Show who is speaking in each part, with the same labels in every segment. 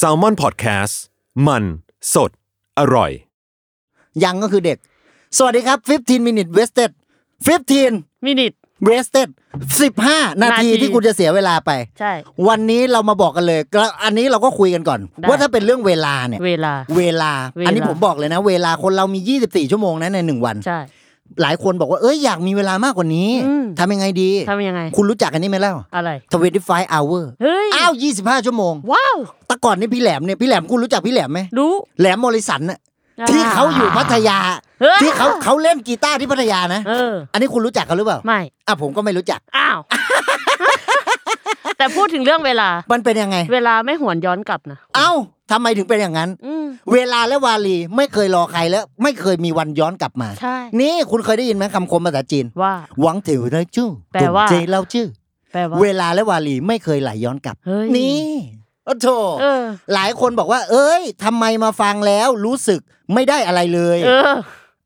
Speaker 1: s a l m o n PODCAST มัน สด อร่อย
Speaker 2: ยังก็คือเด็ก สวัสดีครับ 15 minute wasted 15
Speaker 3: มินิท
Speaker 2: wasted 15 นาที
Speaker 3: นาที
Speaker 2: ที่คุณจะเสียเวลาไป
Speaker 3: ใช่
Speaker 2: วันนี้เรามาบอกกันเลยแล้วอันนี้เราก็คุยกันก่อน
Speaker 3: ได้
Speaker 2: ว่าถ้าเป็นเรื่องเวลาเนี่ย
Speaker 3: เวลา
Speaker 2: เวลา
Speaker 3: เวลา
Speaker 2: อันนี้ผมบอกเลยนะ เวลาคนเรามี 24 ชั่วโมงนะในหนึ่งวัน
Speaker 3: ใช่
Speaker 2: หลายคนบอกว่า เอ้ยอยากมีเวลามากกว่านี้
Speaker 3: อืม
Speaker 2: ทำยังไงดี
Speaker 3: ทำ ยังไง
Speaker 2: คุณรู้จักอันนี้ไหมเล่า
Speaker 3: อะไร
Speaker 2: 25 hour
Speaker 3: เฮ้ย
Speaker 2: อ้าว 25 ชั่วโมง
Speaker 3: ว้าว
Speaker 2: แต่ก่อนนี่พี่แหลมเนี่ยพี่แหลมคุณรู้จักพี่แหลมไหม
Speaker 3: รู้
Speaker 2: แหลมมอริสันน่ะที่เขาอยู่พัทยา
Speaker 3: เฮ้ย
Speaker 2: ที่เขาเขาเล่นกีตาร์ที่พัทยานะ
Speaker 3: เออ
Speaker 2: อันนี้คุณรู้จักเขาหรือเปล่า
Speaker 3: ไม่
Speaker 2: อ่ะผมก็ไม่รู้จัก
Speaker 3: อ้าว แต่พูดถึงเรื่องเวลา
Speaker 2: มันเป็นยังไง
Speaker 3: เวลาไม่หวนย้อนกลับนะ
Speaker 2: เอ้าทำไมถึงเป็นอย่างนั้น
Speaker 3: อืม
Speaker 2: เวลาและวารีไม่เคยรอใครแล้ว ไม่เคยมีวันย้อนกลับมา
Speaker 3: ใช่
Speaker 2: นี่คุณเคยได้ยินไหมคำคมภาษาจีน
Speaker 3: ว่า
Speaker 2: หวังเถิวเรยจู้
Speaker 3: แปลว่า
Speaker 2: จงเจยเราชื่อ
Speaker 3: แปลว่า
Speaker 2: เวลาและวารีไม่เคยไหลย้อนกลับ
Speaker 3: เฮ้ย
Speaker 2: นี่โอ้โถ
Speaker 3: เออ
Speaker 2: หลายคนบอกว่า เอ้ยทำไมมาฟังแล้วรู้สึกไม่ได้อะไรเลย
Speaker 3: เออ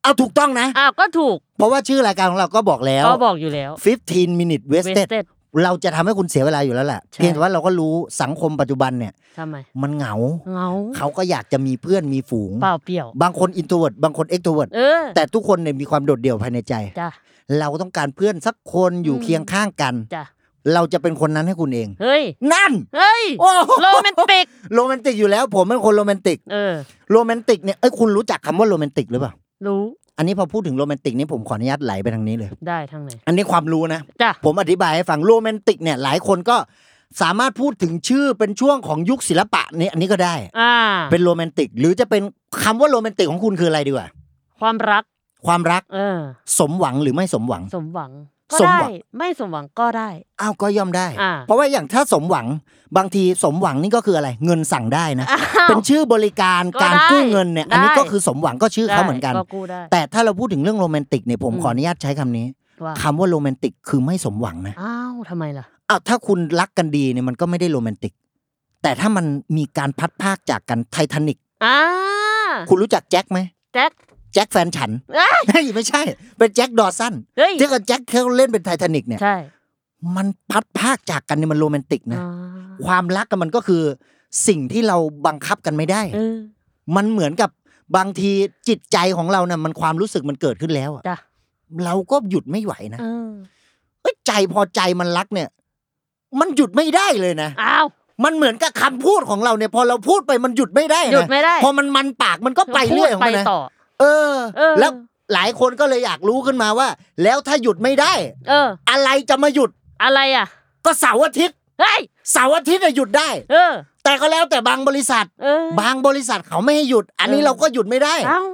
Speaker 2: เอาถูกต้องนะ
Speaker 3: อ้าว ก็ถูก
Speaker 2: เพราะว่าชื่อรายการของเราก็บอกแล้ว
Speaker 3: ก็บอกอยู่แล้ว
Speaker 2: 15 minute wasted
Speaker 3: wasted
Speaker 2: เราจะทำให้คุณเสียเวลาอยู่แล้วแหละ
Speaker 3: ใช่
Speaker 2: เพียงแต่ว่าเราก็รู้สังคมปัจจุบันเนี่ย
Speaker 3: ทำไม
Speaker 2: มันเหงา
Speaker 3: เหงา
Speaker 2: เขาก็อยากจะมีเพื่อนมีฝูง
Speaker 3: เปล่าเปลี่ยว
Speaker 2: บางคนอินโทรเวิร์ดบางคนเอ็กโทรเวิร์ด
Speaker 3: เออ
Speaker 2: แต่ทุกคนเนี่ยมีความโดดเดี่ยวภายในใจ
Speaker 3: จ้ะ
Speaker 2: เราต้องการเพื่อนสักคนอยู่
Speaker 3: อืม
Speaker 2: เคียงข้างกัน
Speaker 3: จ้ะ
Speaker 2: เราจะเป็นคนนั้นให้คุณเอง
Speaker 3: เฮ้ย
Speaker 2: นั่น
Speaker 3: เฮ้ย
Speaker 2: โอ้โห
Speaker 3: โรแมนติก
Speaker 2: โรแมนติกอยู่แล้ว ผมเป็นคนโรแมนติก
Speaker 3: เออ
Speaker 2: โรแมนติกเนี่ยเอ้ยคุณรู้จักคำว่าโรแมนติกหรือเปล่า
Speaker 3: รู้
Speaker 2: อันนี้พอพูดถึงโรแมนติกนี่ผมขออนุญาตไหลไปทางนี้เลย
Speaker 3: ได้ทางไหน
Speaker 2: อันนี้ความรู้นะ
Speaker 3: จ้ะ
Speaker 2: ผมอธิบายให้ฟังโรแมนติกเนี่ยหลายคนก็สามารถพูดถึงชื่อเป็นช่วงของยุคศิลปะเนี่ยอันนี้ก็ได้
Speaker 3: อ่า
Speaker 2: เป็นโรแมนติก หรือจะเป็นคำว่าโรแมนติกของคุณคืออะไรดีกว่า
Speaker 3: ความรัก
Speaker 2: ความรัก
Speaker 3: เออ
Speaker 2: สมหวังหรือไม่สมหวัง
Speaker 3: สมหวัง ก็
Speaker 2: สม
Speaker 3: ได้
Speaker 2: หวัง
Speaker 3: ไม่สมหวังก็ได้
Speaker 2: อ้าวก็ย่อมได้
Speaker 3: อ่า
Speaker 2: เพราะว่าอย่างถ้าสมหวังบางทีสมหวังนี่ก็คืออะไร เงินสั่งได้นะ
Speaker 3: อ้าว
Speaker 2: เป็นชื่อบริการ
Speaker 3: ก็ได้
Speaker 2: การกู้เงินเนี่ย อันนี้
Speaker 3: ได้
Speaker 2: ก็คือสมหวังก็ชื่อเขาเหมือนกัน
Speaker 3: ได้กู้ได้
Speaker 2: แต่ถ้าเราพูดถึงเรื่องโรแมนติกเนี่ยผม
Speaker 3: อืม
Speaker 2: ขออนุญาตใช้คำนี้
Speaker 3: ว่า
Speaker 2: คำว่าโรแมนติกคือไม่สมหวังนะ
Speaker 3: อ้าวทำไมล่ะ
Speaker 2: อ้าวถ้าคุณรักกันดีเนี่ยมันก็ไม่ได้โรแมนติก แต่ถ้ามันมีการพัดภาคจากกันไททานิก
Speaker 3: อ่า
Speaker 2: คุณรู้จักแจ็คไหม
Speaker 3: แจ็ค
Speaker 2: แจ็คแฟนฉัน
Speaker 3: เอ้ย
Speaker 2: เฮ้ยไม่ใช่ เป็นแจ็คดอสัน
Speaker 3: เฮ้ย
Speaker 2: ที่กับแจ็คเขาเล่นเป็นไททานิกเนี่ย
Speaker 3: ใช่
Speaker 2: มันพัดภาคจากกันเนี่ยมันโรแมนติกนะ
Speaker 3: อ่า
Speaker 2: ความรักกันมันก็คือสิ่งที่เราบังคับกันไม่ได้
Speaker 3: เออ
Speaker 2: มันเหมือนกับบางทีจิตใจของเราเนี่ยมันความรู้สึกมันเกิดขึ้นแล้วอะ
Speaker 3: จ้ะ
Speaker 2: เราก็หยุดไม่ไหวนะ
Speaker 3: เออ
Speaker 2: เอ้ยใจพอใจมันรักเนี่ย มันหยุดไม่ได้เลยนะ
Speaker 3: อ้าว
Speaker 2: มันเหมือนกับคำพูดของเราเนี่ย พอเราพูดไปมันหยุดไม่ได้นะ
Speaker 3: หยุดไม่ได้
Speaker 2: พอมันมันปากมันก็ไปเรื่อยของ
Speaker 3: ไป
Speaker 2: มันนะ
Speaker 3: ต่อ
Speaker 2: เออ
Speaker 3: เออ
Speaker 2: แล้วหลายคนก็เลยอยากรู้ขึ้นมาว่า แล้วถ้าหยุดไม่ได้
Speaker 3: เออ
Speaker 2: อะไรจะมาหยุด
Speaker 3: อะไรอ่ะ
Speaker 2: ก็เสาร์อาทิตย์
Speaker 3: เฮ้ย
Speaker 2: เสาร์อาทิตย์อะหยุดได้
Speaker 3: เออ
Speaker 2: แต่ก็แล้วแต่บางบริษัท
Speaker 3: เออ
Speaker 2: บางบริษัทเขาไม่ให้หยุด อันนี้
Speaker 3: เออ
Speaker 2: เราก็หยุดไม่ได้
Speaker 3: อ้าว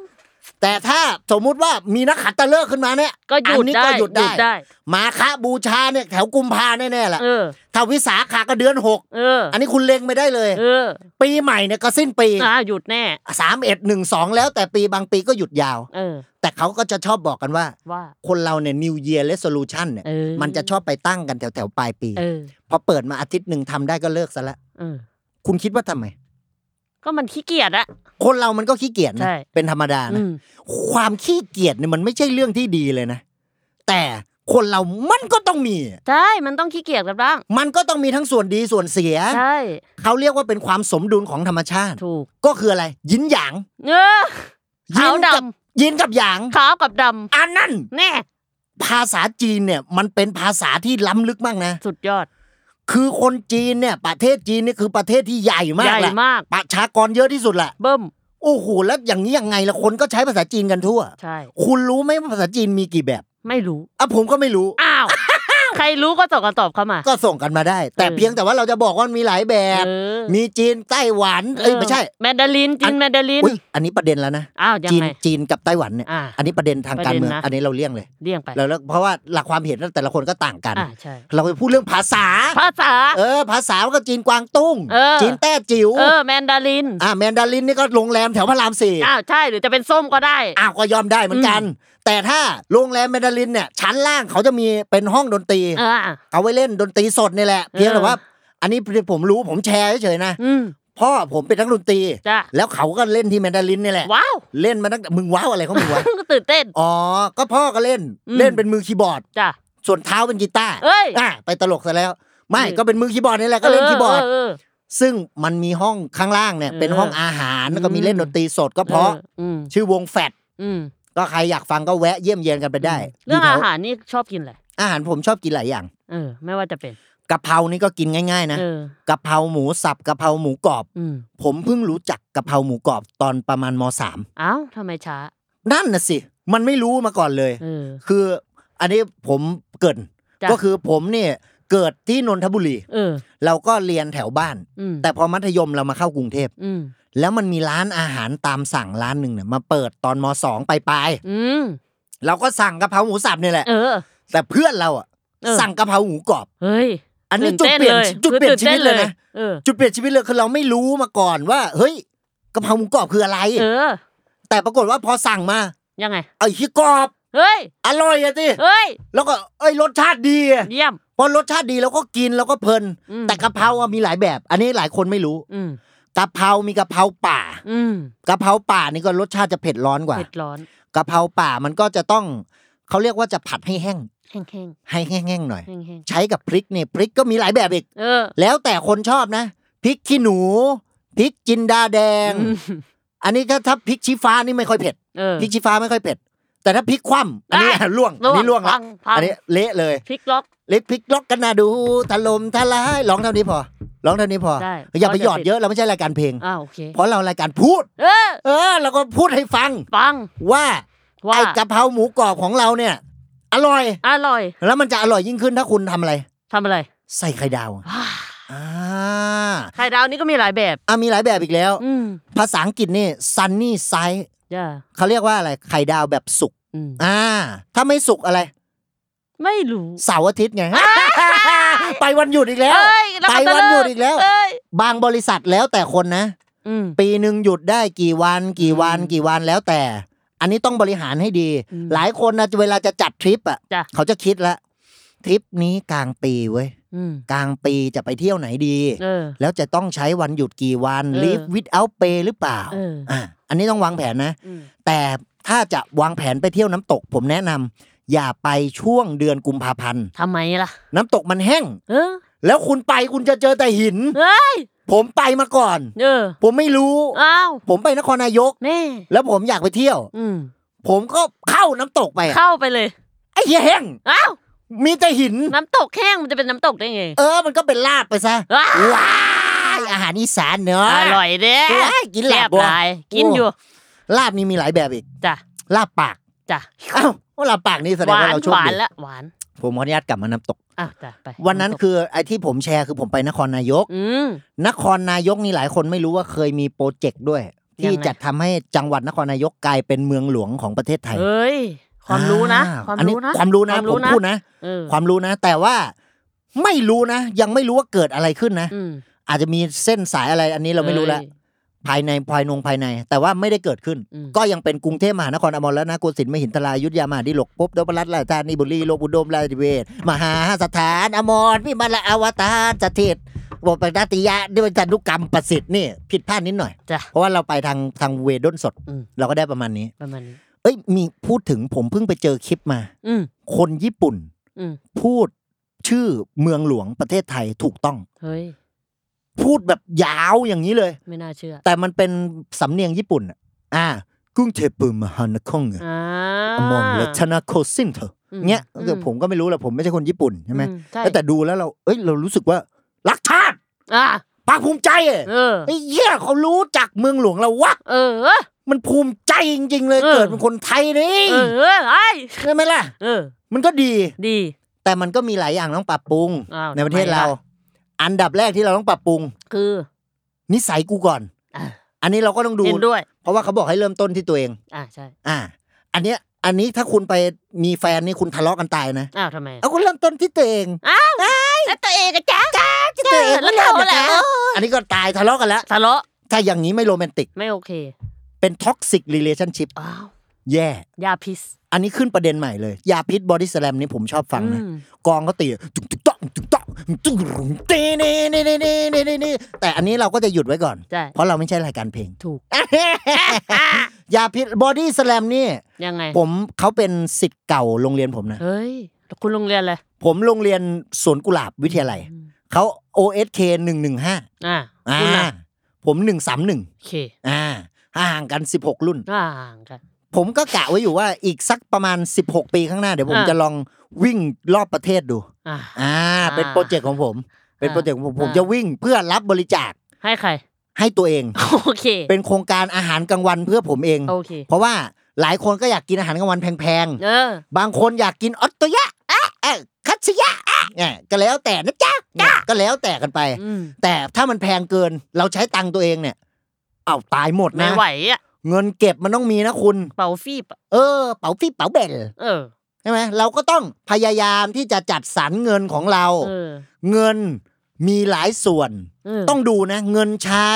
Speaker 2: แต่ถ้าสมมุติว่ามีนักขัตฤกษ์ขึ้นมาเนี่ย
Speaker 3: ก็หยุ
Speaker 2: อั
Speaker 3: ด
Speaker 2: นนี้
Speaker 3: ได้
Speaker 2: ก็หยุดได้
Speaker 3: ได้
Speaker 2: มาคะบูชาเนี่ยแถวกุมภาแน่ๆแหละ
Speaker 3: เออ
Speaker 2: ถ้าวิสาขาก็เดือนหก
Speaker 3: เออ
Speaker 2: อันนี้คุณเล็งไม่ได้เลย
Speaker 3: เออ
Speaker 2: ปีใหม่เนี่ยก็สิ้นปี
Speaker 3: อ้าวหยุดแน่
Speaker 2: สามเอ็ดหนึ่งสองแล้วแต่ปีบางปีก็หยุดยาว
Speaker 3: เออ
Speaker 2: แต่เขาก็จะชอบบอกกันว่า
Speaker 3: ว่า
Speaker 2: คนเราเนี่ย New Year Resolution เนี่ย
Speaker 3: เออ
Speaker 2: มันจะชอบไปตั้งกันแถวๆปลายปี
Speaker 3: เออ
Speaker 2: พอเปิดมาอาทิตย์หนึ่งทำได้ก็เลิกซะละ
Speaker 3: เออ
Speaker 2: คุณคิดว่าทำไม
Speaker 3: ก็มันขี้เกียจอะ
Speaker 2: คนเรามันก็ขี้เกียจนะ
Speaker 3: ใช่
Speaker 2: เป็นธรรมดา
Speaker 3: อื
Speaker 2: นะ
Speaker 3: ม
Speaker 2: ความขี้เกียจเนี่ยมันไม่ใช่เรื่องที่ดีเลยนะ แต่คนเรามันก็ต้องมี
Speaker 3: ใช่ มันต้องขี้เกียจกันบ้าง
Speaker 2: มันก็ต้องมีทั้งส่วนดีส่วนเสีย
Speaker 3: ใช่
Speaker 2: เขาเรียกว่าเป็นความสมดุลของธรรมชาติ
Speaker 3: ถูก
Speaker 2: ก็คืออะไร ยินหยาง
Speaker 3: เออ
Speaker 2: ยิ
Speaker 3: ขาวด
Speaker 2: กัยินกับหยาง
Speaker 3: ำขาวกับด
Speaker 2: อันนั้น
Speaker 3: ำแน่
Speaker 2: ภาษาจีนเนี่ย มันเป็นภาษาที่ล้ำลึกมากนะ
Speaker 3: สุดยอด
Speaker 2: คือคนจีนเนี่ยประเทศจีนนี่คือประเทศที่ใหญ่มาก
Speaker 3: ใหญ่
Speaker 2: แหละ
Speaker 3: มาก
Speaker 2: ประชากรเยอะที่สุดแหละ
Speaker 3: เบิ่ม
Speaker 2: โอ้โหแล้วอย่างนี้ยังไงละคนก็ใช้ภาษาจีนกันทั่ว
Speaker 3: ใช่
Speaker 2: คุณรู้ไหมว่าภาษาจีนมีกี่แบบ
Speaker 3: ไม่รู้
Speaker 2: อ่ะผมก็ไม่รู้
Speaker 3: อ้าว ใครรู้ก็ส่งกันตอบเข้ามา
Speaker 2: ก็ส่งกันมาได้ แต่
Speaker 3: เออ
Speaker 2: เพียงแต่ว่าเราจะบอกว่ามีหลายแบบ
Speaker 3: เออ
Speaker 2: มีจีนไต้หวันเอ้ยไม่ใช่
Speaker 3: แมดดารินจี
Speaker 2: อั
Speaker 3: น
Speaker 2: น
Speaker 3: แมดดาริน
Speaker 2: อุ้ยอันนี้ประเด็นแล้วนะ
Speaker 3: อ้าวยัง
Speaker 2: จีน
Speaker 3: ไง
Speaker 2: จีนกับไต้หวันเนี่ย
Speaker 3: อ่า
Speaker 2: อันนี้ประเด็นทางการเมืองอั
Speaker 3: ประเด็นนะ
Speaker 2: นนี้เราเลี่ยงเลย
Speaker 3: เลี่ยงไป
Speaker 2: แล้วแล้วเพราะว่าหลักความเห็นแต่ละคนก็ต่างกัน
Speaker 3: อ่าใช่
Speaker 2: เราไปพูดเรื่องภาษา
Speaker 3: ภาษา
Speaker 2: เออ ภาษาก็จีนกวางตุ้ง
Speaker 3: เออ
Speaker 2: จีนแต้จิ๋ว
Speaker 3: เออแมนดาริน
Speaker 2: อ่าแมนดารินนี่ก็โรงแรมแถวพระรามสี่
Speaker 3: อ้าวใช่หรือจะเป็นส้มก็ได้
Speaker 2: อ้าวก็ยอมได้เหมือนกัน แต่ถ้าโรงแรมแมนดารินเนี่ยชั้นล่างเขาจะมีเป็นห้องดนตรี
Speaker 3: เออ
Speaker 2: เอาไว้เล่นดนตรีสดนี่แหละ เพียงแต่ว่า อันนี้ผมรู้ผมแชร์เฉยๆนะ
Speaker 3: อืม
Speaker 2: พ่อผมเป็นนักดนตรี
Speaker 3: จ้ะ
Speaker 2: แล้วเขาก็เล่นที่แมนดารินนี่แหละ
Speaker 3: ว้ าว
Speaker 2: เล่นมาตั้งแต่มึงว้าวอะไรของมึงวะ
Speaker 3: ตื่นเต้น
Speaker 2: อ๋อ ก็พ่อก็เล่น
Speaker 3: อืม
Speaker 2: เล่นเป็นมือคีย์บอร์ด
Speaker 3: จ้ะ
Speaker 2: ส่วนเท้าเป็นกีตาร์
Speaker 3: เอ้ย
Speaker 2: อ่ะไปตลกซะแล้ว ไม่
Speaker 3: อืม
Speaker 2: ก็เป็นมือคีย์บอร์ดนี่แหละก็เล่นคีย์บอร์ด
Speaker 3: เเเ
Speaker 2: ซึ่งมันมีห้องข้างล่างเนี่ย
Speaker 3: เออ
Speaker 2: เป็นห้องอาหารแล้วก็มี
Speaker 3: อืม
Speaker 2: เล่นดนตรีสดก็เพราะ
Speaker 3: อออืม
Speaker 2: ชื่อวงแฟด
Speaker 3: อืม
Speaker 2: ก็ใครอยากฟังก็แวะเยี่ยมเยียนกันไปได้
Speaker 3: เรื่อง
Speaker 2: ยู่แถ
Speaker 3: อาว หารนี่ชอบกินอะไร
Speaker 2: อาหารผมชอบกินหลายอย่าง
Speaker 3: เออ ไม่ว่าจะเป็น
Speaker 2: กะเพรานี่ก็กินง่ายๆนะ
Speaker 3: เออก
Speaker 2: ะเพราหมูสับกะเพราหมูกรอบ
Speaker 3: อืม
Speaker 2: ผมเพิ่งรู้จักกะเพราหมูกรอบตอนประมาณมสาม
Speaker 3: เอ้าวทำไมช้า
Speaker 2: นั่นน่ะสิ มันไม่รู้มาก่อนเลย
Speaker 3: เออ
Speaker 2: คืออันนี้ผมเกริน
Speaker 3: จ้ะ
Speaker 2: ก็คือผมเนี่ยเกิดที่นนทบุรี
Speaker 3: เออ
Speaker 2: เราก็เรียนแถวบ้าน
Speaker 3: อืม
Speaker 2: แต่พอมัธยมเรามาเข้ากรุงเทพ
Speaker 3: อืม
Speaker 2: แล้วมันมีร้านอาหารตามสั่งร้านหนึ่งเนี่ยมาเปิดตอนมสองปลาย
Speaker 3: อืม
Speaker 2: ๆเราก็สั่งกะเพราหมูสับเนี่ยแหละ
Speaker 3: เออ
Speaker 2: แต่เพื่อนเราอ่ะ
Speaker 3: เออ
Speaker 2: สั่งกะเพราหมูกรอบ
Speaker 3: เฮ้ย
Speaker 2: อันนี้จุ
Speaker 3: ตื่
Speaker 2: ดเปลี่ยน
Speaker 3: เลย
Speaker 2: จุดเปลี่ยนชีวิตเลยนะ
Speaker 3: เออ
Speaker 2: จุดเปลี่ยนชีวิตเลยคือเราไม่รู้มาก่อนว่า เฮ้ยกะเพราหมูกรอบคืออะไร
Speaker 3: เออ
Speaker 2: แต่ปรากฏว่าพอสั่งมา
Speaker 3: ยังไง
Speaker 2: ไอ้ที่กรอบ
Speaker 3: เฮ้ย
Speaker 2: อร่อยอะสิ
Speaker 3: เฮ้ย
Speaker 2: แล้วก็เอ้ยรสชาติดีอะ
Speaker 3: เยี่ยม
Speaker 2: พอรสชาติดีเราก็กินเราก็เพลิน
Speaker 3: อืม
Speaker 2: แต่กะเพราอะมีหลายแบบ อันนี้หลายคนไม่รู้
Speaker 3: อืม
Speaker 2: กะเพรามีกะเพราป่า
Speaker 3: อืม
Speaker 2: กะเพราป่านี่ก็รสชาติจะเผ็ดร้อนกว่า
Speaker 3: เผ็ดร้อน
Speaker 2: กะเพราป่ามันก็จะต้องเขาเรียกว่าจะผัดให้แห้ง
Speaker 3: แห้งแห้ง
Speaker 2: ให้แห้งๆหน่อย
Speaker 3: แห้งแห้ง
Speaker 2: ใช้กับพริกเนี่ยพริกก็มีหลายแบบอีก
Speaker 3: ๆเออ
Speaker 2: แล้วแต่คนชอบนะพริกขี้หนูพริกจินดาแดง
Speaker 3: อืม
Speaker 2: อันนี้ถ้าถ้าพริกชี้ฟ้านี่ไม่ค่อยเผ็ด
Speaker 3: เออ
Speaker 2: พริกชี้ฟ้าไม่ค่อยเผ็ด แต่ถ้าพริกคว่ำอันนี้
Speaker 3: อ่ะ
Speaker 2: ล่วงอันนี้ล่วง
Speaker 3: พั
Speaker 2: ละ
Speaker 3: งพัง
Speaker 2: อันนี้เละเลย
Speaker 3: พลิกล็อก
Speaker 2: เล็กพริกล็อกกันนะดูถล่มทลายร้องเท่านี้พอร้องเท่านี้พอ
Speaker 3: ได้
Speaker 2: อย่าไป
Speaker 3: เพราะ
Speaker 2: หยอด
Speaker 3: เดี๋ย
Speaker 2: เย
Speaker 3: ว
Speaker 2: อะเราไม่ใช่รายการเพลง
Speaker 3: อ้าวโอเค
Speaker 2: เพราะเรารายการพูด
Speaker 3: เออ
Speaker 2: เออเราก็พูดให้ฟัง
Speaker 3: ฟัง
Speaker 2: ว่า
Speaker 3: ว่า
Speaker 2: ไอ้กะเพราหมูกรอบของเราเนี่ย อร่อย
Speaker 3: อร่อย
Speaker 2: แล้วมันจะอร่อยยิ่งขึ้นถ้าคุณทำอะไร
Speaker 3: ทำอะไร
Speaker 2: ใส่ไข่ดาวอะ
Speaker 3: ว้า
Speaker 2: อ่า
Speaker 3: ไข่ดาวนี่ก็มีหลายแบบ
Speaker 2: อ่ะมีหลายแบบอีกแล้ว
Speaker 3: อืม
Speaker 2: ภาษาอังกฤษนี่ sunny side
Speaker 3: จ้า
Speaker 2: เขาเรียกว่าอะไรไข่ดาวแบบสุก
Speaker 3: อืม
Speaker 2: อ่า ถ้าไม่สุกอะไร
Speaker 3: ไม่รู้
Speaker 2: เสาร์อาทิตย์ไง ไปวันหยุดอีกแล้ว
Speaker 3: เอ้ยแล้ว
Speaker 2: ไป
Speaker 3: ก็จะ
Speaker 2: วันห
Speaker 3: เลิ
Speaker 2: ยุดอีกแล้ว
Speaker 3: เอ้ย
Speaker 2: บางบริษัทแล้วแต่คนนะ
Speaker 3: อืม
Speaker 2: ปีหนึ่งหยุดได้กี่วันกี่วัน
Speaker 3: อืม
Speaker 2: กี่วันแล้วแต่ อันนี้ต้องบริหารให้ดี
Speaker 3: อืม
Speaker 2: หลายคนนะเวลาจะจัดทริปอ่ะ
Speaker 3: จ้ะ
Speaker 2: เขาจะคิดละทริปนี้กลางปีเว้ย
Speaker 3: อืม
Speaker 2: กลางปีจะไปเที่ยวไหนดี
Speaker 3: เออ
Speaker 2: แล้วจะต้องใช้วันหยุดกี่วัน
Speaker 3: เออ
Speaker 2: leave without pay หรือเปล่า
Speaker 3: เออ
Speaker 2: อ่ะอันนี้ต้องวางแผนนะ
Speaker 3: อืม
Speaker 2: แต่ถ้าจะวางแผนไปเที่ยวน้ำตก ผมแนะนำอย่าไปช่วงเดือนกุมภาพันธ์
Speaker 3: ทำไมล่ะ
Speaker 2: น้ำตกมันแห้ง
Speaker 3: เออ
Speaker 2: แล้วคุณไปคุณจะเจอแต่หิน
Speaker 3: เฮ้ย
Speaker 2: ผมไปมาก่อน
Speaker 3: เออ
Speaker 2: ผมไม่รู้
Speaker 3: อ้าว
Speaker 2: ผมไปนครนายก
Speaker 3: แม่
Speaker 2: แล้วผมอยากไปเที่ยว
Speaker 3: อืม
Speaker 2: ผมก็เข้าน้ำตกไปอะ
Speaker 3: เข้าไปเลย
Speaker 2: ไอ้เหี้ยแห้ง
Speaker 3: อ้าว
Speaker 2: มีแต่หิน
Speaker 3: น้ำตกแห้งมันจะเป็นน้ำตกได้ไง
Speaker 2: เออ มันก็เป็นลาบไปซะ
Speaker 3: ว้า
Speaker 2: ว้ายอาหารอีสานเนอะ
Speaker 3: อร่อยเด้
Speaker 2: เอ้ยกิน
Speaker 3: แซ่
Speaker 2: ลา
Speaker 3: บบ
Speaker 2: บัว
Speaker 3: หลายกินอยู่
Speaker 2: ลาบนี่มีหลายแบบอีก
Speaker 3: จ้ะ
Speaker 2: ลาบปาก
Speaker 3: จ้ะ
Speaker 2: อ้าวว่าลาบปากนี่แสดง
Speaker 3: หวา
Speaker 2: ว่าน เราโชคว
Speaker 3: หาน
Speaker 2: ดี
Speaker 3: ละหวาน
Speaker 2: ผมขออนุญาตกลับมาน้ำตก
Speaker 3: อ้าวจ้ะไป
Speaker 2: วันนั้น
Speaker 3: ำตก
Speaker 2: คือไอ้ที่ผมแชร์คือผมไปนครนายก
Speaker 3: อืม
Speaker 2: นครนายกนี่หลายคนไม่รู้ว่าเคยมีโปรเจกต์ด้วย ที่
Speaker 3: ยังไง
Speaker 2: จัดทำให้จังหวัดนครนายกกลายเป็นเมืองหลวงของประเทศไทย
Speaker 3: เฮ้ย ความรู้นะ
Speaker 2: อ่
Speaker 3: ความ
Speaker 2: อั
Speaker 3: รู้นะ
Speaker 2: ความรู้นะผมพูดนะ
Speaker 3: เออ
Speaker 2: ความรู้นะ แต่ว่าไม่รู้นะ ยังไม่รู้ว่าเกิดอะไรขึ้นนะ
Speaker 3: อืม
Speaker 2: อาจจะมีเส้นสายอะไรอันนี้เราไม่รู้ละ
Speaker 3: อ้ย
Speaker 2: ภายในภายนงภายใน แต่ว่าไม่ได้เกิดขึ้น
Speaker 3: อืม
Speaker 2: ก็ยังเป็นกรุงเทพมหานครอมรและนาโกสินทร์มหินทรายุทธยามหาดิลกภพบดบรัตน์ราชธานีบุรีโลกอุดมราชนิเวศมหาสถาน อมรพิมานละอวตารสถิตบทปฏาติยะด้วยจันทุกรรมประสิทธิ์นี่ผิดพลาดนิดหน่อย
Speaker 3: จ้ะ
Speaker 2: เพราะว่าเราไปทางทางเวด้นสด
Speaker 3: อืม
Speaker 2: เราก็ได้ประมาณนี้
Speaker 3: ประมาณนี้
Speaker 2: เอ้ยมีพูดถึงผมเพิ่งไปเจอคลิปมา
Speaker 3: อืม
Speaker 2: คนญี่ปุ่น
Speaker 3: อืม
Speaker 2: พูดชื่อเมืองหลวงประเทศไทยถูกต้อง
Speaker 3: เฮ้ย
Speaker 2: พูดแบบยาวอย่างนี้เลย
Speaker 3: ไม่น่าเชื่อ
Speaker 2: แต่มันเป็นสำเนียงญี่ปุ่นอะอ่ากรุงเทพมหานครอะ
Speaker 3: อ่า
Speaker 2: อมรรัตนโคสินทร์เถอะ
Speaker 3: อืม
Speaker 2: เงี้ยเดี๋ยว
Speaker 3: อื
Speaker 2: ผมก็ไม่รู้แหละผมไม่ใช่คนญี่ปุ่นใช่ไหม
Speaker 3: อืใช่
Speaker 2: แต่ดูแล้วเราเอ้ยเรารู้สึกว่ารักชาติ
Speaker 3: อ่า
Speaker 2: ภาคภูมิใจอะ
Speaker 3: เออ
Speaker 2: ไอ้เหี้ยเขารู้จักเมืองหลวงเราวะ
Speaker 3: เออ เออ
Speaker 2: มันภูมิใจจริง ๆ เลย
Speaker 3: เออ
Speaker 2: เกิดเป็นคนไทยนี่
Speaker 3: เออไอ
Speaker 2: ใช่ไหมล่ะ
Speaker 3: เออ
Speaker 2: มันก็ดี
Speaker 3: ดี
Speaker 2: แต่มันก็มีหลายอย่างต้องปรับปรุง
Speaker 3: อ้าว
Speaker 2: ในประเทศ
Speaker 3: ทำไมล่ะ
Speaker 2: เรา อันดับแรกที่เราต้องปรับปรุง
Speaker 3: คือ
Speaker 2: นิสัยกูก่อน
Speaker 3: อ่ะ
Speaker 2: อันนี้เราก็ต้องดู
Speaker 3: เห็นด้วย
Speaker 2: เพราะว่าเขาบอกให้เริ่มต้นที่ตัวเอง
Speaker 3: อ่าใช่
Speaker 2: อ่า อันเนี้ย อันนี้ถ้าคุณไปมีแฟนนี่คุณทะเลาะกันตายนะ
Speaker 3: อ้าวทำไม
Speaker 2: เอาคุณเริ่มต้นที่ตัวเอง
Speaker 3: อ้าวแล้วตัวเองอะจ๊ะจ๊ะ
Speaker 2: ตัวเอง
Speaker 3: แล้ว
Speaker 2: ไม่ริ่
Speaker 3: เขา
Speaker 2: ม
Speaker 3: แหละ
Speaker 2: นะอันนี้ก็ตายทะเลาะกันแล้ว
Speaker 3: ทะเลาะ
Speaker 2: ถ้าอย่างนี้ไม่โรแมนติก
Speaker 3: ไม่โอเค
Speaker 2: เป็นท็อกซิกรีเลชั่นชิพ
Speaker 3: อ้าว
Speaker 2: แย่
Speaker 3: ยาพิษ
Speaker 2: อันนี้ขึ้นประเด็นใหม่เลย ยาพิษบอดี้สแลมนี่ผมชอบฟังนะ
Speaker 3: อืม
Speaker 2: กองก็ตีจุกจุกต้องจุกต้องจุกรุงเตเนเนเนเนเนเนเนแต่อันนี้เราก็จะหยุดไว้ก่อน
Speaker 3: ใช่
Speaker 2: เพราะเราไม่ใช่รายการเพลง
Speaker 3: ถูก
Speaker 2: ยาพิษบอดี้สแลมนี่
Speaker 3: ยังไง
Speaker 2: ผมเขาเป็นสิทธิ์เก่าโรงเรียนผมนะ
Speaker 3: เฮ้ยคุณโรงเรียนเลย
Speaker 2: ผมโรงเรียนสวนกุหลาบวิทยาลัย เขา OSK 115
Speaker 3: อ่า
Speaker 2: อ่า
Speaker 3: คุณล่ะ
Speaker 2: ผม 131
Speaker 3: โอเค
Speaker 2: อ่าห่างกัน 16 รุ่น
Speaker 3: อ่าห่างกัน
Speaker 2: ผมก็กะไว้อยู่ว่าอีกสักประมาณ 16 ปีข้างหน้า เดี๋ยวผม
Speaker 3: อ่า
Speaker 2: จะลองวิ่งรอบประเทศดู
Speaker 3: อ่า
Speaker 2: อ่า เป็น
Speaker 3: อ่า
Speaker 2: โปรเจกต์ของผม เป็น
Speaker 3: อ่า
Speaker 2: โปรเจกต์ของผม ผม
Speaker 3: อ่า
Speaker 2: จะวิ่งเพื่อรับบริจาค
Speaker 3: ให้ใคร
Speaker 2: ให้ตัวเอง
Speaker 3: โอเค
Speaker 2: เป็นโครงการอาหารกลางวันเพื่อผมเอง
Speaker 3: โอเค
Speaker 2: เพราะว่าหลายคนก็อยากกินอาหารกลางวันแพง
Speaker 3: เออ
Speaker 2: ๆ บางคนอยากกินออตโตยะอ่ะอ่ะคัตสึยะอ่ะเนี่ยก็แล้วแต่นะจ๊ะเนี่ยก็แล้วแต่กันไป
Speaker 3: อืม
Speaker 2: แต่ถ้ามันแพงเกินเราใช้ตังค์ตัวเองเนี่ยเอาตายหมด
Speaker 3: ไม่
Speaker 2: นะ
Speaker 3: ไหวอ่ะ
Speaker 2: เงินเก็บมันต้องมีนะคุณ
Speaker 3: เป่าฟีบอะ
Speaker 2: เออ เป๋าฟี่เป๋าเบล
Speaker 3: เออ
Speaker 2: ใช่ไหมเราก็ต้องพยายามที่จะจัดสรรเงินของเรา
Speaker 3: เออ
Speaker 2: เงินมีหลายส่วน
Speaker 3: เออ
Speaker 2: ต้องดูนะ เงินใช้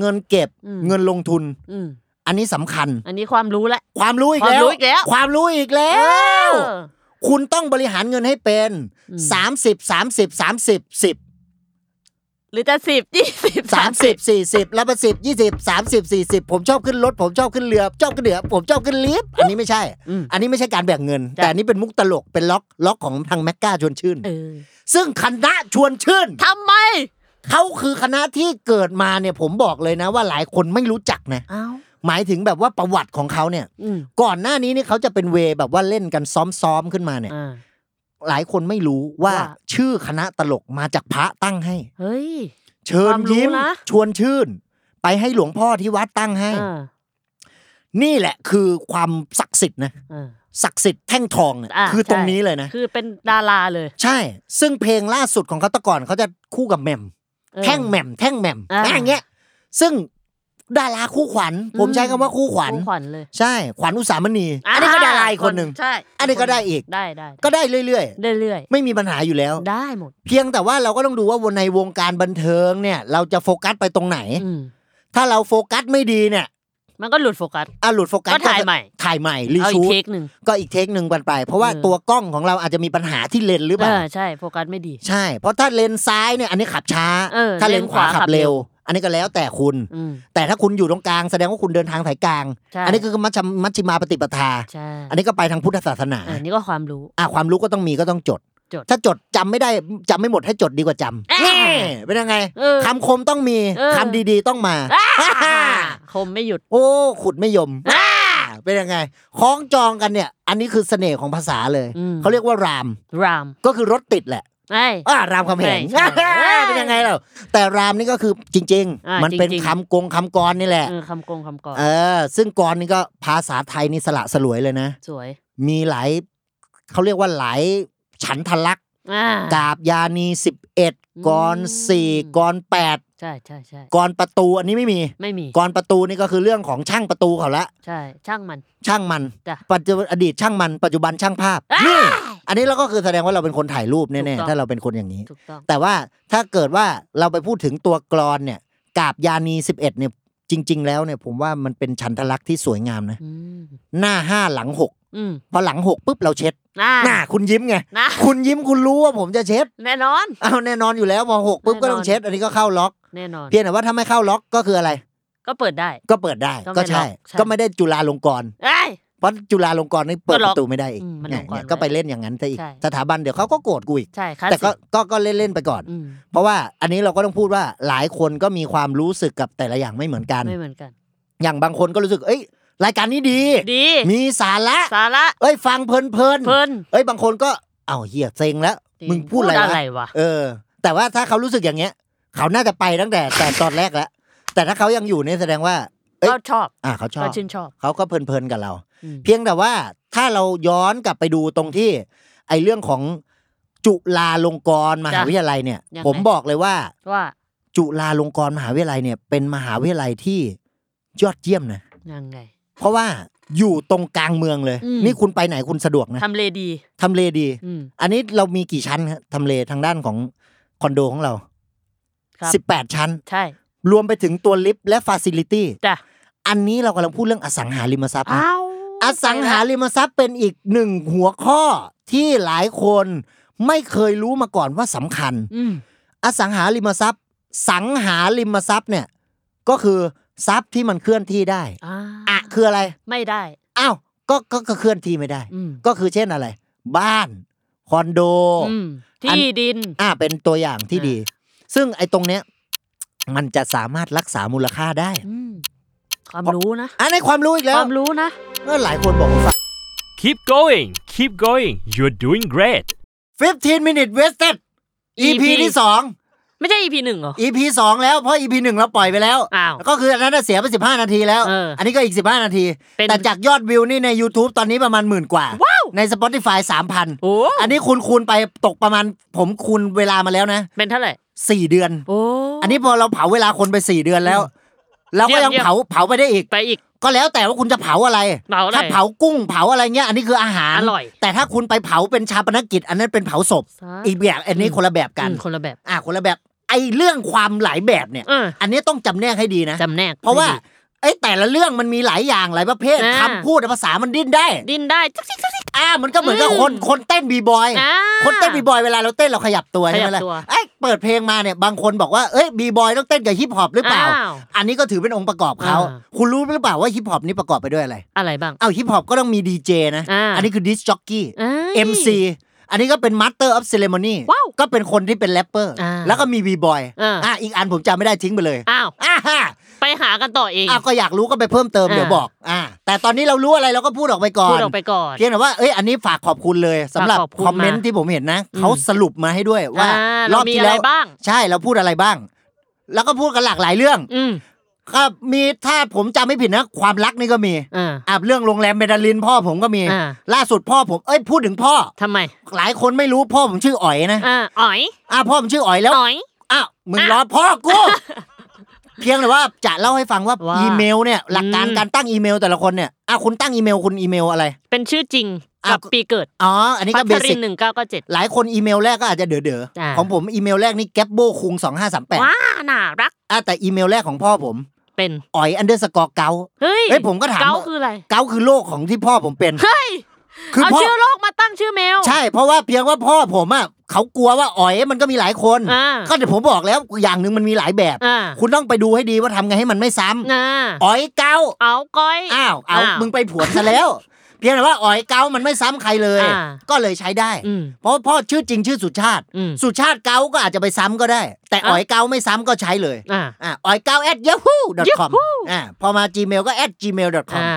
Speaker 2: เงินเก็บ
Speaker 3: อืม
Speaker 2: เงินลงทุน
Speaker 3: อืม
Speaker 2: อันนี้สำคัญ
Speaker 3: อันนี้ความรู้ละ
Speaker 2: ความรู้อีกแล้ว
Speaker 3: ความรู้อีกแล้ว
Speaker 2: ความรู้อีกแล้ว
Speaker 3: เออ
Speaker 2: คุณต้องบริหารเงินให้เป็น
Speaker 3: อืม
Speaker 2: สามสิบสามสิบสามสิบสิบ
Speaker 3: หรือจะสิบยี่สิบ
Speaker 2: สามสิบสี่สิบแล้วมาสิบยี่สิบสามสิบสี่สิบผมชอบขึ้นรถ ผมชอบขึ้นเรือชอบขึ้นเดือผมชอบขึ้นลิฟต์อันนี้ไม่ใช่
Speaker 3: อืม
Speaker 2: อันนี้ไม่ใช่การแบ่งเงิน
Speaker 3: จ้ะ
Speaker 2: แต่อันนี้เป็นมุกตลกเป็นล็อกล็อกของทางแมกกาชวนชื่น
Speaker 3: เออ
Speaker 2: ซึ่งคณะชวนชื่น
Speaker 3: ทำไม
Speaker 2: เขาคือคณะที่เกิดมาเนี่ยผมบอกเลยนะว่าหลายคนไม่รู้จักนะ
Speaker 3: อ้าว
Speaker 2: หมายถึงแบบว่าประวัติของเขาเนี่ย
Speaker 3: อืม
Speaker 2: ก่อนหน้านี้เนี่ยเขาจะเป็นเวย์แบบว่าเล่นกันซ้อมๆขึ้นมาเนี่ย
Speaker 3: อ่า
Speaker 2: หลายคนไม่รู้ว่า
Speaker 3: ว่า
Speaker 2: ชื่อคณะตลกมาจากพระตั้งให้
Speaker 3: เฮ้ย
Speaker 2: เชิ
Speaker 3: ค
Speaker 2: ญ
Speaker 3: วามรู้
Speaker 2: ยิ้ม
Speaker 3: นะ
Speaker 2: ชวนชื่น ไปให้หลวงพ่อที่วัดตั้งให้
Speaker 3: อ่า
Speaker 2: นี่แหละคือความศักดิ์สิทธิ์นะ
Speaker 3: อ่า
Speaker 2: ศักดิ์สิทธิ์แท่งทองเนี่ย
Speaker 3: อ่ะ
Speaker 2: คือตรง
Speaker 3: ใช่
Speaker 2: นี้เลยนะ
Speaker 3: คือเป็นดาราเลย
Speaker 2: ใช่ ซึ่งเพลงล่าสุดของเขาแตะก่อนเขาจะคู่กับแหม่ม
Speaker 3: เออ
Speaker 2: แท่งแหม่มแท่งแหม่ม
Speaker 3: อ่า
Speaker 2: อะไรอย่างเงี้ย ซึ่งดาราคู่ขวัญ
Speaker 3: อืม
Speaker 2: ผมใช้คำว่าคู่ขวัญ
Speaker 3: คู่ขวัญเลย
Speaker 2: ใช่ ขวัญอุสามณี อันนี้ก็ดาราอีกคนหนึ่ง
Speaker 3: ใช่
Speaker 2: อันนี้ก็ได้อีก
Speaker 3: ได้ได้
Speaker 2: ก็ได้เรื่อย
Speaker 3: เรื่อย
Speaker 2: ๆ ไม่มีปัญหาอยู่แล้ว
Speaker 3: ๆได้หมด
Speaker 2: เพียงแต่ว่าเราก็ต้องดูว่าในวงการบันเทิงเนี่ย เราจะโฟกัสไปตรงไหน
Speaker 3: อืม
Speaker 2: ถ้าเราโฟกัสไม่ดีเนี่ย
Speaker 3: มันก็หลุดโฟกัส
Speaker 2: อ่ะหลุดโฟกัส
Speaker 3: ก็ถ่ายใหม่
Speaker 2: ถ่ายใหม่รี
Speaker 3: เอาอี
Speaker 2: ชู
Speaker 3: ก
Speaker 2: ต
Speaker 3: เทคหนึ่ง
Speaker 2: ก็อีกเทคหนึ่งกันไป เพราะว่า
Speaker 3: เออ
Speaker 2: ตัวกล้องของเราอาจจะมีปัญหาที่เลนส์หรือเป
Speaker 3: เอ
Speaker 2: ล่า
Speaker 3: อใช่โฟกัสไม่ดี
Speaker 2: ใช่ เพราะถ้าเลนซ้ายเนี่ยอันนี้ขับช้า
Speaker 3: เออ
Speaker 2: ถ้าเลนขวา
Speaker 3: เลนขวาขั
Speaker 2: ขั
Speaker 3: บบ เร็
Speaker 2: เร็
Speaker 3: ว
Speaker 2: ว อันนี้ก็แล้วแต่คุณ
Speaker 3: อืม
Speaker 2: แต่ถ้าคุณอยู่ตรงกลางแสดงว่าคุณเดินทางสายกลาง
Speaker 3: ใช่
Speaker 2: อันนี้คือมัชฌิมมัชฌิมาปฏิปทา
Speaker 3: ใช่
Speaker 2: อันนี้ก็ไปทางพุทธศาสนา
Speaker 3: เอออันนี้ก็ความรู้
Speaker 2: อ่ะความรู้ก็ต้องมีก็ต้องจด
Speaker 3: จด
Speaker 2: ถ้าจดจำไม่ได้จำไม่หมดให้จดดีกว่าจำ
Speaker 3: เอ้ย
Speaker 2: แน่เป็นยังไง
Speaker 3: เออ
Speaker 2: คำคมต้องมี
Speaker 3: เออ
Speaker 2: คำดีๆต้องมา
Speaker 3: คมไม่หยุด
Speaker 2: โอ้ขุดไม่ยมเป็นยังไงคล้องจองกันเนี่ย อันนี้คือเสน่ห์ของภาษาเลย
Speaker 3: อืม
Speaker 2: เขาเรียกว่าราม
Speaker 3: ราม
Speaker 2: ก็คือรถติดแหละ
Speaker 3: ไอ้
Speaker 2: อ่ารามคำแหง
Speaker 3: ใช่ใช่
Speaker 2: เป็นยังไงเราแต่รามนี่ก็คือจริง
Speaker 3: อ่า
Speaker 2: ๆ มันเป็น
Speaker 3: จริงๆ
Speaker 2: คำกงคำกรนี่แหละ
Speaker 3: เออคำกงคำกร
Speaker 2: เออ ซึ่งกรนี่ก็ภาษาไทยนี่สละสลวยเลยนะ
Speaker 3: สวย
Speaker 2: มีหลายเขาเรียกว่าหลายฉันทลักษณ์
Speaker 3: อ่า
Speaker 2: กาบยานี
Speaker 3: อืม
Speaker 2: 11กรสี่กรแปด
Speaker 3: ใช่ใช่ใช่
Speaker 2: กรประตู อันนี้ไม่มี
Speaker 3: ไม่มี
Speaker 2: กรประตูนี่ก็คือเรื่องของช่างประตูเขาละ
Speaker 3: ใช่ช่างมัน
Speaker 2: ช่างมัน
Speaker 3: จ้ะ
Speaker 2: ปัจจุบันอดีตช่างมันปัจจุบันช่างภาพนี่อันนี้เราก็คือแสดงว่าเราเป็นคนถ่ายรูป
Speaker 3: ถู
Speaker 2: แน่
Speaker 3: กต้อ
Speaker 2: ๆ
Speaker 3: ง
Speaker 2: ถ้าเราเป็นคนอย่างนี้
Speaker 3: ถูกต้อง
Speaker 2: แต่ว่าถ้าเกิดว่าเราไปพูดถึงตัวกรอนเนี่ยกาบยานี 11เนี่ยจริง ๆ แล้วเนี่ยผมว่ามันเป็นฉันทลักษณ์ที่สวยงามนะ
Speaker 3: อืม
Speaker 2: หน้าห้าหลังหก
Speaker 3: อืม
Speaker 2: พอหลังหกปุ๊บเราเช็ด
Speaker 3: น่า
Speaker 2: หน้าคุณยิ้มไง
Speaker 3: นะ
Speaker 2: คุณยิ้มคุณรู้ว่าผมจะเช็ด
Speaker 3: แน่นอน
Speaker 2: เอา แน่นอนอยู่แล้วพอหกปุ๊บ
Speaker 3: แน่นอน
Speaker 2: ก็ต้องเช็ด อันนี้ก็เข้าล็อก
Speaker 3: แน่นอน
Speaker 2: เพียงแต่ว่าถ้าไม่เข้าล็อกก็คืออะไร
Speaker 3: ก็เปิดได้
Speaker 2: ก็เปิดได้ก็
Speaker 3: ก็ไม่ล็อก
Speaker 2: ใช่
Speaker 3: ใช่
Speaker 2: ก็ไม่ได้จุฬาลงกรณ์
Speaker 3: เอ้ย
Speaker 2: เพราะจุฬาลงกรณ์นี่เปิด
Speaker 3: ก็
Speaker 2: ป
Speaker 3: ล็อก
Speaker 2: ระตูไม่ได้อีก
Speaker 3: อืมมัน
Speaker 2: เนี่ย
Speaker 3: ล็อกก่อน
Speaker 2: เนี่ยก็ไปเล่นอย่างนั้นซะอีก
Speaker 3: ใช่
Speaker 2: สถาบันเดี๋ยวเขาก็โกรธกูอีก
Speaker 3: ใช่คลาส
Speaker 2: แต่
Speaker 3: สิ
Speaker 2: ก็
Speaker 3: ก
Speaker 2: ก็ก็เล่นๆไปก่อน
Speaker 3: อืม
Speaker 2: เพราะว่าอันนี้เราก็ต้องพูดว่าหลายคนก็มีความรู้สึกกับแต่ละอย่างไม่เหมือนกัน
Speaker 3: ไม่เหมือนกัน
Speaker 2: อย่างบางคนก็รู้สึก เอ้ย รายการนี้ดี
Speaker 3: ดี
Speaker 2: มีสาระ
Speaker 3: สาระ
Speaker 2: เอ้ย ฟังเพลินเพลิน
Speaker 3: เพลิน
Speaker 2: เอ้ย บางคนก็เอ้าเหี้ยเซ็งแล้ว
Speaker 3: จริ
Speaker 2: มึงพูดอะไรวะ
Speaker 3: อะไรวะ
Speaker 2: เออ แต่ว่าถ้าเขารู้สึกอย่างเงี้ย เขาน่าจะไปตั้งแต่แต่ตอนแรกแล้ว แต่ถ้าเขายังอยู่เนี่ยแสดงว่า เอ้ย
Speaker 3: ก็ชอบ
Speaker 2: อ่าเขาชอ
Speaker 3: ก็
Speaker 2: บ
Speaker 3: ชื่นชอบ
Speaker 2: เขาก็เพลินเพลินกับเรา
Speaker 3: อืม
Speaker 2: เพียงแต่ว่าถ้าเราย้อนกลับไปดูตรงที่ ไอ้เรื่องของ จุฬาลงกรณ์มหา
Speaker 3: จ้ะ
Speaker 2: วิทยาลัยเนี่ย
Speaker 3: ยังไง
Speaker 2: ผมบอกเลยว่า
Speaker 3: ว่า
Speaker 2: จุฬาลงกรณ์มหาวิทยาลัยเนี่ย เป็นมหาวิทยาลัยที่ยอดเยี่ยมนะ
Speaker 3: ยังไง
Speaker 2: เพราะว่าอยู่ตรงกลางเมืองเลย
Speaker 3: อืม
Speaker 2: นี่คุณไปไหนคุณสะดวกนะ
Speaker 3: ทำเลดี
Speaker 2: ทำเลดี
Speaker 3: อืม
Speaker 2: อันนี้เรามีกี่ชั้นฮะทำเลทางด้านของคอนโดของเรา
Speaker 3: ครับ
Speaker 2: 18 ชั้น
Speaker 3: ใช่
Speaker 2: รวมไปถึงตัวลิฟต์และฟาซิลิตี้
Speaker 3: จ้ะ
Speaker 2: อันนี้เรากำลังพูดเรื่องอสังหาริมทรัพย์นะ
Speaker 3: อ้าว
Speaker 2: อสังหาริมทรัพย์เป็นอีกหนึ่งหัวข้อที่หลายคนไม่เคยรู้มาก่อนว่าสำคัญ
Speaker 3: อืม
Speaker 2: อสังหาริมทรัพย์ สังหาริมทรัพย์เนี่ยก็คือทรัพย์ที่มันเคลื่อนที่ได้
Speaker 3: อ่า
Speaker 2: อะคืออะไร
Speaker 3: ไม่ได้
Speaker 2: อ้าวก็ก็ก็เคลื่อนที่ไม่ได้
Speaker 3: อืม
Speaker 2: ก็คือเช่นอะไร บ้าน คอนโด
Speaker 3: อืม
Speaker 2: อัน
Speaker 3: ที่ดิน
Speaker 2: อ่าเป็นตัวอย่างที่
Speaker 3: อ่า
Speaker 2: ดี ซึ่งไอ้ตรงเนี้ยมันจะสามารถรักษามูลค่าได้
Speaker 3: อืมความรู้นะ
Speaker 2: อ่าในความรู้อีกแล้
Speaker 3: คว วามรู้นะ
Speaker 2: เมื่อหลายคนบอกว่า
Speaker 4: Keep going, keep going. You're doing great.
Speaker 2: 15 minute wasted EP
Speaker 3: EP
Speaker 2: ที่
Speaker 3: ไม่ใช่ EP หนึ่งเหรอ
Speaker 2: 2 EP 2 แล้วเพราะ EP 1 เราปล่อยไปแล้ว
Speaker 3: อ้าว
Speaker 2: ก็คืออันนั้นนะเสียไป15 นาทีแล้ว
Speaker 3: เอออั
Speaker 2: อันนี้ก็อีก 15 นาที
Speaker 3: เป็น
Speaker 2: แต่จากยอดวิวนี่ใน YouTube ตอนนี้ประมาณหมื่นกว่า
Speaker 3: ว้าว
Speaker 2: ใน Spotify 3,000
Speaker 3: โอ้
Speaker 2: อันนี้คูณคูณไปตกประมาณผมคูณเวลามาแล้วนะ
Speaker 3: เป็นเท่าไหร่
Speaker 2: สี่เดือน
Speaker 3: โอ้
Speaker 2: อันนี้พอเราเผาเวลาคนไปสี่เดือนแล้วเราก็ยัง
Speaker 3: เยี่ยม
Speaker 2: เผาเผาไปได้อีก
Speaker 3: ไปอีก
Speaker 2: ก็แล้วแต่ว่าคุณจะเผาอะไร
Speaker 3: เผาอะไร
Speaker 2: ถ้าเผากุ้งเผาอะไรเงี้ย อันนี้คืออาหาร
Speaker 3: อร่อย
Speaker 2: แต่ถ้าคุณไปเผาเป็นชาปนกิจ อันนั้นเป็นเผาศพ อีกแบบอันนี้คนละแบบกัน
Speaker 3: อืมคนละแบบ
Speaker 2: อ่ะคนละแบบ ไอ้เรื่องความหลายแบบเนี่ย
Speaker 3: เออ
Speaker 2: อันนี้ต้องจำแนกให้ดีนะ
Speaker 3: จำแนก
Speaker 2: เพราะว่าไอ้แต่ละเรื่องมันมีหลายอย่างหลายประเภท
Speaker 3: อ่า
Speaker 2: คำพูดและภาษามันดิ้นได้
Speaker 3: ดินได้จักจิกจักจิก
Speaker 2: อ่ามันก็เหมือนกับ
Speaker 3: อืม
Speaker 2: คนคนเต้นบีบอย
Speaker 3: อ่า
Speaker 2: คนเต้นบีบอยเวลาเราเต้นเราขยับตัวใช่ไหม
Speaker 3: ขยั
Speaker 2: ล่ะ
Speaker 3: บตัว
Speaker 2: ไอ้ยเปิดเพลงมาเนี่ยบางคนบอกว่าเอ้ยบีบอยต้องเต้นกับฮิปฮอปหรือเปล่า
Speaker 3: อ้าว
Speaker 2: อันนี้ก็ถือเป็นองค์ประกอบเขา
Speaker 3: อ่า
Speaker 2: คุณรู้หรือเปล่าว่าฮิปฮอปนี่ประกอบไปด้วยอะไร
Speaker 3: อะไรบ้าง
Speaker 2: เอาฮิปฮอปก็ต้องมีดีเจนะ
Speaker 3: อ่า
Speaker 2: อันนี้คือดิสจ็อกกี้
Speaker 3: อ้ย
Speaker 2: MC อันนี้ก็เป็นมาสเตอร์ออฟเซเลมอนี่
Speaker 3: ว้าว
Speaker 2: ก็เป็นคนที่เป็นแรปเปอร์
Speaker 3: อ่า
Speaker 2: แล้วก็มีบีบอย
Speaker 3: อ่า
Speaker 2: อ่ะอีกอันผมจำไม่ได้ทิ้งไปเลย
Speaker 3: อ้าว
Speaker 2: อ่าฮะ
Speaker 3: ไปหากันต่อเอง
Speaker 2: อ่ะก็อยากรู้ก็ไปเพิ่มเติม
Speaker 3: อ่า
Speaker 2: เดี๋ยวบอกอ่าแต่ตอนนี้เรารู้อะไรเราก็พูดออกไปก่อ
Speaker 3: พูด
Speaker 2: น
Speaker 3: ออกไปก่อน
Speaker 2: เพียงแต่ว่าเอ้ยอันนี้ฝากขอบคุณเลยสำหรับ
Speaker 3: ฝากขอบคุณ
Speaker 2: คอมเมนต์
Speaker 3: มา
Speaker 2: ที่ผมเห็นนะ
Speaker 3: อืม
Speaker 2: เขาสรุปมาให้ด้วยว่า
Speaker 3: อ่าร เรา
Speaker 2: อบ
Speaker 3: มี
Speaker 2: ที่
Speaker 3: อะ
Speaker 2: แล้
Speaker 3: ไร
Speaker 2: ว
Speaker 3: บ้าง
Speaker 2: ใช่เราพูดอะไรบ้าง แล้วก็พูดกันหลากหลายเรื่อง
Speaker 3: อืม
Speaker 2: ก็มีถ้าผมจำไม่ผิดนะ ความรักนี่ก็มี
Speaker 3: อ่า
Speaker 2: อ่ะเรื่องโรงแรมเบดาลินพ่อผมก็มี
Speaker 3: อ่า
Speaker 2: ล่าสุดพ่อผมเอ้ยพูดถึงพ่อ
Speaker 3: ทำไม
Speaker 2: หลายคนไม่รู้พ่อผมชื่ออ๋อยนะ
Speaker 3: อ่าอ๋อย
Speaker 2: อ่ะพ่อผมชื่ออ๋อยแล้ว
Speaker 3: อ๋อย
Speaker 2: อ้าวมึงล้อพ่อกู เพียงแต่ว่าจะเล่าให้ฟังว่า
Speaker 3: ว่า
Speaker 2: อีเมลเนี่ยหลักการ
Speaker 3: อืม
Speaker 2: การตั้งอีเมลแต่ละคนเนี่ยอ่ะคุณตั้งอีเมลคุณอีเมลอะไร
Speaker 3: เป็นชื่อจริง
Speaker 2: อ่ะ
Speaker 3: กับปีเกิด
Speaker 2: อ๋ออันนี้
Speaker 3: พั
Speaker 2: ก็เบ
Speaker 3: ทริ
Speaker 2: สิก
Speaker 3: นหนึ่งเก้าเก้าเจ็ด
Speaker 2: หลายคนอีเมลแรกก็อาจจะเด๋อเด๋อๆ
Speaker 3: อ่า
Speaker 2: ของผมอีเมลแรกนี่แกปโบคุงสองห้าสามแปด
Speaker 3: ว้าน่ารัก
Speaker 2: อ่ะแต่อีเมลแรกของพ่อผม
Speaker 3: เป็น
Speaker 2: อ๋อยอันเดอร์สกอร์เกา
Speaker 3: เฮ้ย
Speaker 2: เฮ้ยผมก็ถาม
Speaker 3: เก้าคืออะไร
Speaker 2: เกาคือโรคของที่พ่อผมเป็น
Speaker 3: เฮ้ย
Speaker 2: คือ
Speaker 3: เอา
Speaker 2: พ่อ
Speaker 3: ชื่อโรคมาตั้งชื่อแมว
Speaker 2: ใช่ เพราะว่าเพียงว่าพ่อผมอ่ะเขากลัวว่าอ๋อยมันก็มีหลายคน
Speaker 3: อ่า
Speaker 2: ก็เดี๋ยวผมบอกแล้วอย่างหนึ่งมันมีหลายแบบ
Speaker 3: อ่า
Speaker 2: คุณต้องไปดูให้ดีว่าทำไงให้มันไม่ซ้ำ
Speaker 3: อ่า
Speaker 2: อ๋อยเกา
Speaker 3: เอาก้อย
Speaker 2: อ้าวเอา
Speaker 3: อ้าว
Speaker 2: มึงไปผวนซะแล้ว เพียงแต่ว่าอ๋อยเกามันไม่ซ้ำใครเลย
Speaker 3: อ่า
Speaker 2: ก็เลยใช้ได้
Speaker 3: อืม
Speaker 2: เพราะพ่อชื่อจริงชื่อสุชาติ
Speaker 3: อืม
Speaker 2: สุชาติเกาก็อาจจะไปซ้ำก็ได้ แต่อ๋อยเกาไม่ซ้ำก็ใช้เลย
Speaker 3: อ่า
Speaker 2: อ่ะอ๋อยเกา at yahoo com
Speaker 3: Yahoo
Speaker 2: อ่ะพอมา gmail ก็ at gmail com
Speaker 3: อ่า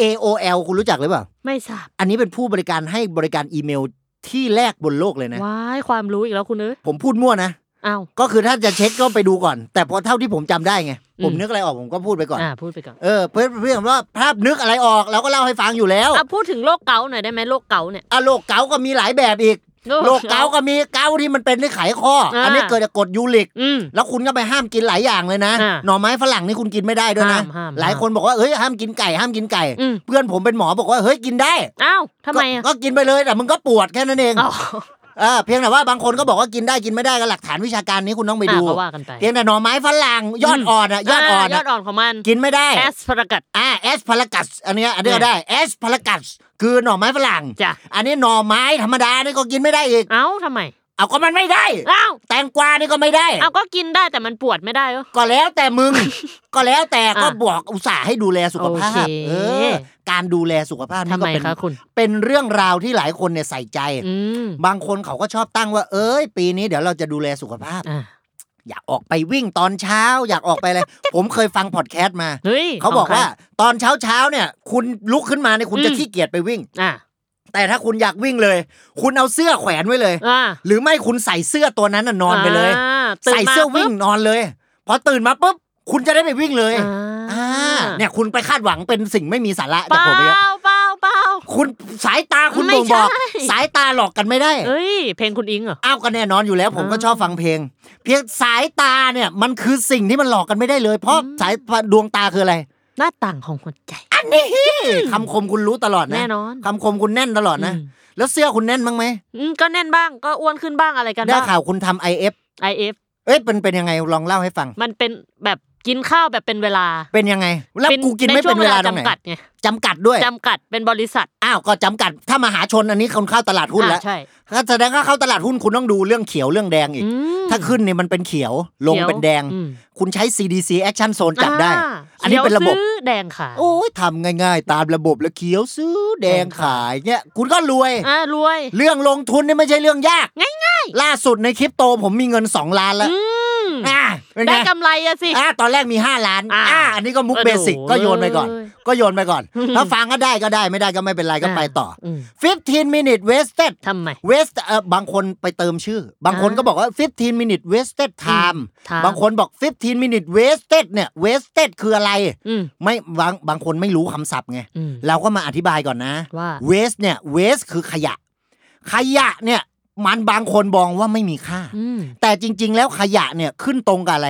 Speaker 2: aol คุณรู้จักหรือเปล่า
Speaker 3: ไม่ทราบ
Speaker 2: อันนี้เป็นผู้บริการให้บริการอีเมลที่แรกบนโลกเลยนะ
Speaker 3: ว้ายความรู้อีกแล้วคุณเอ้ย
Speaker 2: ผมพูดมั่วนะ
Speaker 3: อ้าว
Speaker 2: ก็คือถ้าจะเช็คก็ไปดูก่อน แต่พอเท่าที่ผมจำได้ไง
Speaker 3: อืม
Speaker 2: ผมนึกอะไรออกผมก็พูดไปก่อน
Speaker 3: อ่าพูดไปก่อน
Speaker 2: เออ เพื่อนเพื่อนว่าภาพนึกอะไรออกเราก็เล่าให้ฟังอยู่แล้ว
Speaker 3: อ่ะพูดถึงโรคเกาต์หน่อยได้ไหมโรคเกาต์เนี่ย
Speaker 2: อ่ะโรคเกาก็มีหลายแบบอีก โรคเกาก็มีเกาที่มันเป็นที่ไขข้ออา อันนี้เกิดจากกรดยูริก
Speaker 3: อืม
Speaker 2: แล้วคุณก็ไปห้ามกินหลายอย่างเลยนะ
Speaker 3: อ่า
Speaker 2: หน่อไม้ฝรั่งนี่คุณกินไม่ได้ด้วยนะ
Speaker 3: ห้ามห้าม
Speaker 2: หลายคนบอกว่าเอ้ยห้ามกินไก่ห้ามกินไก่
Speaker 3: อืม
Speaker 2: เพื่อนผมเป็นหมอบอกว่าเฮ้ยกินได้
Speaker 3: อ้าวทำไมอ่ะ
Speaker 2: ก็ก็กินไปเลยแต่มึงก็ปวดแค่นั้นเอง
Speaker 3: อ๋อ
Speaker 2: เออเพียงแต่ว่าบางคนก็บอกว่ากินได้กินไม่ได้ก็หลักฐานวิชาการนี้คุณต้องไป
Speaker 3: อ่ะ
Speaker 2: ดู
Speaker 3: ก็ว่ากันไป
Speaker 2: เพียงแต่หน่อไม้ฝรั่งยอดอ่อนอ่ะยอดอ่อน
Speaker 3: ยอ
Speaker 2: อะ
Speaker 3: ดอ่อนของมัน
Speaker 2: กินไม่ได้
Speaker 3: แอสพารากัส
Speaker 2: อ่าแอสพารากัสอันเนี้ยอันนี้ก็
Speaker 3: เนี่ย
Speaker 2: ได้แอสพารากัสคือหน่อไม้ฝรั่ง
Speaker 3: จ้ะ
Speaker 2: อันนี้หน่อไม้ธรรมดานี่ก็กินไม่ได้อีก
Speaker 3: เอ้าทำไม
Speaker 2: เอาก็มันไม่ได้
Speaker 3: เอ้าว
Speaker 2: แตงกวานี่ก็ไม่ได้
Speaker 3: เอาก็กินได้แต่มันปวดไม่ได้เหรอ
Speaker 2: ก็แล้วแต่มึง ก็แล้วแต่
Speaker 3: อ่ะ
Speaker 2: ก็บอกอุตส่าห์ให้ดูแลสุขภาพ
Speaker 3: โอเค
Speaker 2: เออ การดูแลสุขภาพนี่
Speaker 3: ทำ
Speaker 2: ก็
Speaker 3: ไม
Speaker 2: เป็น
Speaker 3: คะคุณ
Speaker 2: เป็นเรื่องราวที่หลายคนเนี่ยใส่ใจ
Speaker 3: อืม
Speaker 2: บางคนเขาก็ชอบตั้งว่า เอ้ย ปีนี้เดี๋ยวเราจะดูแลสุขภาพ
Speaker 3: อ่ะ
Speaker 2: อยากออกไปวิ่งตอนเช้า อยากออกไปอะไร ผมเคยฟังพอดแคสต์มา
Speaker 3: เฮ้ย
Speaker 2: เขาบอก
Speaker 3: ขงใคร
Speaker 2: ว่าตอนเช้าเช้าๆเนี่ย คุณลุกขึ้นมาเนี่ยคุณ
Speaker 3: อืม
Speaker 2: จะขี้เกียจไปวิ่ง
Speaker 3: อ่ะ
Speaker 2: แต่ถ้าคุณอยากวิ่งเลย คุณเอาเสื้อแขวนไว้เลย
Speaker 3: อ่ะ
Speaker 2: หรือไม่คุณใส่เสื้อตัวนั้นน่ะนอนไปเลย
Speaker 3: าตื่น
Speaker 2: ใส่เสื้อวิ่งนอนเลยพอตื่นมาปุ๊บคุณจะได้ไปวิ่งเลย
Speaker 3: มาปุ๊บ
Speaker 2: อ่าเนี่ยคุณไปคาดหวังเป็นสิ่งไม่มีสาระ
Speaker 3: เป
Speaker 2: จาก
Speaker 3: ล่า
Speaker 2: ผมอีกแล้ว
Speaker 3: เปล่าเป เปล่า
Speaker 2: คุณสายตาคุณ
Speaker 3: ไม่
Speaker 2: บ่งบอก
Speaker 3: ใช่
Speaker 2: สายตาหลอกกันไม่ได้
Speaker 3: เอ้ย เพลงคุณอิงเหรอ
Speaker 2: อ้าวก็แน่นอนอยู่แล้วผมก็
Speaker 3: อ่า
Speaker 2: ชอบฟังเพลง เพียงสายตาเนี่ยมันคือสิ่งที่มันหลอกกันไม่ได้เลย เพราะสายดวงตาคืออะไร
Speaker 3: หน้าต่างของหัวใจ
Speaker 2: อันนี้คำคมคุณรู้ตลอดนะ
Speaker 3: แน่นอน
Speaker 2: คำคมคุณแน่นตลอดนะ
Speaker 3: อืม
Speaker 2: แล้วเสื้อคุณแน่นบ้างไหม
Speaker 3: อืมก็แน่นบ้างก็อ้วนขึ้นบ้างอะไรกัน
Speaker 2: ได้
Speaker 3: บ้าง
Speaker 2: ข่าวคุณทำ IF
Speaker 3: IF
Speaker 2: เอ้ยเป็นเป็นยังไงลองเล่าให้ฟัง
Speaker 3: มันเป็นแบบกินข้าวแบบเป็นเวลา
Speaker 2: เป็นยังไง แล้วกูกินไม่เป็นเวลาตรงไหน
Speaker 3: จำกัดไง
Speaker 2: จำกัดด้วย
Speaker 3: จำกัดเป็นบริษัท
Speaker 2: อ้าวก็จำกัดถ้ามหาชนอันนี้คนเข้าตลาดหุ้นแล้ว
Speaker 3: อ่าใช่
Speaker 2: ก็แสดงว่าเข้าตลาดหุ้นคุณต้องดูเรื่องเขียวเรื่องแดงอีก
Speaker 3: อืม
Speaker 2: ถ้าขึ้นเนี่ยมันเป็นเขียวลงเป็นแดง
Speaker 3: อืม
Speaker 2: คุณใช้ CDC Action Zone จับได้
Speaker 3: า
Speaker 2: อันนี้เป็นระบบ
Speaker 3: ขียวซื้อแดงค่ะ
Speaker 2: โอ้ยทำง่ายๆ ตามระบบแล้วเขียวซื้อแดงขายเนี่ยคุณก็รวย
Speaker 3: อ่ารวย
Speaker 2: เรื่องลงทุนเนี่ยไม่ใช่เรื่องยากง่ายๆ ล่าสุดในคริปโตผมมีเงิน 2 ล้านแล้ว
Speaker 3: อืม
Speaker 2: อ่าเป็น
Speaker 3: ได้
Speaker 2: ไง
Speaker 3: กำไรอะสิ
Speaker 2: อ่าตอนแรกมี 5 ล้าน
Speaker 3: อ่า
Speaker 2: อ่าอันนี้ก็มุก
Speaker 3: เออ
Speaker 2: เบสิก
Speaker 3: โอ้ย
Speaker 2: ก็โยนไปก่อน ก็โยนไปก่อน
Speaker 3: อืม
Speaker 2: ถ้าฟังก็ได้ก็ได้ไม่ได้ก็ไม่เป็นไรก็ไปต่อ
Speaker 3: ม
Speaker 2: 15 minute wasted
Speaker 3: ทำไม
Speaker 2: waste เออบางคนไปเติมชื่อ บางคน
Speaker 3: อ่า
Speaker 2: ก็บอกว่า 15 minute wasted time
Speaker 3: อืม time
Speaker 2: บางคนบอก 15 minute wasted เนี่ย wasted คืออะไร
Speaker 3: อืม
Speaker 2: ไม่บางบางคนไม่รู้คำศัพท์ไง
Speaker 3: อืม
Speaker 2: เราก็มาอธิบายก่อนนะ
Speaker 3: ว่า
Speaker 2: waste เนี่ย waste คือขยะ ขยะเนี่ย มันบางคนมองว่าไม่มีค่า
Speaker 3: อืม
Speaker 2: แต่จริง ๆ แล้วขยะเนี่ยขึ้นตรงกับอะไร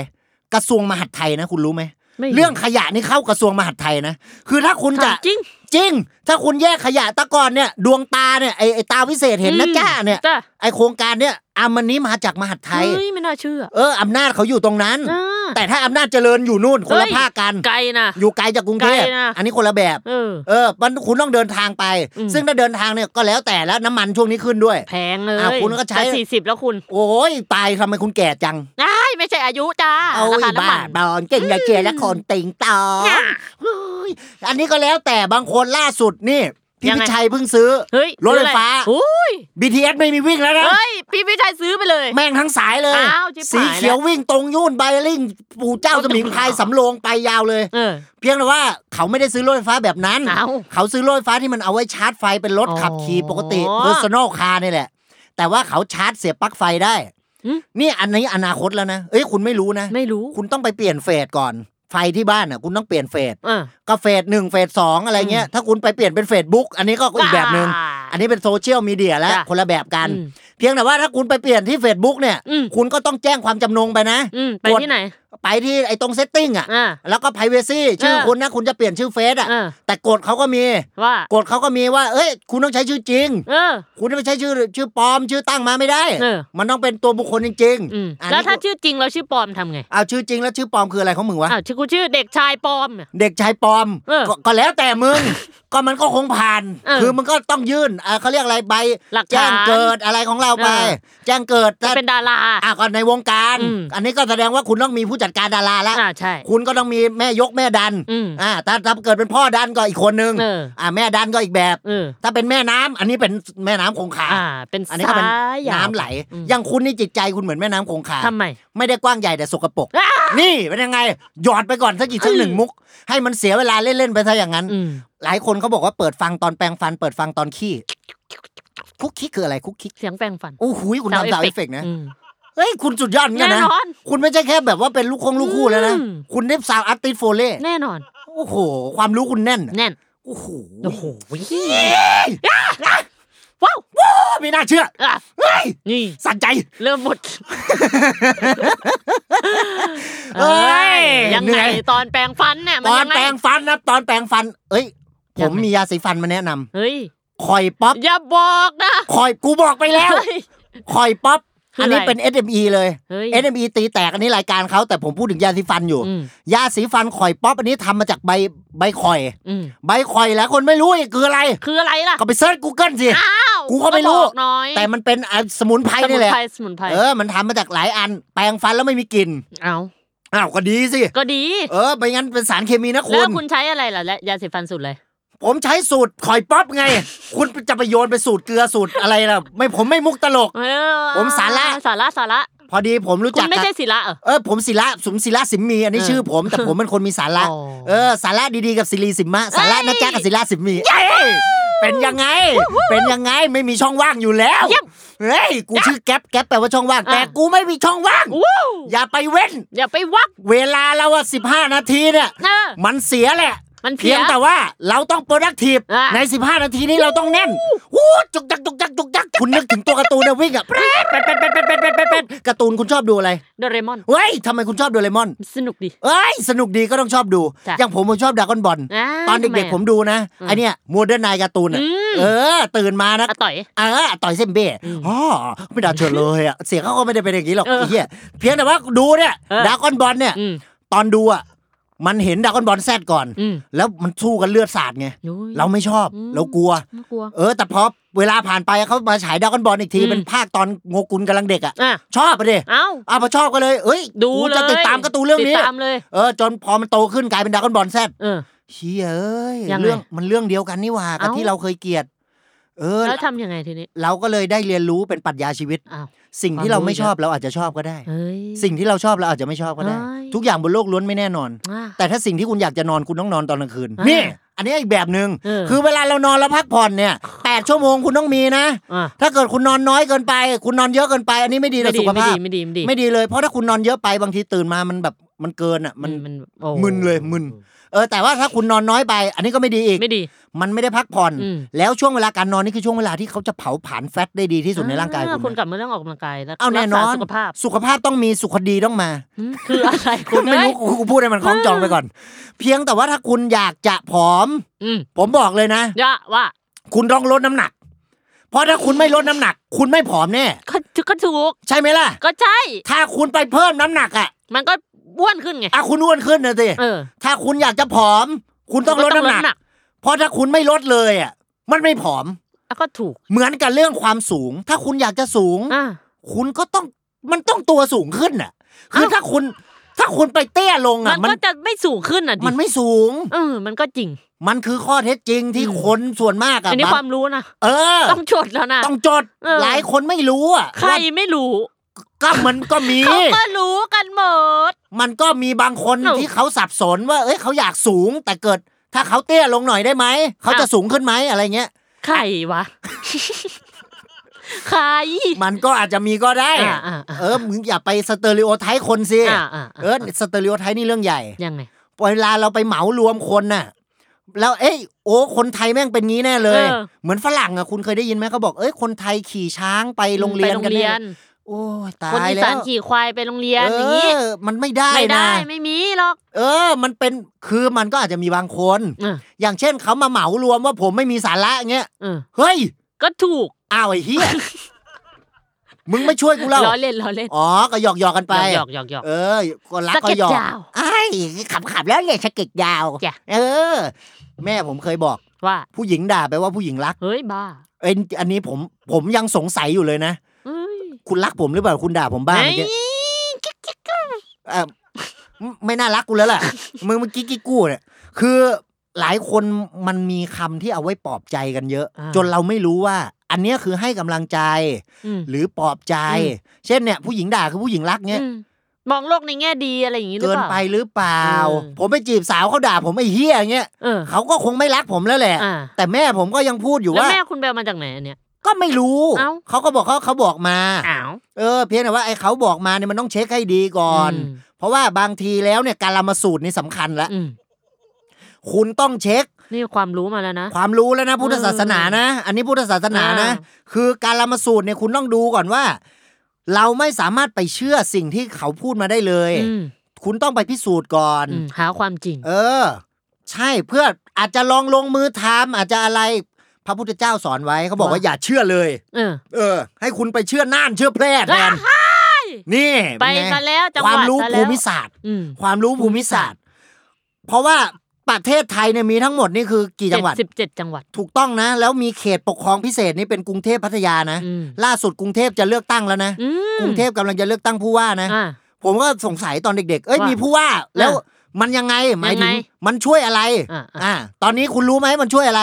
Speaker 2: กระทรวงมหาดไทยนะคุณรู้ไหม
Speaker 3: ไม่
Speaker 2: เรื่องขยะนี่เข้ากระทรวงมหาดไทยนะ คือถ้าคุณจะ
Speaker 3: ถามจริง
Speaker 2: จริง ถ้าคุณแยกขยะตะกอนเนี่ย ดวงตาเนี่ยไอไอตาวิเศษเห็นนะ
Speaker 3: อืม
Speaker 2: จ้าเนี่ย
Speaker 3: จ้ะ
Speaker 2: ไอโครงการเนี่ยอามันนี้มาจากมหาดไทย
Speaker 3: เฮ้ยไม่น่าเชื่อ
Speaker 2: เอออำนาจเขาอยู่ตรงนั้น
Speaker 3: อ่า
Speaker 2: แต่ถ้าอำนาจเจริญอยู่นู่นคนละ
Speaker 3: เฮ้ย
Speaker 2: ภาคกัน
Speaker 3: ไกลนะ
Speaker 2: อยู่ไกลจากกรุงเทพ
Speaker 3: ไกลนะ
Speaker 2: อันนี้คนละแบบ
Speaker 3: เออ
Speaker 2: เออมันคุณต้องเดินทางไป
Speaker 3: อืม
Speaker 2: ซึ่งถ้าเดินทางเนี่ยก็แล้วแต่แล้วน้ำมันช่วงนี้ขึ้นด้วย
Speaker 3: แพงเลย
Speaker 2: อ่ะคุณก็ใช้
Speaker 3: สี่สิบแล้วคุณ
Speaker 2: โอ้ยตายทำไมคุณแก่จัง
Speaker 3: ได้ไม่ใช่อายุจ้า
Speaker 2: เอา
Speaker 3: รา
Speaker 2: อี
Speaker 3: คาน้ำ
Speaker 2: บ้า
Speaker 3: มัน
Speaker 2: บอลเก่งอย่าเกลียดและคนติงตอง
Speaker 3: น่ะ
Speaker 2: เฮ้ยอันนี้ก็แล้วแต่บางคนล่าสุดนี่พี่
Speaker 3: ยัง
Speaker 2: พิ
Speaker 3: ไง
Speaker 2: ชัยเพิ่งซื้อ
Speaker 3: เฮ้ย
Speaker 2: รถไฟ
Speaker 3: ซื้ออะ
Speaker 2: ฟ้า
Speaker 3: อุ้ย
Speaker 2: BTS ไม่มีวิ่งแล้วนะ
Speaker 3: เฮ้ย พี่พิชัยซื้อไปเลย
Speaker 2: แม่งทั้งสายเลย
Speaker 3: อ้าวชิบหาย
Speaker 2: สีเขียววิ่งตรงยุ่นไบลิ่งปู่เจ้าสมิงพรายสำโรงไปยาวเลย
Speaker 3: เออ
Speaker 2: เพียงแต่ว่าเขาไม่ได้ซื้อรถไฟฟ้าแบบนั้น
Speaker 3: เอ้า
Speaker 2: เขาซื้อรถไฟฟ้าที่มันเอาไว้ชาร์จไฟเป็นรถ
Speaker 3: อ๋อ
Speaker 2: ขับขี่ปกติ personal car นี่แหละ แต่ว่าเขาชาร์จเสียบปลั๊กไฟได้
Speaker 3: หึ
Speaker 2: นี่อันนี้อนาคตแล้วนะเอ้ยคุณไม่รู้นะ
Speaker 3: ไม่รู้
Speaker 2: คุณต้องไปเปลี่ยนเฟสก่อน ไฟที่บ้านอ่ะคุณต้องเปลี่ยนเฟส
Speaker 3: เออ
Speaker 2: ก็เฟสหนึ่งเฟสสองอะไรเงี้ย ถ้าคุณไปเปลี่ยนเป็นเฟสบุ๊กอันนี้ก็อีกแบบหนึ่ง
Speaker 3: ว้า
Speaker 2: อันนี้เป็นโซเชียลมีเดียแล้ว
Speaker 3: จ้ะ
Speaker 2: คนละแบบกัน
Speaker 3: อืม
Speaker 2: เพียงแต่ว่าถ้าคุณไปเปลี่ยนที่เฟซบุ๊กเนี่ย
Speaker 3: อืม
Speaker 2: คุณก็ต้องแจ้งความจำนงไปนะ
Speaker 3: อืมไป
Speaker 2: กด
Speaker 3: ที่ไหน
Speaker 2: ไปที่ไอ้ตรงเซตติ้งอ่ะ
Speaker 3: อ่า
Speaker 2: แล้วก็ privacy ชื่อ
Speaker 3: เออ
Speaker 2: คุณนะคุณจะเปลี่ยนชื่อเฟซอ่ะ
Speaker 3: เออ
Speaker 2: แต่กฎเขาก็มี
Speaker 3: ว่า
Speaker 2: กฎเขาก็มีว่า เอ้ย คุณต้องใช้ชื่อจริง
Speaker 3: เออ
Speaker 2: คุณจะไม่ใช้ชื่อชื่อปลอม ชื่อตั้งมาไม่ได้
Speaker 3: เออ
Speaker 2: มันต้องเป็นตัวบุคคลจริง
Speaker 3: อืม
Speaker 2: อันนี้
Speaker 3: แล้วถ้าชื่อจริงเราชื่อปลอมทำไง
Speaker 2: เอาชื่อจริงแล้วชื่อปลอมคืออะไรของมึงวะ
Speaker 3: อ้าวชื่อกูชื่อเด็กชายปลอมเนี่ย
Speaker 2: เด็กชายปลอม
Speaker 3: เออ
Speaker 2: ก็ก็แล้วแต่มึง ก็มันก็คงผ่าน
Speaker 3: เออ
Speaker 2: คือมันก็ต้องยื่นอ่าเขาเรียกอะไรใบ
Speaker 3: หลักฐาน
Speaker 2: แจ้งเกิดอะไรของเราไป
Speaker 3: เออ
Speaker 2: แจ้งเกิด
Speaker 3: จะ
Speaker 2: ถ้า
Speaker 3: เป็นดารา
Speaker 2: อ่ะก็ในวงการ
Speaker 3: อืม
Speaker 2: อันนี้ก็แสดงว่าคุณต้องมีผู้จัดการดาราแล้ว
Speaker 3: อ่าใช่
Speaker 2: คุณก็ต้องมีแม่ยกแม่ดัน
Speaker 3: อืม
Speaker 2: อ่าถ้าถ้าเกิดเป็นพ่อดันก็อีกคนนึง
Speaker 3: เอออ่
Speaker 2: แม่ดันก็อีกแบบ
Speaker 3: เออ
Speaker 2: ถ้าเป็นแม่น้ำอันนี้เป็นแม่น้ำคงคา
Speaker 3: อ่า เป็น
Speaker 2: อันนี้ก็เป็น
Speaker 3: สายยาว
Speaker 2: น้ำไหล
Speaker 3: อืม
Speaker 2: อย่างคุณนี่จิตใจคุณเหมือนแม่น้ำคงคา
Speaker 3: ทำไม
Speaker 2: ไม่ได้กว้างใหญ่แต่สกปรก
Speaker 3: อ้า
Speaker 2: นี่เป็นยังไง หยอดไปก่อนสักกี่สักหนึ่งมุก ให้มันเสียเวลาเล่น ๆ ไปซะอย่างนั้น
Speaker 3: อืม
Speaker 2: หลายคนเขาบอกว่าเปิดฟังตอนแปรงฟัน เปิดฟังตอนขี้ คุกคิกคืออะไรคุกคิก
Speaker 3: เสียงแปลงฟัน
Speaker 2: โอ้โหยคุณทำสาวเอฟเฟกต์นะ
Speaker 3: อืม
Speaker 2: เฮ้ย คุณสุดยอดเหมือนกันนะ
Speaker 3: แน่นอน
Speaker 2: คุณไม่ใช่แค่แบบว่าเป็นลูกคงลูกคู่แล้วนะ
Speaker 3: อืม
Speaker 2: คุณได้สาวอาร์ติสโฟเล่
Speaker 3: แน่นอน
Speaker 2: โอ้โห ความรู้คุณแน่น
Speaker 3: แน่น
Speaker 2: โอ้โห
Speaker 3: โอ้โห
Speaker 2: ว้าวไม่น่าเชื่อ
Speaker 3: อ่ะ
Speaker 2: เฮ้ย
Speaker 3: นี่
Speaker 2: สั่นใจ
Speaker 3: เริ่มหมด
Speaker 2: เอ้ย
Speaker 3: ยัง
Speaker 2: เหนื่
Speaker 3: ไง
Speaker 2: อย
Speaker 3: ตอนแปลงฟันเนี่ยมั
Speaker 2: ต
Speaker 3: น
Speaker 2: อน
Speaker 3: ยังไง
Speaker 2: แปรงฟันนะตอนแปรงฟัน เอ้ย ผ
Speaker 3: ยัง
Speaker 2: ม
Speaker 3: ไง
Speaker 2: มียาสีฟันมาแนะนำ
Speaker 3: เฮ้ย
Speaker 2: คอยป๊อป
Speaker 3: อย่าบอกนะ
Speaker 2: คอยกูบอกไปแล้ว
Speaker 3: เฮ้ย
Speaker 2: คอยป๊อป
Speaker 3: คือ
Speaker 2: อั
Speaker 3: อั
Speaker 2: นนี้
Speaker 3: อะไร
Speaker 2: เป็น SME เลย
Speaker 3: เฮ้ย
Speaker 2: SME ตีแตกอันนี้รายการเขาแต่ผมพูดถึงยาสีฟันอยู่
Speaker 3: อืม
Speaker 2: ยาสีฟันคอยป๊อปอันนี้ทำมาจากใบใบคอย
Speaker 3: อืม
Speaker 2: ใบคอยแล้วคนไม่รู้อีกคืออะไร
Speaker 3: คืออะไรล่ะ
Speaker 2: ก็ไปเซิร์ช Google สิ
Speaker 3: อ้าว
Speaker 2: กูก็ไม่รู้
Speaker 3: บอกหน้อย
Speaker 2: แต่มันเป็นอ่ะสมุนไพร
Speaker 3: สมุ
Speaker 2: นี่
Speaker 3: น
Speaker 2: แหละ
Speaker 3: ไพรสมุนไพร
Speaker 2: เออ มันทำมาจากหลายอัน แปรงฟันแล้วไม่มีกลิ่น
Speaker 3: เอา
Speaker 2: อ้าวก็ดี สิ
Speaker 3: ก็ดี
Speaker 2: เออไปงั้นเป็นสารเคมีนะคุ
Speaker 3: แล้ว
Speaker 2: ณ
Speaker 3: คุณใช้อะไรล่ะและยาสีฟันสูตรเลย
Speaker 2: ผมใช้สูตรคอยป๊อปไง คุณจะไปโยนไปสูตรเกลือสูตรอะไรล่ะ ไม่ผมไม่มุกตลก
Speaker 3: เออ
Speaker 2: ผมสาระ
Speaker 3: สาระสาระ
Speaker 2: พอดีผมรู้
Speaker 3: คุ
Speaker 2: จั
Speaker 3: ณ
Speaker 2: ก
Speaker 3: ไม่
Speaker 2: กับ
Speaker 3: ใช่ศิละเหรอ
Speaker 2: เออผมศิระสมศิระสิมมี อันนี้
Speaker 3: เออ
Speaker 2: ชื่อผมแต่ผมเป็นคนมีสาระ
Speaker 3: อ๋อ
Speaker 2: เออสาระดีๆกับศิรีสิมมะสาระนะจ๊ะกับศิระสิมมีเป็นยังไง เป็นยังไงไม่มีช่องว่างอยู่แล้วเฮ้ยกูชื่อแก๊ปแก๊ปแปลว่าช่องว่างแต่กูไม่มีช่องว่าง
Speaker 3: วู้
Speaker 2: อย่าไปเว้น
Speaker 3: อย่าไปวัก
Speaker 2: เวลาเราอะสิบห้านาทีเนี่ย
Speaker 3: เออ
Speaker 2: มันเสียแหละ
Speaker 3: มันเพี้
Speaker 2: เพี
Speaker 3: ย
Speaker 2: ยงแต่ว่าเราต้องโปรดักทีฟ
Speaker 3: อ่ะ
Speaker 2: ใน 15 นาทีนี้เราต้องแน่นวู้จุกจักจุกจักจุกจักคุณนึกถึงตัวการ์ตูนนะวิ่งอ่ะแปรดแปรดแปรดแปรดแปรดแปรดแปรดแปรดการ์ตูนคุณชอบดูอะไร
Speaker 3: โดเรมอน
Speaker 2: เฮ้ยทำไมคุณชอบโดเรมอน
Speaker 3: สนุกดี
Speaker 2: เอ้ยสนุกดีก็ต้องชอบดู
Speaker 3: จ้ะ
Speaker 2: อย่างผมผมชอบดรากอนบอล
Speaker 3: อ่า
Speaker 2: ตอน
Speaker 3: ทำไะ
Speaker 2: เด็กๆผมดูนะ
Speaker 3: อืม
Speaker 2: ไอเนี้ยโมเดิร์นไนการ์ตูนอ่ะ
Speaker 3: อืม
Speaker 2: เออ ตื่นมานะ
Speaker 3: อ่ะต่อย
Speaker 2: เออต่อยเส้นเบ้อ๋อไม่ได้เฉยเลยอ่ะเสียงเขาก็ไม่ได้เป็นอย่างนี้หรอก
Speaker 3: เออ
Speaker 2: ไอ้เหี้ยเพียงแต่ว่าดูเนี่ย
Speaker 3: เออ
Speaker 2: ดรากอนบอลเนี่ย
Speaker 3: อืม
Speaker 2: ตอนดูอ่ะมันเห็นดรากอนบอลแซดก่อน
Speaker 3: อืม
Speaker 2: แล้วมันสู้กันเลือดสาดไง
Speaker 3: โอ้ย
Speaker 2: เราไม่ชอบ
Speaker 3: อืม
Speaker 2: เรากลัว
Speaker 3: น่ากลัว
Speaker 2: เออ แต่พอเวลาผ่านไปเขามาฉายดรากอนบอลอีกที
Speaker 3: อืม
Speaker 2: เป็นภาคตอนโงกุลกำลังเด็กอ่ะ
Speaker 3: อ่ะ
Speaker 2: ชอบไปดิ
Speaker 3: เอ้า
Speaker 2: อ่ะพอชอบก็เลยเอ้ย
Speaker 3: ดู
Speaker 2: กู
Speaker 3: เลย
Speaker 2: จะติดตามการ์ตูนเรื่องนี้
Speaker 3: ติดตามเลย
Speaker 2: เออจนพอมันโตขึ้นกลายเป็นดรากอนบอลแซด
Speaker 3: เออ
Speaker 2: เชี่ยเอ้ย
Speaker 3: ยังไง
Speaker 2: เรื่องมันเรื่องเดียวกันนี่หว่ากับ
Speaker 3: เอ้า
Speaker 2: ที่เราเคยเกลียด เออ
Speaker 3: แล้วทำยังไงทีนี้
Speaker 2: เราก็เลยได้เรียนรู้เป็นปรัชญาชีวิต
Speaker 3: อ้าว
Speaker 2: สิ่งที่
Speaker 3: ความรู้
Speaker 2: เราไม่ชอบเราอาจจะชอบก็ได้
Speaker 3: เฮ้ย
Speaker 2: สิ่งที่เราชอบเราอาจจะไม่ชอบก็ได้
Speaker 3: เอ้ย
Speaker 2: ทุกอย่างบนโลกล้วนไม่แน่นอน
Speaker 3: อ่ะ
Speaker 2: แต่ถ้าสิ่งที่คุณอยากจะนอนคุณต้องนอนตอนกลางคืน
Speaker 3: อ่านี่
Speaker 2: นี่อันนี้อีกแบบหนึง่ง
Speaker 3: เออ
Speaker 2: คือเวลาเรานอนแล้วพักผ่อนเนี่ยแปดชั่วโมงคุณต้องมีนะ
Speaker 3: อ่ะ
Speaker 2: ถ้าเกิดคุณนอนน้อยเกินไป คุณนอนเยอะเกินไป อันนี้ไม่ดีต่อ
Speaker 3: ไม่ดี
Speaker 2: สุข
Speaker 3: ไม่
Speaker 2: ภา
Speaker 3: ดี
Speaker 2: พ
Speaker 3: ไม่ดีไม่ดี
Speaker 2: ไม่ดีเลยเพราะถ้าคุณนอนเยอะไปบางทีตื่นมามันแบบมันเกินอ่ะมัน
Speaker 3: มันโอ้
Speaker 2: มึนเลยมึน เออแต่ว่าถ้าคุณนอนน้อยไป อันนี้ก็ไม่ดีอีก
Speaker 3: ไม่ดี
Speaker 2: มันไม่ได้พักผ่อน
Speaker 3: อืม
Speaker 2: แล้วช่วงเวลาการนอนนี่คือช่วงเวลาที่เขาจะเผาผลาญแฟตได้ดีที่สุดในร่างกาย
Speaker 3: อ่
Speaker 2: คุณ
Speaker 3: คุณ
Speaker 2: นะ
Speaker 3: กลับมาเรื่องออกกำลังกายแล้ว
Speaker 2: เอาแน่น
Speaker 3: รั
Speaker 2: อกน
Speaker 3: ษสุขภาพ
Speaker 2: สุขภาพต้องมีสุขดีต้องมา
Speaker 3: อืมคืออะไรคุณ
Speaker 2: ไม่
Speaker 3: เอ้
Speaker 2: รู้
Speaker 3: ย
Speaker 2: กูกูพูดให้มันคล้องจองไปก่อน เพียงแต่ว่าถ้าคุณอยากจะผอม
Speaker 3: อืม
Speaker 2: ผมบอกเลยนะ
Speaker 3: ยะว่า
Speaker 2: คุณต้องลดน้ำหนัก เพราะถ้าคุณไม่ลดน้ำหนัก คุณไม่ผอมแน่
Speaker 3: ก็ถูกก็ถูก
Speaker 2: ใช่ไหมล่ะ
Speaker 3: ก็ใช่
Speaker 2: ถ้าคุณไปเพิ่มน้ำหนักอ่ะ
Speaker 3: มันก็บ้วนขึ้นไง
Speaker 2: อ่ะคุณอ้วนขึ้นนะสิ
Speaker 3: เออ
Speaker 2: ถ้าคุณอยากจะผอม คุณต้องลดน้ำหนัก
Speaker 3: ก็
Speaker 2: เพราะถ้าคุณไม่ลดเลยอ่ะมันไม่ผอม
Speaker 3: แล้วก็ถูก
Speaker 2: เหมือนกับเรื่องความสูง ถ้าคุณอยากจะสูง
Speaker 3: อ่า
Speaker 2: คุณก็ต้องมันต้องตัวสูงขึ้นอ่ะ คือ
Speaker 3: เอ้า
Speaker 2: ถ้าคุณถ้าคุณไปเตี้ยลง
Speaker 3: มั
Speaker 2: อ่ะ
Speaker 3: น
Speaker 2: มัน
Speaker 3: ก็จะไม่สูงขึ้นอ่ะดิ
Speaker 2: มันไม่สูง
Speaker 3: เออมันก็จริง
Speaker 2: มันคือข้อเท็จจริงที่
Speaker 3: อืม
Speaker 2: คนส่วนมากอะ
Speaker 3: อันนี้
Speaker 2: บาง
Speaker 3: ความรู้นะ
Speaker 2: เออ
Speaker 3: ต้องจดแล้วนะ
Speaker 2: ต้องจด
Speaker 3: เออ
Speaker 2: หลายคนไม่รู้อะ
Speaker 3: ใคร
Speaker 2: ว่า
Speaker 3: ไม่รู้
Speaker 2: ก็มันก็มี
Speaker 3: เขาก็รู้กันหมด
Speaker 2: มันก็มีบางคน
Speaker 3: เอ้า
Speaker 2: ที่เขาสับสนว่า เอ้ยเขาอยากสูง แต่เกิด ถ้าเขาเตี้ยลงหน่อยได้ไหมเขาจะ
Speaker 3: อ่ะ
Speaker 2: สูงขึ้นไหมอะไรเงี้ย
Speaker 3: ใครวะ ใคร
Speaker 2: มันก็อาจจะมีก็ได้
Speaker 3: อ่ะอ่ะอ่ะ
Speaker 2: เออมึงอย่าไปสเตอริโอไทป์คนสิ
Speaker 3: อ่าอ่า
Speaker 2: เออสเตอริโอไทป์นี่เรื่องใหญ่
Speaker 3: ยังไง
Speaker 2: เวลาเราไปเหมารวมคนน่ะ แล้วเอ้ยโอ้คนไทยแม่งเป็นงี้แน่เลย
Speaker 3: ออ
Speaker 2: เหมือนฝรั่งอะคุณเคยได้ยินไหมเขาบอกเอ้ยคนไทยขี่ช้างไปโรงเรียน
Speaker 3: ไปโร
Speaker 2: กัน
Speaker 3: งเรี
Speaker 2: แน่
Speaker 3: ยน
Speaker 2: โอ้ยตา
Speaker 3: คน
Speaker 2: ย
Speaker 3: อี
Speaker 2: แล้
Speaker 3: สาน
Speaker 2: ว
Speaker 3: ขี่ควายไปโรงเรียนอย่างนี้
Speaker 2: เออมันไม่ได้
Speaker 3: ไม่
Speaker 2: นะ
Speaker 3: ได้ไม่มีหรอก
Speaker 2: เออ มันเป็นคือมันก็อาจจะมีบางคน
Speaker 3: เออ
Speaker 2: อย่างเช่นเขามาเหมารวมว่าผมไม่มีสาระเงี้ย
Speaker 3: เออ
Speaker 2: เฮ้ย
Speaker 3: ก็ถูก
Speaker 2: อ้าวไอ้เฮี ยมึงไม่ช่วยกูเล่า
Speaker 3: ล้อเล่นล้อเล่น
Speaker 2: อ๋อก็หยอกหยอกๆกันไป
Speaker 3: หยอกหยอกหยอก
Speaker 2: เออก็รัก
Speaker 3: สะ
Speaker 2: ก็
Speaker 3: เก็ด
Speaker 2: หยอก
Speaker 3: ยาว
Speaker 2: ไอ้ขับขับๆแล้วเนี่ยสะเก็ดยาว
Speaker 3: จ้ะ
Speaker 2: เออ แม่ผมเคยบอก
Speaker 3: ว่า
Speaker 2: ผู้หญิงด่าไปลว่าผู้หญิงรัก
Speaker 3: เฮ้ยบ้า
Speaker 2: เอ็นอันนี้ผมผมยังสงสัยอยู่เลยนะ
Speaker 3: เอ้ย
Speaker 2: คุณรักผมหรือเปล่าคุณด่าผมบ้าเมื่อกี้ เอ่อไม่ไม่น่ารักกูแล้วแหละ มึงเมื่อกี้กี้กู้เนี่ย คือหลายคนมันมีคำที่เอาไว้ปลอบใจกันเยอะ
Speaker 3: อ่า
Speaker 2: จนเราไม่รู้ว่า อันเนี้ยคือให้กำลังใจ
Speaker 3: อืม
Speaker 2: หรือปลอบใจ
Speaker 3: อื
Speaker 2: เช่นเนี่ยผู้หญิงด่าคือผู้หญิงรักเนี่ย
Speaker 3: อืมมองโลกในแง่ดีอะไรอย่างนี้หรือ
Speaker 2: เกิน
Speaker 3: เปล่า
Speaker 2: ไปหรือเปล่า
Speaker 3: เออ
Speaker 2: ผมไปจีบสาวเขาด่าผมไอ้เฮียเงี้ย
Speaker 3: เออ
Speaker 2: เขาก็คงไม่รักผมแล้วแหละ
Speaker 3: อ่า
Speaker 2: แต่แม่ผมก็ยังพูดอยู่
Speaker 3: แล้ว
Speaker 2: ว่า
Speaker 3: แม่คุณไปเอามาจากไหนอันเนี่ย
Speaker 2: ก็ไม่รู้
Speaker 3: เอ้า
Speaker 2: เขาก็บอกเขาเขาบอกมา
Speaker 3: อ้าว
Speaker 2: เออเพียงแต่ว่าไอ้เขาบอกมาเนี่ยมันต้องเช็คให้ดีก่อน
Speaker 3: อืม
Speaker 2: เพราะว่าบางทีแล้วเนี่ยการละมาสูตรนี่สำคัญแล้ว
Speaker 3: อืม
Speaker 2: คุณต้องเช็ค
Speaker 3: นี่ความรู้มาแล้วนะ
Speaker 2: ความรู้แล้วนะพุทธศาสนานะ อันนี้พุทธศาสนานะ
Speaker 3: อ่
Speaker 2: คือการละมาสูตรเนี่ยคุณต้องดูก่อนว่า เราไม่สามารถไปเชื่อสิ่งที่เขาพูดมาได้เลย
Speaker 3: อืม
Speaker 2: คุณต้องไปพิสูจน์ก่อน
Speaker 3: อืมหาความจริง
Speaker 2: เออ ใช่เพื่ออาจจะลองลงมือทำอาจจะอะไรพระพุทธเจ้าสอนไว้เขาบอกว่า
Speaker 3: ว่า
Speaker 2: อย่าเชื่อเลย
Speaker 3: เออ
Speaker 2: เออ ให้คุณไปเชื่อน่านเชื่อแพร่แทนนี่
Speaker 3: ไป
Speaker 2: เป็นง
Speaker 3: ซะแล้วจังห
Speaker 2: ค
Speaker 3: วัด
Speaker 2: วามรู้
Speaker 3: ซะ
Speaker 2: ภู
Speaker 3: แล้ว
Speaker 2: มิศาสตร์
Speaker 3: อืม
Speaker 2: ความรู้ภูมิศาสตร์ เพราะว่าประเทศไทยเนี่ยมีทั้งหมดนี่คือกี่จังหวัด
Speaker 3: สิบเจ็ดจังหวัด
Speaker 2: ถูกต้องนะ แล้วมีเขตปกครองพิเศษนี่เป็นกรุงเทพพัทยานะ
Speaker 3: อืม
Speaker 2: ล่าสุดกรุงเทพจะเลือกตั้งแล้วนะ
Speaker 3: อืม
Speaker 2: กรุงเทพกำลังจะเลือกตั้งผู้ว่านะ
Speaker 3: อ่า
Speaker 2: ผมก็สงสัยตอนเด็ก ๆ เอ้ย
Speaker 3: ว่ามี
Speaker 2: มีผู้ว่า แล้วมันยังไงหมายถึ
Speaker 3: ยังงไง
Speaker 2: มันช่วยอะไร
Speaker 3: อ่ะอ่ะ
Speaker 2: ตอนนี้คุณรู้ไหมมันช่วยอะไร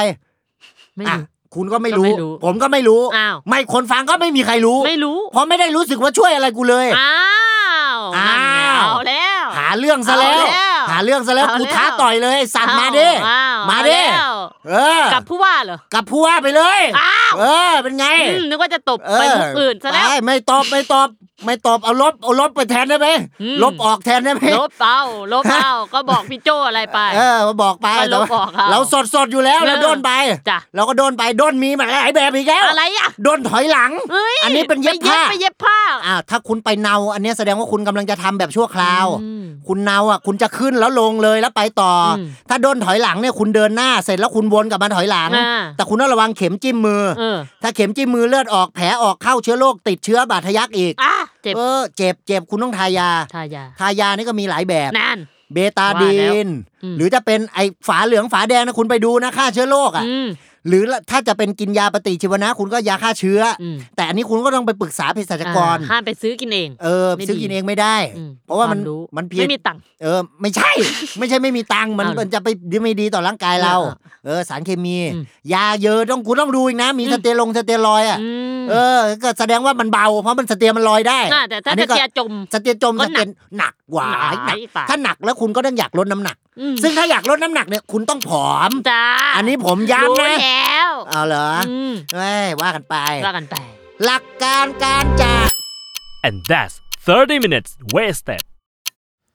Speaker 3: ไม่
Speaker 2: อ่ะ
Speaker 3: รู้
Speaker 2: คุณก็ไม่
Speaker 3: ก็
Speaker 2: รู้
Speaker 3: ไม่รู้
Speaker 2: ผมก็ไม่รู้
Speaker 3: อ้าว
Speaker 2: ไม่คนฟังก็ไม่มีใครรู้
Speaker 3: ไม่รู้
Speaker 2: เพราะไม่ได้รู้สึกว่าช่วยอะไรกูเลย
Speaker 3: อ้าวนั่นไง
Speaker 2: อ้าว
Speaker 3: เอาแล้ว
Speaker 2: หาเรื่องซะแล้ว
Speaker 3: เอาแล้ว
Speaker 2: หาเรื่องซะแล้ว
Speaker 3: เอา
Speaker 2: กู
Speaker 3: แล้ว
Speaker 2: ท้าต่อยเลยสั่งมาดิ
Speaker 3: อ้ว
Speaker 2: มาดิ
Speaker 3: เอแล้ว
Speaker 2: เออ
Speaker 3: กับผู้ว่าเหรอ
Speaker 2: กับผู้ว่าไปเลย
Speaker 3: อ้าว
Speaker 2: เออ เป็นไง
Speaker 3: อืมนึกว่าจะตบ
Speaker 2: เอ
Speaker 3: ไป
Speaker 2: อ
Speaker 3: มุกอื่นซะแล้ว
Speaker 2: ไปไม่ตอบไม่ตอบ ไม่ตอบเอาลบเอาลบไปแทนได้ไหม
Speaker 3: อืม
Speaker 2: ลบออกแทนได้ไหม
Speaker 3: ลบเป้าลบเป้าก็บอกพี่โจอะไรไป
Speaker 2: เออมาบอกไป
Speaker 3: ก็ลบ
Speaker 2: แต่ว่า
Speaker 3: ออกเอา
Speaker 2: เราสดสดๆอยู่แล้ว
Speaker 3: เออ
Speaker 2: เราโดนไป
Speaker 3: จ้ะ
Speaker 2: เราก็โดนไปโดนมีมาหลายแบบอีกแล้ว
Speaker 3: อะไรอ่ะ
Speaker 2: โดนถอยหลัง
Speaker 3: เอ้ย
Speaker 2: อันนี้เป็นเย็บผ้า
Speaker 3: ไปเย็บผ้า
Speaker 2: อ่าถ้าคุณไปเนาอันเนี้ยแสดงว่าคุณกำลังจะทำแบบชั่วคราว
Speaker 3: อืม
Speaker 2: คุณเนาอ่ะคุณจะขึ้นแล้วลงเลยแล้วไปต่ออ
Speaker 3: ม
Speaker 2: ถ้าโดนถอยหลังเนี่ยคุณเดินหน้าเสร็จแล้วคุณวนกลับมาถอยหลัง
Speaker 3: อ่า
Speaker 2: แต่คุณต้องระวังเข็มจิ้มมือ
Speaker 3: เออ
Speaker 2: ถ้าเข็มจิ้มมือเลือดออกแผลออกเข้าเชื้อโรคติดเชื้อบาดทะยักอีก
Speaker 3: อ่ะเจ็บ
Speaker 2: เออเจ็บเจ็บคุณต้องทายา
Speaker 3: ทายา
Speaker 2: ทายานี่ก็มีหลายแบบ
Speaker 3: นั่น
Speaker 2: เบตาดี
Speaker 3: ว่าแล้
Speaker 2: น
Speaker 3: วอืม
Speaker 2: หรือจะเป็นไอฝาเหลืองฝาแดงนะคุณไปดูนะฆ่าเชื้อโรคอ่ะ
Speaker 3: อืม
Speaker 2: หรือถ้าจะเป็นกินยาปฏิชีวนะ คุณก็ยาฆ่าเชื้ออ
Speaker 3: อืม
Speaker 2: แต่อันนี้คุณก็ต้องไปปรึกษาเภสัชกร
Speaker 3: อ่าห้ามไปซื้อกินเอง
Speaker 2: เออ
Speaker 3: ไม่
Speaker 2: ซื้อ
Speaker 3: ดี
Speaker 2: กินเองไม่ได้
Speaker 3: อืม
Speaker 2: เพราะว่ามัน
Speaker 3: ครู้
Speaker 2: มันเพี้ยน
Speaker 3: ไม่มีตังค์
Speaker 2: เออไม่ใช่ ไม่ใช่ไม่มีตังค์มัน
Speaker 3: อ้าวเหรอ
Speaker 2: มันจะไปไม่ดีต่อร่างกายเรา
Speaker 3: อ่า
Speaker 2: เออ สารเคมี
Speaker 3: อืม
Speaker 2: ยาเยอะต้องคุณต้องดูอีกนะ มี
Speaker 3: อืม
Speaker 2: สเตียลงสเตียรอยด์อ่ะ
Speaker 3: อืม
Speaker 2: เออ ก็แสดงว่ามันเบา เพราะมันสเตียมันลอยได้
Speaker 3: น่าแต่ถ้า
Speaker 2: อัน
Speaker 3: จะ
Speaker 2: นี้ก็
Speaker 3: เจียจม
Speaker 2: สเตียจม
Speaker 3: ก็
Speaker 2: ส
Speaker 3: หนั
Speaker 2: เตีย
Speaker 3: ก
Speaker 2: หนักหวา
Speaker 3: หลา
Speaker 2: ยหนัก
Speaker 3: ยตาย
Speaker 2: ถ้าหนักแล้วคุณก็ต้องอยากลดน้ำหนัก
Speaker 3: อืม
Speaker 2: ซึ่งถ้าอยากลดน้ำหนักเนี่ยคุณต้องผอม
Speaker 3: จ้า
Speaker 2: อันนี้ผม
Speaker 3: รู้
Speaker 2: ย้ำนะ
Speaker 3: แล้ว
Speaker 2: เอาเหรอ
Speaker 3: อืม
Speaker 2: เอ้ยว่ากันไป
Speaker 3: ว่ากันไป
Speaker 2: หลักการการจ่าย
Speaker 4: And that's 30 minutes wasted.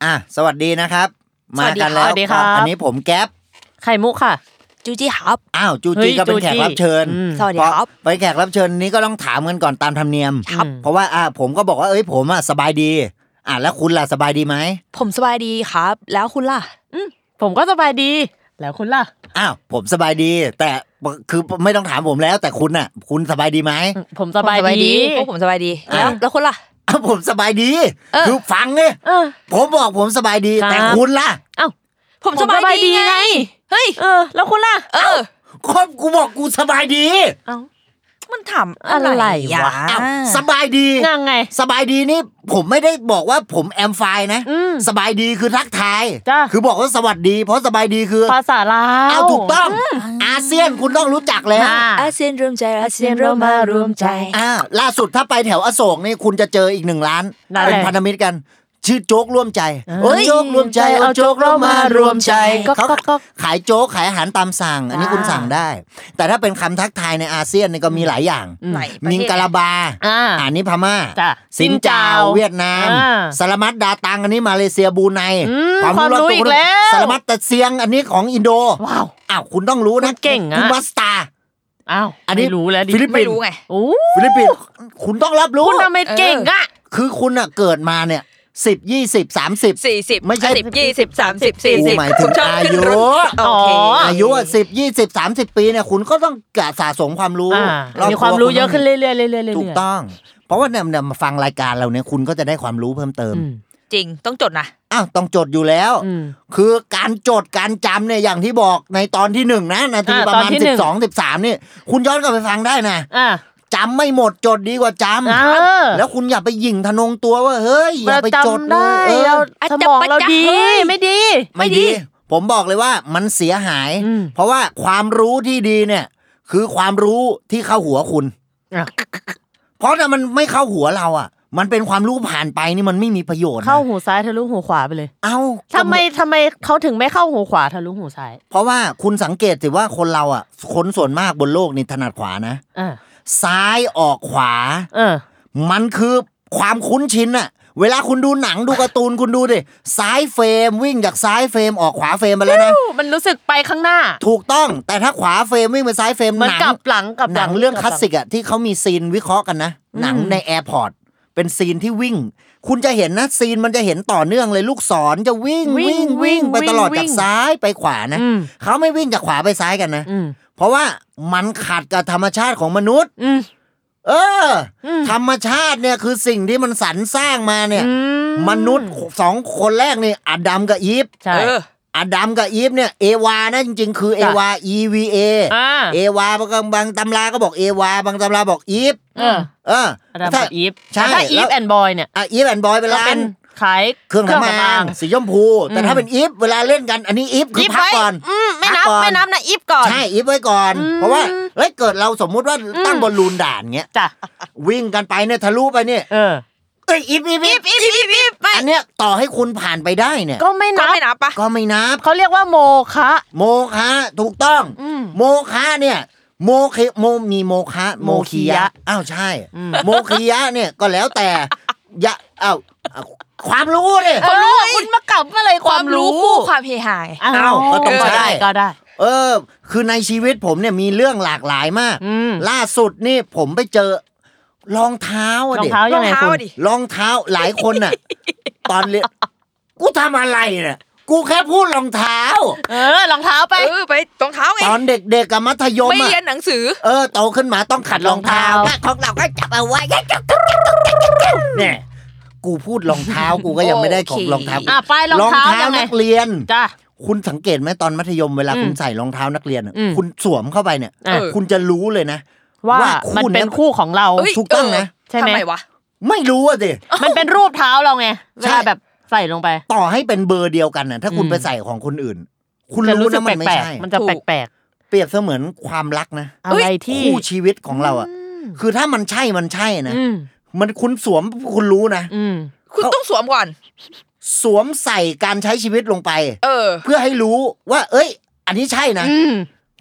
Speaker 2: อ่ะสวัสดีนะครับ มา
Speaker 3: สวัสดี
Speaker 2: กันแล้
Speaker 3: ส
Speaker 2: ว
Speaker 3: วัสดีครับ
Speaker 2: อันนี้ผมแก๊ป
Speaker 3: ไข่มุกค่ะ
Speaker 5: จูจี้ฮับ
Speaker 2: อ้าวจู
Speaker 3: เฮ้
Speaker 2: จี
Speaker 3: ย
Speaker 2: ก็เป็น
Speaker 3: จูจี้
Speaker 2: แขกรับเชิญ
Speaker 3: อืม
Speaker 5: สวัสดีครับ
Speaker 2: เพาะไปแขกรับเชิญนี้ก็ต้องถามกันก่อนตามธรรมเนียม
Speaker 3: ครับ
Speaker 2: เพราะว่าอ่าผมก็บอกว่าเอ้ยผมอ่ะสบายดี อ่ะแล้วคุณล่ะสบายดีไหม
Speaker 5: ผมสบายดีครับ แล้วคุณล่ะ
Speaker 3: ผมก็สบายดี แล้วคุณล่ะ
Speaker 2: อ้าวผมสบายดี แต่คือไม่ต้องถามผมแล้ว แต่คุณอ่ะ คุณสบายดีไหม
Speaker 3: ผมสบายดี
Speaker 5: ผมสบายดีพวกผมสบายดี แล้วแล้วคุณล่ะ
Speaker 2: อ้าวผมสบายดี
Speaker 5: เออ
Speaker 2: คือฟังเนี่ย
Speaker 3: เออ
Speaker 2: ผมบอกผมสบายดี
Speaker 3: ครับ
Speaker 2: แต่คุณล่ะ
Speaker 3: เอ้า
Speaker 5: ผมสบายดีไง เฮ้ย
Speaker 3: เออ แล้วคุณล่ะ
Speaker 5: เออ
Speaker 2: ก็กูบอกกูสบายดี
Speaker 5: มันถามอะไร
Speaker 3: อะไรวะ
Speaker 5: วะ
Speaker 2: อ้าวสบายดี
Speaker 3: ยังไง
Speaker 2: สบายดีนี่ผมไม่ได้บอกว่าผมแอมไฟนะ
Speaker 3: อืม
Speaker 2: สบายดีคือทักทาย
Speaker 3: จ้ะ
Speaker 2: คือบอกว่าสวัสดี เพราะสบายดีคือ
Speaker 3: ภาษาลาว
Speaker 2: เอาถูกต้อง อาเซียนคุณต้องรู้จักแล้ว
Speaker 5: อาเซียนรวมใจอาเซียนเรามารวมใจ
Speaker 2: อ่าล่าสุดถ้าไปแถวอโศกนี่คุณจะเจออีกหนึ่งร้าน
Speaker 3: ร้านอะไร
Speaker 2: เป็นพันธมิตรกัน ชื่อโจ๊กร่วมใจโอ้ยโจ๊กร่วมใจเอาโจ๊กเรามารวมใจ
Speaker 3: ก็ก็
Speaker 2: เขา
Speaker 3: ก็
Speaker 2: ขายโจ๊กขายอาหารตามสั่ง อันนี้
Speaker 3: อ่า
Speaker 2: คุณสั่งได้ แต่ถ้าเป็นคำทักทายในอาเซียนนี่ก็มีหลายอย่าง
Speaker 5: ไหนประเทศ
Speaker 2: มิงกะลาบา
Speaker 3: อ่า
Speaker 2: อันนี้พม่า
Speaker 3: จ้ะ
Speaker 2: สินเจา
Speaker 3: สินเจา
Speaker 2: เวียดนาม
Speaker 3: อ่า
Speaker 2: สลามัดดาตังอันนี้มาเลเซียบรูไน
Speaker 3: อืมความรู้
Speaker 2: บ
Speaker 3: อีกแล้ว
Speaker 2: สลามัดตะเซียงอันนี้ของอินโด
Speaker 3: ว้าว
Speaker 2: อ้าวคุณต้องรู้นะ
Speaker 3: คุณเก่งอะ
Speaker 2: คุณวัสตา
Speaker 3: อ้าว
Speaker 2: อันนี้
Speaker 3: ไม่รู้แล้วดิ
Speaker 2: ฟิลิปปิ
Speaker 5: ไม่
Speaker 2: นส์
Speaker 5: รู้ไง
Speaker 3: โอ้
Speaker 2: ฟิลิปปินส์คุณต้องรับรู้
Speaker 3: คุณทำไมเก่งอ่ะ
Speaker 2: คือคุณอะเกิดมาเนี่ยสิบยี่สิบสามสิบ
Speaker 5: สี่สิบ
Speaker 2: ไม่ใช่
Speaker 5: สิบยี่สิบสามสิบสี่
Speaker 2: กู
Speaker 5: สิบ
Speaker 2: หมายถึง
Speaker 5: ชบ
Speaker 2: อา
Speaker 5: ขึ้น
Speaker 2: ยุ
Speaker 5: รถโอเค
Speaker 3: อ๋อ
Speaker 2: อายุสิบยี่สิบสามสิบปีเนี่ยคุณก็ต้องกะสะสมความรู้
Speaker 3: อ่าร
Speaker 2: อบ
Speaker 3: มีความรู้
Speaker 2: ณ
Speaker 3: เยอะขึ้นเรื่อยๆเรื่อยๆเรื่อยๆ
Speaker 2: ถูกต้อง เพราะว่าเนี่ยเนี่ยมาฟังรายการเราเนี่ยคุณก็จะได้ความรู้เพิ่มเติม
Speaker 3: อืม
Speaker 5: จริงต้องจดนะ
Speaker 2: อ้าวต้องจดอยู่แล้ว
Speaker 3: อืม
Speaker 2: คือการจดการจำเนี่ยอย่างที่บอกในตอนที่หนึ่งนะนาที
Speaker 3: อ่า
Speaker 2: ประ
Speaker 3: ตอน
Speaker 2: มาณ
Speaker 3: ที่ห
Speaker 2: สิ
Speaker 3: นึ่
Speaker 2: บ
Speaker 3: ง
Speaker 2: สองสิบสามนี่คุณย้อนกลับไปฟังได้นะ
Speaker 3: อ่า
Speaker 2: จำไม่หมดจดดีกว่าจำ
Speaker 3: เออ
Speaker 2: แล้วคุณอย่าไปหยิ่งทะนงตัวว่าเฮ้ยอย่า
Speaker 3: เรา
Speaker 2: ไปจด
Speaker 3: จำ
Speaker 2: เล
Speaker 3: ได้
Speaker 2: ยเออ
Speaker 3: เรา
Speaker 5: อาจ
Speaker 3: ส
Speaker 5: จะ
Speaker 3: มองเราดี
Speaker 5: ประจักษ์เฮ้ย
Speaker 3: ไม่ดี
Speaker 2: ไม่ดี ผมบอกเลยว่ามันเสียหาย
Speaker 3: อืม
Speaker 2: เพราะว่าความรู้ที่ดีเนี่ย คือความรู้ที่เข้าหัวคุณ
Speaker 3: อ่ะ
Speaker 2: เพราะถ้ามันไม่เข้าหัวเราอ่ะ มันเป็นความรู้ผ่านไปนี่มันไม่มีประโยชน์นะ
Speaker 3: เข้าหูซ้ายทะลุหูขวาไปเลย
Speaker 2: เอ้า
Speaker 3: ทำไมทำไมเขาถึงไม่เข้าหูขวาทะลุหูซ้าย
Speaker 2: เพราะว่าคุณสังเกตสิว่าคนเราอ่ะคนส่วนมากบนโลกนี่ถนัดขวานะ
Speaker 3: อ่า
Speaker 2: ซ้ายออกขวา
Speaker 3: เออ
Speaker 2: มันคือความคุ้นชินอะเวลาคุณดูหนังดูการ์ตูนคุณดูดิซ้ายเฟรมวิ่งจากซ้ายเฟรมออกขวาเฟรมไปแล้วนะ
Speaker 3: มันรู้สึกไปข้างหน้า
Speaker 2: ถูกต้องแต่ถ้าขวาเฟรมวิ่งไปซ้ายเฟรม
Speaker 3: มัน
Speaker 2: หนั
Speaker 3: กลั
Speaker 2: ง
Speaker 3: บหลังกลับ
Speaker 2: ห
Speaker 3: ห
Speaker 2: นั
Speaker 3: ลั
Speaker 2: ง
Speaker 3: ง
Speaker 2: เรื่องคลาสสิกอะที่เขามีซีนวิเคราะห์กันนะ หนังในแอร์พอร์ตเป็นซีนที่วิ่ง คุณจะเห็นนะซีนมันจะเห็นต่อเนื่องเลยลูกศรจะวิ่งวิ่งวิ่งไปตลอดจากซ้ายไปขวานะ
Speaker 3: อืม
Speaker 2: เขาไม่วิ่งจากขวาไปซ้ายกันนะ
Speaker 3: อืม
Speaker 2: เพราะว่ามันขัดกับธรรมชาติของมนุษย์
Speaker 3: อืม
Speaker 2: เอออ
Speaker 3: ม
Speaker 2: ธรรมชาติเนี่ยคือสิ่งที่มันสรรสร้างมาเนี่ย
Speaker 3: อื
Speaker 2: มนุษย์สองคนแรกนี่อดัมกับอีฟ
Speaker 3: ใช่
Speaker 5: เออ
Speaker 2: อดัมกับอีฟเนี่ยเอวานะจริงๆ คือเอ
Speaker 3: จ้ะ
Speaker 2: วา E V A
Speaker 3: อ่า
Speaker 2: เอวาบางบางตำราก็บอกเอวาบางตำราบอกอีฟ
Speaker 3: เออ
Speaker 2: เออ
Speaker 3: อดัม
Speaker 2: ถ้า
Speaker 3: กับอีฟ
Speaker 2: ใช่
Speaker 3: แต่ถ้าอี
Speaker 2: แล้
Speaker 3: ฟ
Speaker 2: ว
Speaker 3: แอนด์บอยเนี่ย
Speaker 2: อ่ะอีฟแอนบอยเป็น
Speaker 3: ก็
Speaker 2: ร้า
Speaker 3: เป็นนขาย
Speaker 2: เครื่องทำ
Speaker 3: ำ
Speaker 2: อางสีชมพู แต่ถ้าเป็นอีฟเวลาเล่นกันอันนี้อีฟคือ
Speaker 5: ฟ
Speaker 2: พักก่อน
Speaker 5: อืมไม่
Speaker 2: พั
Speaker 5: นั
Speaker 2: ก
Speaker 5: บ
Speaker 2: ก่อน
Speaker 5: ไม่นับนะอิฟก่อน
Speaker 2: ใช่อีฟไว้ก่อน เพราะว่าเฮ้ยเกิดเราสมมุติว่าตั้งบอลลูนด่านเงี้ย
Speaker 3: จ้ะ
Speaker 2: วิ่งกันไปเนี่ยทะลุไปเนี่ย
Speaker 3: เออ
Speaker 2: เอ้ยอีฟอีฟ
Speaker 5: อิ
Speaker 2: อี
Speaker 5: ฟ
Speaker 2: ฟ
Speaker 5: อิฟอิฟอิฟไป
Speaker 2: อันเนี้ยต่อให้คุณผ่านไปได้เนี่ย
Speaker 3: ก็ไม่
Speaker 5: ก็
Speaker 3: นับ
Speaker 5: ไม่นับปะ
Speaker 2: ก็ไม่นับ
Speaker 3: เขาเรียกว่าโมคะ
Speaker 2: โมคะถูกต้อง โมคะเนี่ย โมเคโมมีโมคะ โมคียะ
Speaker 3: โมคียะ
Speaker 2: อ้าวใช่ โมคียะเนี่ยก็แล้วแต่ ยะเอ้าเอาความรู้ดิ
Speaker 3: เขารู้ว่าคุณมากลับมาเลย
Speaker 5: ค
Speaker 3: คาว
Speaker 5: วาม ม
Speaker 3: รู้
Speaker 5: รู้คู่ความเฮฮาไง
Speaker 3: อ้า
Speaker 2: เอ้าวก็ต้อง
Speaker 3: ก็
Speaker 2: ใช่
Speaker 3: ได้ก็ได้
Speaker 2: เออ คือในชีวิตผมเนี่ยมีเรื่องหลากหลายมาก
Speaker 3: อืม
Speaker 2: ล่าสุดนี่ผมไปเจอรองเท้าอะ
Speaker 3: รอง
Speaker 2: ดิ
Speaker 3: เท้ายังไง
Speaker 5: รองเท้า
Speaker 3: คุณ
Speaker 5: ดิ
Speaker 2: รองเท้าหลายคนน่ะ ตอนเรียนกูทำอะไรเนี่ยกูแค่พูดรองเท้า
Speaker 3: เออรองเท้าไป
Speaker 5: เออไปรองเท้าไง
Speaker 2: ตอนเด็กๆกับมัธยม
Speaker 5: ไม่
Speaker 2: อะ
Speaker 5: เรียนหนังสือ
Speaker 2: เออโตขึ้นมาต้องขัดรองเท้า
Speaker 3: ขัดรองเท้า
Speaker 2: อ่ะของเราก็จับเอาไว้เนี่ยกูพูดรองเท้ากูก็ยังไม่ได้ของรองเท้า
Speaker 5: โอเค
Speaker 3: อ่ะไปรองเท้ายังไง
Speaker 2: นักเรียน
Speaker 3: จ้ะ
Speaker 2: คุณสังเกตไหมตอนมัธยมเวลา
Speaker 3: อืม
Speaker 2: คุณใส่รองเท้านักเรียนอะ
Speaker 3: อืม
Speaker 2: คุณสวมเข้าไปเนี่ย
Speaker 3: อ่ะ
Speaker 5: เออ
Speaker 2: คุณจะรู้เลยนะ
Speaker 3: ว่า
Speaker 2: ว่าคู่
Speaker 3: มันเป็น
Speaker 2: นั้น
Speaker 3: คู่ของเรา
Speaker 5: เอ้ย
Speaker 2: ถูกต้องนะ
Speaker 3: ใช่ไหม
Speaker 5: ทำวะ
Speaker 2: ไม่รู้อะสิ
Speaker 3: มันเป็นรูปเท้าเราไงเว
Speaker 2: ใช่
Speaker 3: ลาแบบใส่ลงไป
Speaker 2: ต่อให้เป็นเบอร์เดียวกันน่ะ ถ้าคุณ
Speaker 3: อืม
Speaker 2: ไปใส่ของคนอื่น คุณ
Speaker 3: จะ
Speaker 2: รู้
Speaker 3: สึ
Speaker 2: นะ
Speaker 3: ก
Speaker 2: มันไม่
Speaker 3: แปลก
Speaker 2: ใช่
Speaker 3: ๆมันจะ
Speaker 5: ถูก
Speaker 3: แปลก
Speaker 2: เปรียบเสมือนความรักนะ
Speaker 3: ๆอะไรที่
Speaker 2: คู่ชีวิตของเราอ่ะ คือถ้ามันใช่มันใช่นะ
Speaker 3: อืม
Speaker 2: มันคุณสวมคุณรู้นะ
Speaker 3: อืม
Speaker 5: คุณต้องสวมก่อน
Speaker 2: สวมใส่การใช้ชีวิตลงไป
Speaker 5: เออ
Speaker 2: เพื่อให้รู้ว่า เอ้ย อันนี้ใช่นะ
Speaker 3: อืม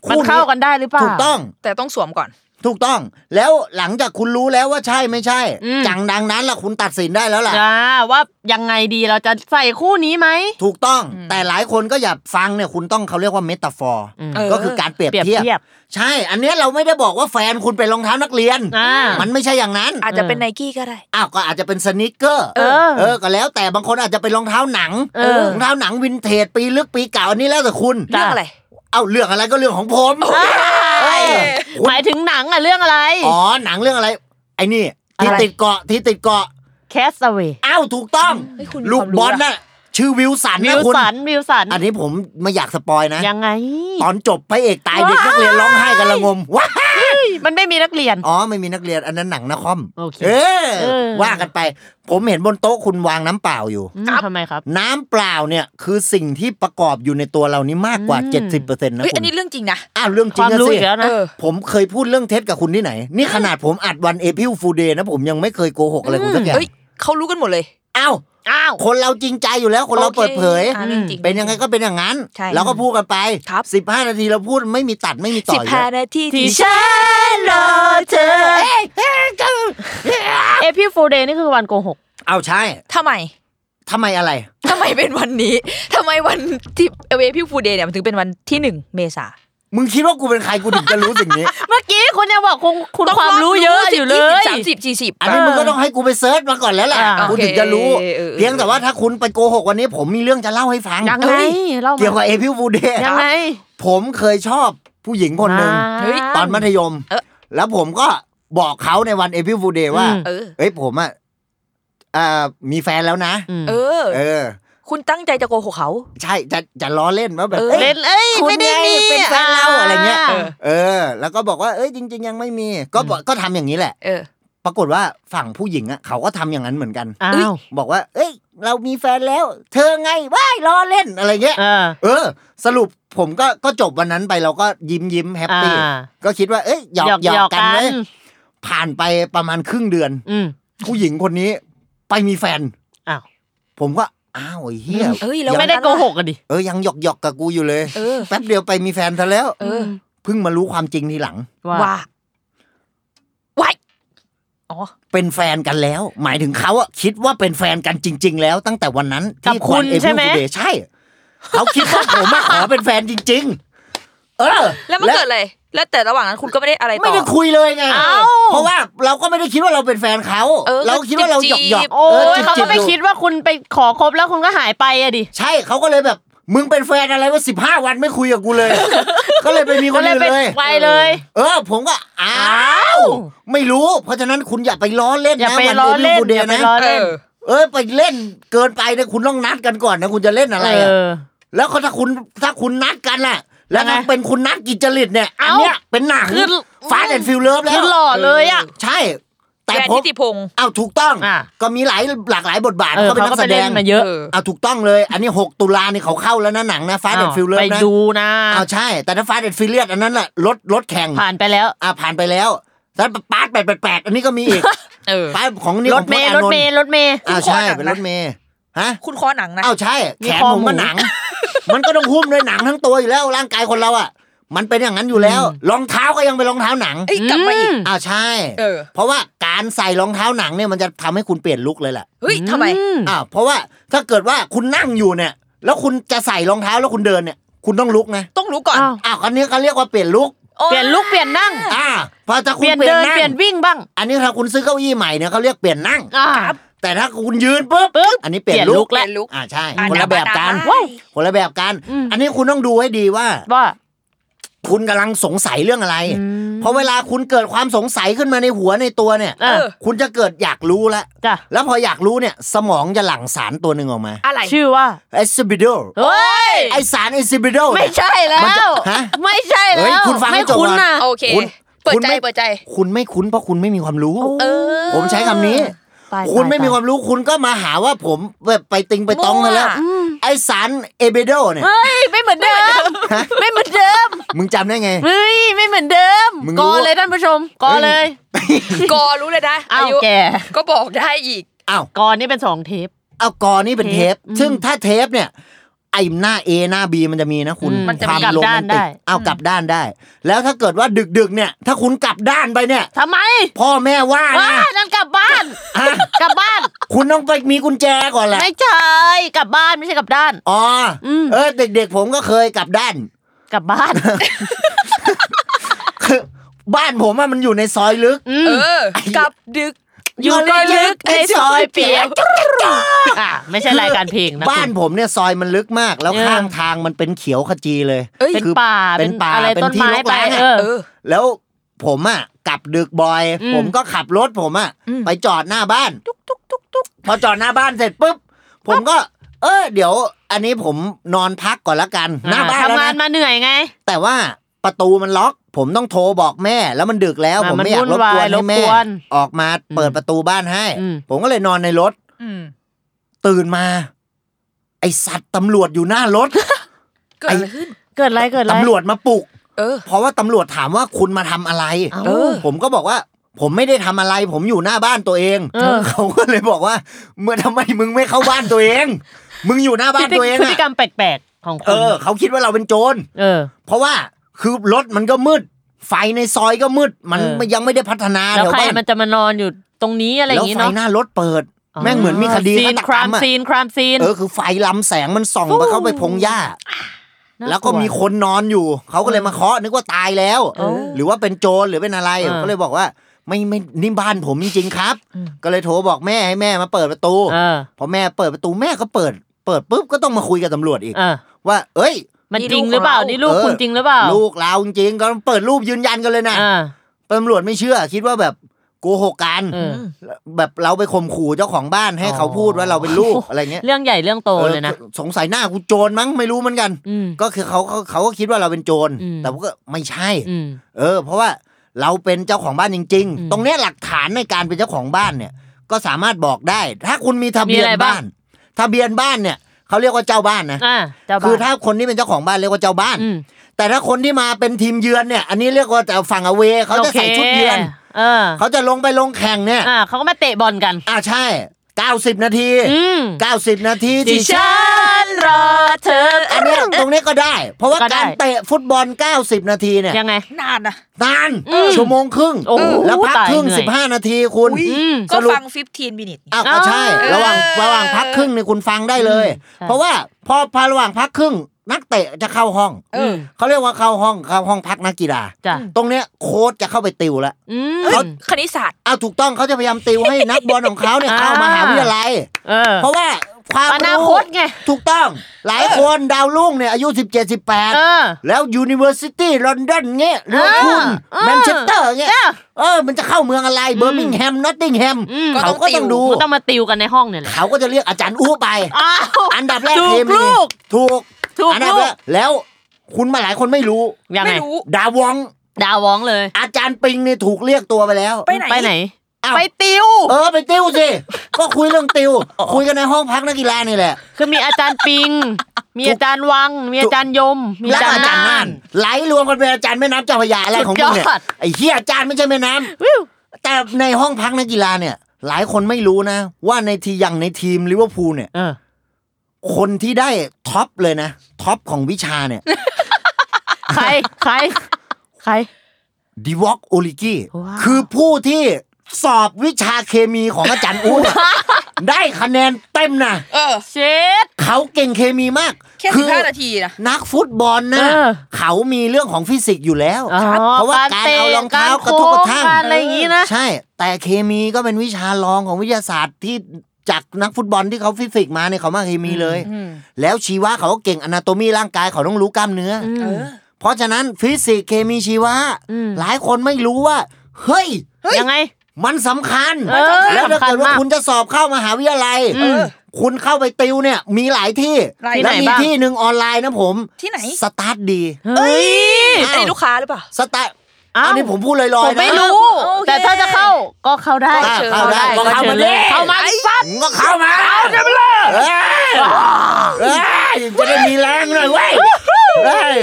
Speaker 3: มัน
Speaker 2: คู่
Speaker 3: เข้ากันได้หรือเปล่า
Speaker 2: ถูกต้อง
Speaker 5: แต่ต้องสวมก่อน
Speaker 2: ถูกต้อง แล้วหลังจากคุณรู้แล้วว่าใช่ไม่ใช่
Speaker 3: อืม
Speaker 2: จังดังนั้นล่ะคุณตัดสินได้แล้วล่ะ
Speaker 3: อ่าว่ายังไงดีเราจะใส่คู่นี้ไหม
Speaker 2: ถูกต้อง
Speaker 5: อืม
Speaker 2: แต่หลายคนก็อย่าฟังเนี่ยคุณต้องเขาเรียกว่าเมตาฟอร์
Speaker 3: อืม
Speaker 5: เออ
Speaker 2: ก็คือการเปรียบ
Speaker 3: เปรียบ
Speaker 2: เทียบ
Speaker 3: เทียบ
Speaker 2: ใช่ อันเนี้ยเราไม่ได้บอกว่าแฟนคุณเป็นรองเท้านักเรียน
Speaker 3: อ่ามั
Speaker 2: มันไม่ใช่อย่างนั้น
Speaker 5: อาจจะเป็นไนกี้ก็ได้
Speaker 2: อ้าว ก็อาจจะเป็นสนิเกอร์
Speaker 3: เออ
Speaker 2: เออ ก็แล้วแต่บางคนอาจจะเป็นรองเท้าหนัง
Speaker 3: เออ
Speaker 2: รองเท้าหนังวินเทจปีลึกปีเก่าอันนี้แล้วแต่คุณ
Speaker 3: จ้ะ
Speaker 5: เรื่องอะไร
Speaker 2: เอ้าเรื่องอะไรก็เรื่องของผมเออ
Speaker 3: หมายถึงหนังอะเรื่องอะไร
Speaker 2: อ๋อ หนังเรื่องอะไร ไอ้นี่ ที่
Speaker 3: อะไร
Speaker 2: ติดเกาะ ที่ติดเกาะ
Speaker 3: Castaway
Speaker 2: อ้าว ถูกต้อง
Speaker 5: เฮ้ยคุณมี
Speaker 2: ลู
Speaker 5: ค
Speaker 2: ก
Speaker 5: วามรู้
Speaker 2: บอล
Speaker 5: อะ
Speaker 2: น่ะ ชื่อวิลสัน
Speaker 3: วิ
Speaker 2: นะ
Speaker 3: ล
Speaker 2: คุณ
Speaker 3: สันวิลสัน
Speaker 2: อันนี้ผมไม่อยากสปอยนะ
Speaker 3: ยังไง
Speaker 2: ตอนจบพระเอกตายเด็กนักเรียนร้องไห้กันละงมว้า
Speaker 3: มันไม่มีนักเรียน
Speaker 2: อ๋อไม่มีนักเรียนอันนั้นหนังนะคอม
Speaker 3: โอเค
Speaker 2: เออ
Speaker 3: เออ
Speaker 2: ว่ากันไป ผมเห็นบนโต๊ะคุณวางน้ำเปล่าอยู่
Speaker 3: อืมทำไมครับ
Speaker 2: น้ำเปล่าเนี่ยคือสิ่งที่ประกอบอยู่ในตัวเรานี่มากกว่า
Speaker 3: อืม
Speaker 2: 70%นะ
Speaker 5: เฮ้ย
Speaker 2: คุ
Speaker 5: อัน
Speaker 2: ณ
Speaker 5: นี้เรื่องจริงนะ
Speaker 2: อ้าวเรื่องจ
Speaker 3: ค
Speaker 2: ริง
Speaker 3: วาม
Speaker 2: นะ
Speaker 3: รู้
Speaker 2: สิ
Speaker 3: อีกแล้วนะ
Speaker 5: เออ
Speaker 2: ผมเคยพูดเรื่องเท็จกับคุณที่ไหน นี่ขนาดผมอัดวันเอพิลฟูเดย์นะผมยังไม่เคยโกหกอะไรคุณสักอย่าง
Speaker 5: เฮ้ยเขารู้กันหมดเลย
Speaker 2: อ้าว
Speaker 3: อ้าว
Speaker 2: คนเราจริงใจอยู่แล้วคนเรา
Speaker 5: โอค
Speaker 2: เปิดเผย
Speaker 5: อ่ะเรื่องจริง
Speaker 2: เป็นยังไงก็เป็นอย่างนั้น
Speaker 5: ใช่
Speaker 2: เราก็พูดกันไป
Speaker 5: ครับ
Speaker 2: 15 นาทีเราพูดไม่มีตัดไม่มีต่อ
Speaker 5: สิบ
Speaker 2: อย
Speaker 5: ห้า
Speaker 2: แล้ว
Speaker 5: นาที
Speaker 3: ที่
Speaker 5: ที่
Speaker 3: ฉั
Speaker 5: ฉันรอเธอ
Speaker 3: เอพิฟูเดย์นี่คือวันโกหก
Speaker 2: เอาใช่
Speaker 5: ทำไม
Speaker 2: ทำไมอะไร
Speaker 5: ทำไมเป็นวันนี้ทำไมวันที่เอเวพี่ฟูเดย์เนี่ยมันถึงเป็นวันที่หนึ่งเมษา
Speaker 2: มึงคิดว่ากูเป็นใครกูถึงจะรู้สิ่งนี้
Speaker 3: เมื่อกี้คุณยังบอกคุณคุณความรู้เยอะอยู่เลย
Speaker 5: สามสิบสี่สิบ
Speaker 2: อันนี้มึงก็ต้องให้กูไปเซิร์ชมาก่อนแล้วแหละ
Speaker 3: อ่า
Speaker 2: กูถึงจะรู้
Speaker 5: โอเคเออเออ
Speaker 2: เพียงแต่ว่าถ้าคุณไปโกหกวันนี้ ผมมีเรื่องจะเล่าให้ฟัง
Speaker 3: ยังไง
Speaker 2: เอ้ย
Speaker 3: เล่า
Speaker 2: เกี่ยว
Speaker 3: มา
Speaker 2: กับเอพิวบูเด
Speaker 3: ยังไง
Speaker 2: ผมเคยชอบผู้หญิงคนหนึ่ง
Speaker 3: า
Speaker 5: เฮ้ย
Speaker 2: ตอนมัธยม
Speaker 5: เออ
Speaker 2: แล้วผมก็บอกเขาในวันเอพิวบูเดว่า
Speaker 3: อืม
Speaker 5: เออ
Speaker 2: เอ้ยผมอ่ะอ่ามีแฟนแล้วนะ
Speaker 3: อืม
Speaker 5: เออ
Speaker 2: เออ
Speaker 5: คุณตั้งใจจะโกหกเขา
Speaker 2: ใช่จะจะล้อเล่นว่าแบบ
Speaker 5: เออ
Speaker 2: อ้ย
Speaker 3: เล่นเอ้ย
Speaker 2: คุณ
Speaker 3: ไม่ได้มี
Speaker 2: ไงเป็นแฟนเราอะไรเงี้ย
Speaker 5: เออ
Speaker 2: เออ แล้วก็บอกว่าเอ้ยจริง ๆ ยังไม่มี ก็บอกก็ทำอย่างนี้แหละ
Speaker 5: เออ
Speaker 2: ปรากฏว่าฝั่งผู้หญิงอ่ะเขาก็ทำอย่างนั้นเหมือนกัน
Speaker 3: อ้าว
Speaker 2: บอกว่า เอ้ย เรามีแฟนแล้ว เธอไงว่ายล้อเล่นอะไรเงี้ย
Speaker 3: เออ
Speaker 2: เออ สรุปผมก็ ก็จบวันนั้นไปเราก็ยิ้มยิ้มแฮป
Speaker 3: อ่า
Speaker 2: ปี้ ก็คิดว่า เอ้ย หยอกหยอกกันไว้ยผ่านไปประมาณครึ่งเดือน
Speaker 3: อืม
Speaker 2: ผู้หญิงคนนี้ไปมีแฟน
Speaker 3: อ้าว
Speaker 2: ผมก็ อ้าวไอ้เฮีย
Speaker 5: เอ้ยแล้ว
Speaker 2: ยัง
Speaker 3: ไม่ได้โกหกกันดิ
Speaker 2: เออ ยังหยอกหยอกกับกูอยู่เลย
Speaker 5: เออ
Speaker 2: แป๊บเดียวไปมีแฟนซะแล้ว
Speaker 5: เออ
Speaker 2: เพิ่งมารู้ความจริงทีหลัง
Speaker 3: ว่า
Speaker 5: ว่าว้ายอ๋อ
Speaker 2: เป็นแฟนกันแล้ว หมายถึงเขาอะคิดว่าเป็นแฟนกันจริง ๆ แล้วตั้งแต่วันนั้น
Speaker 3: กับ
Speaker 2: ที่
Speaker 3: คุณ
Speaker 2: วันเอ
Speaker 3: ใช่
Speaker 2: พิ
Speaker 3: ไหม
Speaker 2: ลเดใช่ เขาคิดว่าผมมาขอเป็นแฟนจริง ๆ เออ
Speaker 5: แล้วมันเกิดอะไร แล้วแต่ระหว่างนั้นคุณก็ไม่ได้อะไรต่อ
Speaker 2: ไม่ได้คุยเลยไง
Speaker 3: เอ้า
Speaker 2: เพราะว่าเราก็ไม่ได้คิดว่าเราเป็นแฟนเขา
Speaker 5: เออ
Speaker 2: เราคิดว่าเราหยอกหยอก
Speaker 5: จีบ
Speaker 3: โอ้ย
Speaker 2: จีบ
Speaker 3: เขาก็ไป
Speaker 2: จีบอยู่
Speaker 3: คิดว่าคุณไปขอคบแล้วคุณก็หายไปอะดิ
Speaker 2: ใช่เขาก็เลยแบบ มึงเป็นแฟนอะไรว่าสิบห้าวันไม่คุยกับกูเลย ก็เลยไปมีคน
Speaker 3: ก็เลย
Speaker 2: อื่น
Speaker 3: ไป
Speaker 2: เลย
Speaker 3: ไปเลย
Speaker 2: เออ ผมก็อ้าวไม่รู้ เพราะฉะนั้นคุณอย่าไปล้อเล่น
Speaker 3: อย่า
Speaker 2: นะ
Speaker 3: ไป
Speaker 2: วัน
Speaker 3: ล้อเล่น
Speaker 2: เด
Speaker 3: อย่าไป
Speaker 2: นะ
Speaker 3: ล้อ
Speaker 5: เอ
Speaker 3: เล่น
Speaker 5: อ
Speaker 2: เอ้ยไปเล่นเกินไปนะคุณต้องนัดกันก่อนนะคุณจะเล่นอะไรอะ
Speaker 3: เออ
Speaker 2: แล้วก็ถ้าคุณถ้าคุณนัดกันล่ะ แล้วถ้า
Speaker 3: ยังไง
Speaker 2: เป็นคุณนัดกิจจริตเนี่ยอัน
Speaker 3: เอ้า
Speaker 2: เนี้ยเป็นหนัง
Speaker 3: คือ
Speaker 2: ฟาดแอนฟิลเลิฟแล้
Speaker 3: คื
Speaker 2: ว
Speaker 3: อหล่อเลยอะ
Speaker 2: ใช่ แต่
Speaker 5: แดน
Speaker 2: ผม
Speaker 5: ทิติพงศ์
Speaker 2: เอาถูกต้อง
Speaker 3: อ่ะ
Speaker 2: ก็มีหลายหลากหลายบทบาท
Speaker 3: เออ
Speaker 2: เขาเป็น
Speaker 3: เขา
Speaker 2: นัก
Speaker 3: ก็ไป
Speaker 2: แสด
Speaker 3: เล่น
Speaker 2: ง
Speaker 3: มาเยอะ
Speaker 2: เอาถูกต้องเลย อันนี้ 6 ตุลานี่เขาเข้าแล้วนะหนังนะฟาดแอนฟิลเลิฟ
Speaker 3: ไป
Speaker 2: นะ
Speaker 3: ดูนะ
Speaker 2: เอาใช่ แต่ถ้าฟาดแอนฟิลเลียอันนั้นแหละรถรถแข่ง
Speaker 3: ผ่านไปแล้ว
Speaker 2: อ่าผ่านไปแล้วแล้วปาร์ตแปดแปดแปดอันนี้ก็มีอีก
Speaker 5: เออ
Speaker 2: ปาร์ตของนี่
Speaker 3: ร
Speaker 2: ข
Speaker 3: ถ
Speaker 2: องพ
Speaker 3: เม
Speaker 2: จน์
Speaker 3: ย์
Speaker 2: อาร น
Speaker 3: ถ
Speaker 2: นท์
Speaker 3: เมย์รถเมย์
Speaker 2: อ้าว
Speaker 5: คุณคอ
Speaker 2: ใช่
Speaker 5: หนัง
Speaker 2: เป็นร
Speaker 5: นะ
Speaker 2: ถเมย์ฮะ
Speaker 5: คุณคอหนังนะ
Speaker 2: อ้าวใช่
Speaker 3: มี
Speaker 2: แขน
Speaker 3: คอ
Speaker 2: ผม
Speaker 3: หมู
Speaker 2: ก็หนัง มันก็ต้องหุ้มด้วยหนังทั้งตัวอยู่แล้วร่างกายคนเราอ่ะ มันเป็นอย่างนั้นอยู่แล้ว รองเท้าก็ยังเป็นรองเท้าหนัง
Speaker 5: เอ้ยกลับมาอีก
Speaker 2: อ่าใช่
Speaker 5: เออ
Speaker 2: เพราะว่าการใส่รองเท้าหนังเนี่ยมันจะทำให้คุณเปลี่ยนลุคเลยแหละ
Speaker 5: เฮ้ยทำไม
Speaker 2: อ่าเพราะว่าถ้าเกิดว่าคุณนั่งอยู่เนี่ย แล้วคุณจะใส่รองเท้าแล้วคุณเดินเนี่ย คุณต้องลุกนะ
Speaker 5: ต้องรู้ก่อน
Speaker 3: อ้าว
Speaker 2: อ้าวคันนี้เขาเรียกว่าเปลี่ยนลุก
Speaker 5: โอ้
Speaker 3: เปลี่ยนลุกเปลี่ยนนั่ง
Speaker 2: อ่าเพราะถ้า
Speaker 3: เป
Speaker 2: คุณ
Speaker 3: ลี่ยน
Speaker 2: เปลี่ย
Speaker 3: เดิ
Speaker 2: น
Speaker 3: น
Speaker 2: นั่ง
Speaker 3: เปลี่ยนวิ่งบ้าง
Speaker 2: อันนี้ถ้าคุณซื้อเก้าอี้ใหม่เนี่ยเขาเรียกเปลี่ยนนั่ง
Speaker 3: อ่า
Speaker 2: แต่ถ้าคุณยืนปุ๊บ
Speaker 3: ปุ๊บ
Speaker 2: อันนี้เปลี่ยนลุก
Speaker 3: เปลี่ยนลุคละ
Speaker 5: เปลี่ยนลุก
Speaker 2: อ่าใช่
Speaker 5: อ่า
Speaker 2: คนละแบบกัน
Speaker 5: ดราม่า
Speaker 2: คนละแบบกัน
Speaker 3: อืม
Speaker 2: อันนี้คุณต้องดูให้ดีว่า
Speaker 3: ว่า
Speaker 2: คุณกำลังสงสัยเรื่องอะไร
Speaker 3: อืม
Speaker 2: เพราะเวลาคุณเกิดความสงสัยขึ้นมาในหัวในตัวเนี่ย
Speaker 3: เออ
Speaker 2: คุณจะเกิดอยากรู้ละ
Speaker 3: จ้ะ
Speaker 2: แล้วพออยากรู้เนี่ย สมองจะหลั่งสารตัวหนึ่งออกมา
Speaker 5: อะไร
Speaker 3: ชื่อว่า
Speaker 2: เอสบิโด
Speaker 3: เฮ้ย
Speaker 2: ไอสารไอซิบิโด
Speaker 3: ไม่ใช่แล้
Speaker 2: มันจะ
Speaker 3: ว
Speaker 2: ฮะ
Speaker 3: ไม่ใช่
Speaker 2: เฮ้
Speaker 3: แล้
Speaker 2: ยว คุณฟังให้
Speaker 3: ไม่
Speaker 2: จบ
Speaker 3: คุ้น
Speaker 2: ก่อน
Speaker 3: นะ
Speaker 5: โอเค
Speaker 2: คุณ
Speaker 5: เปิด
Speaker 2: คุณ
Speaker 5: ใจ
Speaker 2: ไม่
Speaker 5: เปิดใจ
Speaker 2: คุณไม่คุ้นเพราะคุณไม่มีความรู้
Speaker 5: เออ
Speaker 2: ผมใช้คำนี้
Speaker 3: ตาย
Speaker 2: คุณไม่
Speaker 3: ตาย
Speaker 2: มี
Speaker 3: ตาย
Speaker 2: ความรู้คุณก็มาหาว่าผมแบบไปติงไปตองกันแล้ว
Speaker 5: มั่ว
Speaker 2: ไอสารเอเบโดเนี่ย
Speaker 3: เฮ้ยไม่เหมือนเดิม ไม่เหมือนเดิม
Speaker 2: มึงจำได้ไง
Speaker 3: เฮ้ยไม่เหมือนเดิม
Speaker 2: มึง
Speaker 3: ก
Speaker 2: รู้
Speaker 3: อ
Speaker 2: ว่า
Speaker 3: เลยท่านผู้ชมกอเลย
Speaker 5: กอรู้เลยนะ
Speaker 3: อ้าว
Speaker 5: ยุ
Speaker 3: แก
Speaker 5: ก็บอกได้อีก
Speaker 2: อ้าว
Speaker 3: กอนี่เป็นสองเทป
Speaker 2: เอากอนี่เป็นเทป
Speaker 3: เทปอืม
Speaker 2: ซึ่งถ้าเทปเนี่ย ไอหน้า A หน้า B มันจะมีนะคุณ
Speaker 3: อืมมันจะ
Speaker 2: ค
Speaker 3: มี
Speaker 2: วาม
Speaker 3: กลับ
Speaker 2: โร
Speaker 3: ด้า
Speaker 2: แม
Speaker 3: น
Speaker 2: น
Speaker 3: ได้
Speaker 2: ติกเอากลับด้านได้ แล้วถ้าเกิดว่าดึกๆเนี่ย ถ้าคุณกลับด้านไปเนี่ย
Speaker 3: ทำไม
Speaker 2: พ่อแม่ว่า
Speaker 3: ว้า
Speaker 2: นะ
Speaker 3: นั่นกลับบ้าน
Speaker 2: ฮะ
Speaker 3: กลับบ้าน
Speaker 2: คุณต้องไปมีกุญแจก่อนแหละ
Speaker 3: ไม่ใช่กลับบ้านไม่ใช่กลับด้าน
Speaker 2: อ๋ออ
Speaker 3: ม
Speaker 2: เออเด็กๆผมก็เคยกลับด้าน
Speaker 3: กลับบ้าน
Speaker 2: คือบ้านผมอะมันอยู่ในซอยลึก
Speaker 3: อื
Speaker 5: เอ
Speaker 3: ม
Speaker 5: อ กลับดึก
Speaker 3: อยู่
Speaker 2: นอน
Speaker 3: ก็ลึก
Speaker 2: ใน
Speaker 3: ใน
Speaker 2: ซ
Speaker 3: ซ
Speaker 2: อ
Speaker 3: อยย
Speaker 2: เปี
Speaker 3: เปี
Speaker 2: ย
Speaker 3: ย
Speaker 2: ก
Speaker 3: กอ่ะไม่ใช่รายการเพลงนะ
Speaker 2: บ้าน
Speaker 3: คุณ
Speaker 2: ผมเนี่ยซอยมันลึกมาก แล้ว
Speaker 3: เออ
Speaker 2: ข้างทางมันเป็นเขียวขจีเลย
Speaker 5: เอ้ย
Speaker 3: เป็น
Speaker 2: คือ
Speaker 3: ป่า
Speaker 2: เป็นป่า
Speaker 3: อะไร
Speaker 2: เป็น
Speaker 3: ต้น
Speaker 2: ที่ร
Speaker 3: ไม้
Speaker 2: ก
Speaker 3: ไป
Speaker 2: ร้างอะ
Speaker 3: เออ
Speaker 5: เออ
Speaker 2: แล้วผมอะกลับดึกบ่อย
Speaker 3: อืม
Speaker 2: ผมก็ขับรถผมอะ
Speaker 5: อืม
Speaker 2: ไปจอดหน้าบ้านตุ๊กตุ๊กตุ๊กตุ๊กพอจอดหน้าบ้านเสร็จปุ๊บผมก็ เออเดี๋ยว อันนี้ผมนอนพักก่อนละกัน หน้าบ้าน
Speaker 3: อ่ะทำงา
Speaker 2: แล้
Speaker 3: น
Speaker 2: วนะ
Speaker 3: มาเหนื่อยไง
Speaker 2: แต่ว่าประตูมันล็อก ผมต้องโทรบอกแม่ แล้วมันดึกแล้ว
Speaker 3: อ่ะ
Speaker 2: ผม
Speaker 3: มัน
Speaker 2: ไม่อยากรบกวน
Speaker 3: วุ่
Speaker 2: ให้
Speaker 3: นวาย
Speaker 2: แม่
Speaker 3: รบกวน
Speaker 2: ออกมาเปิดประตูบ้านให้
Speaker 3: อืม
Speaker 2: ผมก็เลยนอนในรถ
Speaker 5: อืม
Speaker 2: ตื่นมา ไอสัตว์ตำรวจอยู่หน้ารถ
Speaker 5: เกิดอะไรขึ้น
Speaker 3: เกิดอะไรเกิดอะไร
Speaker 2: ตำรวจมาปลุก
Speaker 5: เออ
Speaker 2: เพราะว่าตำรวจถามว่าคุณมาทำอะไร
Speaker 3: เอ้า
Speaker 2: เออผมก็บอกว่า ผมไม่ได้ทำอะไร ผมอยู่หน้าบ้านตัวเอง
Speaker 3: เออ
Speaker 2: เขาก็เลยบอกว่า เมื่อทำไมมึงไม่เข้าบ้านตัวเอง มึงอยู่หน้าบ้านตัวเอง
Speaker 3: พฤติกร
Speaker 2: อะ
Speaker 3: รมแปลกๆ ของคุ
Speaker 2: เอ
Speaker 3: ณ
Speaker 2: อเขาคิดว่าเราเป็นโจร
Speaker 3: เออ
Speaker 2: เพราะว่าคือรถมันก็มืด ไฟในซอยก็มืด มัน
Speaker 3: เออ
Speaker 2: ยังไม่ได้พัฒนา
Speaker 3: แล้ว
Speaker 2: แถว
Speaker 3: ใคร
Speaker 2: บ้าน
Speaker 3: มันจะมานอนอยู่ตรงนี้อะไรอ
Speaker 2: แล้ว
Speaker 3: ย่างนี้
Speaker 2: ไฟ
Speaker 3: เนาะ
Speaker 2: หน้ารถเปิด แม่งเหมือนมีคดี
Speaker 3: ซีน
Speaker 2: ฆาต
Speaker 3: ค
Speaker 2: กร
Speaker 3: ราร ม
Speaker 2: มอะ
Speaker 3: ซีนครามซีน
Speaker 2: เออคือไฟลำแสงมันส่องไปเข้าไปพงหญ้า
Speaker 3: น่ากลัว
Speaker 2: แล้วก็มีคนนอนอยู่ เขาก็เลยมาเคาะนึกว่าตายแล้ว
Speaker 3: เออ
Speaker 2: หรือว่าเป็นโจรหรือเป็นอะไร
Speaker 3: เออ
Speaker 2: ก็เลยบอกว่า ไม่ไม่นี่บ้านผมจริงๆครับ ก็เลยโทรบอกแม่ให้แม่มาเปิดประตู
Speaker 3: เออ
Speaker 2: พอแม่เปิดประตูแม่ก็เปิด เปิดปุ๊บก็ต้องมาคุยกับตำรวจอีก
Speaker 3: เออ
Speaker 2: ว่า เอ้ย
Speaker 3: มันจริงหรือเปล่า นี่ลูก
Speaker 2: เออ
Speaker 3: คุณจริงหรือเปล่า
Speaker 2: ลูกเราจริงๆก็เปิดรูปยืนยันกันเลยนะ
Speaker 3: อ่า
Speaker 2: ตำรวจไม่เชื่อ คิดว่าแบบโกหกกัน
Speaker 3: เออ
Speaker 2: แบบเราไปข่มขู่เจ้าของบ้านให้
Speaker 3: อ๋อ
Speaker 2: เขาพูดว่าเราเป็น ลูกอะไรเงี้ย
Speaker 3: เรื่องใหญ่เรื่องโตเลยนะ
Speaker 2: ออสงสัยหน้ากูโจรมั้งไม่รู้เหมือนกัน
Speaker 3: อืม
Speaker 2: ก็คือเขาเขาเขาก็คิดว่าเราเป็นโจร
Speaker 3: อืม
Speaker 2: แต่ว่าก็ไม่ใช่
Speaker 3: อืม
Speaker 2: เออ เพราะว่าเราเป็นเจ้าของบ้านจริง
Speaker 3: อืม
Speaker 2: ๆ ตรงเนี้ยหลักฐานในการเป็นเจ้าของบ้านเนี่ย ก็สามารถบอกได้ ถ้าคุณมีทะเบียน
Speaker 3: มีอะไรบ้า
Speaker 2: บ้าง น ทะเบียนบ้านเนี่ยเขาเรียกว่าเจ้าบ้านนะ
Speaker 3: อ่าเจ้าบ้าน
Speaker 2: คือถ้าคนที่เป็นเจ้าของบ้านเรียกว่าเจ้าบ้าน
Speaker 3: อืม
Speaker 2: แต่ถ้าคนที่มาเป็นทีมเยือนเนี่ย อันนี้เรียกว่าแต่ฝั่งอเวเขาจะใส่
Speaker 3: โค
Speaker 2: ชุดเยือน
Speaker 3: เออ
Speaker 2: เขาจะลงไปลงแข่งเนี่ย
Speaker 3: อ่าเขาก็มาเตะบอลกัน
Speaker 2: อ่าใช่ 90 นาที
Speaker 3: อืม
Speaker 2: 90 นาที
Speaker 3: ที่ฉันรอเธอ
Speaker 2: อันเนี้ยตรงเนี้ยก็ได้ เพราะว่า
Speaker 3: ก็ได้
Speaker 2: การเตะฟุตบอล 90 นาทีเนี่ย
Speaker 3: ยังไง
Speaker 5: นานนะ
Speaker 2: นาน
Speaker 3: อืม
Speaker 2: ชั่วโมงครึ่ง
Speaker 3: โอ้โห
Speaker 2: แล้วพัก
Speaker 3: ตาย
Speaker 2: ครึ่ง
Speaker 3: เหนื่อย
Speaker 2: สิบห้านาทีคุณ
Speaker 5: อุ๊ย
Speaker 3: อืม
Speaker 5: ก็ฟัง 15 มินิ
Speaker 2: อ้าวก็ใช่
Speaker 3: เออ
Speaker 2: ระหว่างระหว่างพักครึ่งเนี่ยคุณฟังได้เลย
Speaker 3: อืม
Speaker 2: เพราะว่าพอพอระหว่างพักครึ่ง นักเตะจะเข้าห้อง
Speaker 5: เออ
Speaker 2: เขาเรียกว่าเข้าห้องเข้าห้องพักนักกีฬา
Speaker 3: จ้ะ
Speaker 2: ตรงเนี้ยโค้ชจะเข้าไปติวแล้ว
Speaker 3: อืม
Speaker 5: คณิตศาสตร์
Speaker 2: อ้าวถูกต้องเขาจะพยายามติวให้ นักบอลของเขาเนี่ยเข้า
Speaker 3: อ่าม
Speaker 2: มหาวิทยาลัย
Speaker 3: เออ
Speaker 2: เพราะว่าความ
Speaker 3: อนา
Speaker 2: รู้
Speaker 3: คตไง
Speaker 2: ถูกต้องหลายคนดาวรุ่งเนี่ยอายุ 17
Speaker 3: เอ
Speaker 2: 18
Speaker 3: อ
Speaker 2: แล้ว University London เงี้ยลิเวอร์พูล
Speaker 3: เออ
Speaker 2: แมนเชสเตอร์เงี้ย
Speaker 3: เออ
Speaker 2: เออ มันจะเข้าเมืองอะไร เบอร์มิงแฮม นอตติงแฮม
Speaker 3: อืม
Speaker 2: เขาก็ต้องดู
Speaker 3: มันต้องมาติวกันในห้องเนี่ยแหละ
Speaker 2: เขาก็จะเรียกอาจารย์อู้ไป
Speaker 3: อ้าว
Speaker 2: อันดับแรก
Speaker 3: ถูก
Speaker 2: เคมี
Speaker 3: ลูก
Speaker 2: ถูก
Speaker 3: ถูก
Speaker 2: อันดับ
Speaker 3: ลูก
Speaker 2: แรกแล้วคุณมาหลายคนไม่รู้
Speaker 3: ยังไง
Speaker 5: ไม่รู้
Speaker 2: ดาวอง
Speaker 3: ดาวว้องเลย
Speaker 2: อาจารย์ปิงนี่ถูกเรียกตัวไปแล้ว
Speaker 5: ไปไหน
Speaker 3: ไปไหน
Speaker 2: อ้าว
Speaker 3: ไปติว
Speaker 2: เออ ไปติวสิ ก็คุยเรื่องติว คุยกันในห้องพักนักกีฬานี่แหละ
Speaker 3: คือมีอาจารย์ปิง มีอาจารย์วัง มีอาจารย์ยม มี
Speaker 2: และอา
Speaker 3: อาจารย์
Speaker 2: จารย์
Speaker 3: น่า
Speaker 2: น่าน นไหลรวมกันเป็นอาจารย์แม่น้ำเจ้าพระยาอะไรของมึงเนี่ย
Speaker 3: สุดยอด
Speaker 2: ไอ้เฮียอาจารย์ไม่ใช่แม่น้ำ
Speaker 3: วิว
Speaker 2: แต่ในห้องพักนักกีฬาเนี่ย หลายคนไม่รู้นะ ว่าในทีอย่างในทีมลิเวอร์พูลเนี่ย
Speaker 3: เออ
Speaker 2: คนที่ได้ท็อปเลยนะ ท็อปของวิชาเนี่ย
Speaker 3: ใคร ใคร ใคร
Speaker 2: ดิวอกโอลิกี
Speaker 3: ว้าว
Speaker 2: คือผู้ที่สอบวิชาเคมีของอาจารย์อู้อะได้คะแนนเต็มนะ
Speaker 5: เออ
Speaker 3: เช็ด
Speaker 2: เขาเก่งเคมีมาก
Speaker 5: แค่
Speaker 2: คื
Speaker 5: สิ
Speaker 2: อบ
Speaker 5: ห้านาทีนะ
Speaker 2: นักฟุตบอลนะ
Speaker 3: เออ
Speaker 2: เขามีเรื่องของฟิสิกส์อยู่แล้ว
Speaker 3: อ๋อ
Speaker 2: เพราะว่าการเอารองเท้ากระทบกระทั่ง
Speaker 3: กาโค้การอะไรอย่างนี้นะ
Speaker 2: ใช่ แต่เคมีก็เป็นวิชารองของวิทยาศาสตร์ที่จากนักฟุตบอลที่เขาฟิสิกส์มาเนี่ยเขามาเคมีเลย
Speaker 5: อืม
Speaker 2: แล้วชีวะเขาก็เก่งอนาโตมีร่างกายเขาต้องรู้กล้ามเนื้ออ
Speaker 5: เออ
Speaker 2: เพราะฉะนั้นฟิสิกส์เคมีชีวะ
Speaker 3: อืม
Speaker 2: หลายคนไม่รู้ว่า เฮ้ย
Speaker 3: ยังไง
Speaker 2: มันสำคัญ
Speaker 3: เออ
Speaker 2: แล้วถ้า
Speaker 3: สำคัญ
Speaker 2: เกิดว่าม
Speaker 3: าก
Speaker 2: คุณจะสอบเข้ามหาวิทยาลัย
Speaker 3: อืม
Speaker 2: คุณเข้าไปติวเนี่ย มีหลายที่
Speaker 5: หลาย
Speaker 2: แล้ว
Speaker 5: ที่
Speaker 2: มี
Speaker 3: ไหนบ้าง
Speaker 2: ที่หนึ่งออนไลน์นะผม
Speaker 5: ที่ไหน
Speaker 2: สตาร์ทดี
Speaker 3: เฮ้ย
Speaker 5: อันนี้ลูกค้าหรือเปล่า
Speaker 2: สตาร์ท
Speaker 3: อ้าว
Speaker 2: อันนี้ผมพูดลอยๆนะ
Speaker 3: ผมไม่รู้
Speaker 5: โอเค
Speaker 3: แต่ถ้าจะเข้าก็เข้าได้
Speaker 2: อ่ะเข้าได้ก็เข้ามา
Speaker 3: เลย
Speaker 2: ดิ
Speaker 3: เข้ามาสัตว์
Speaker 2: ก็เข้ามาเอาจะไปเลยเอ้ยจะได้มีแรงหน่อยเว้ ยเอ้ย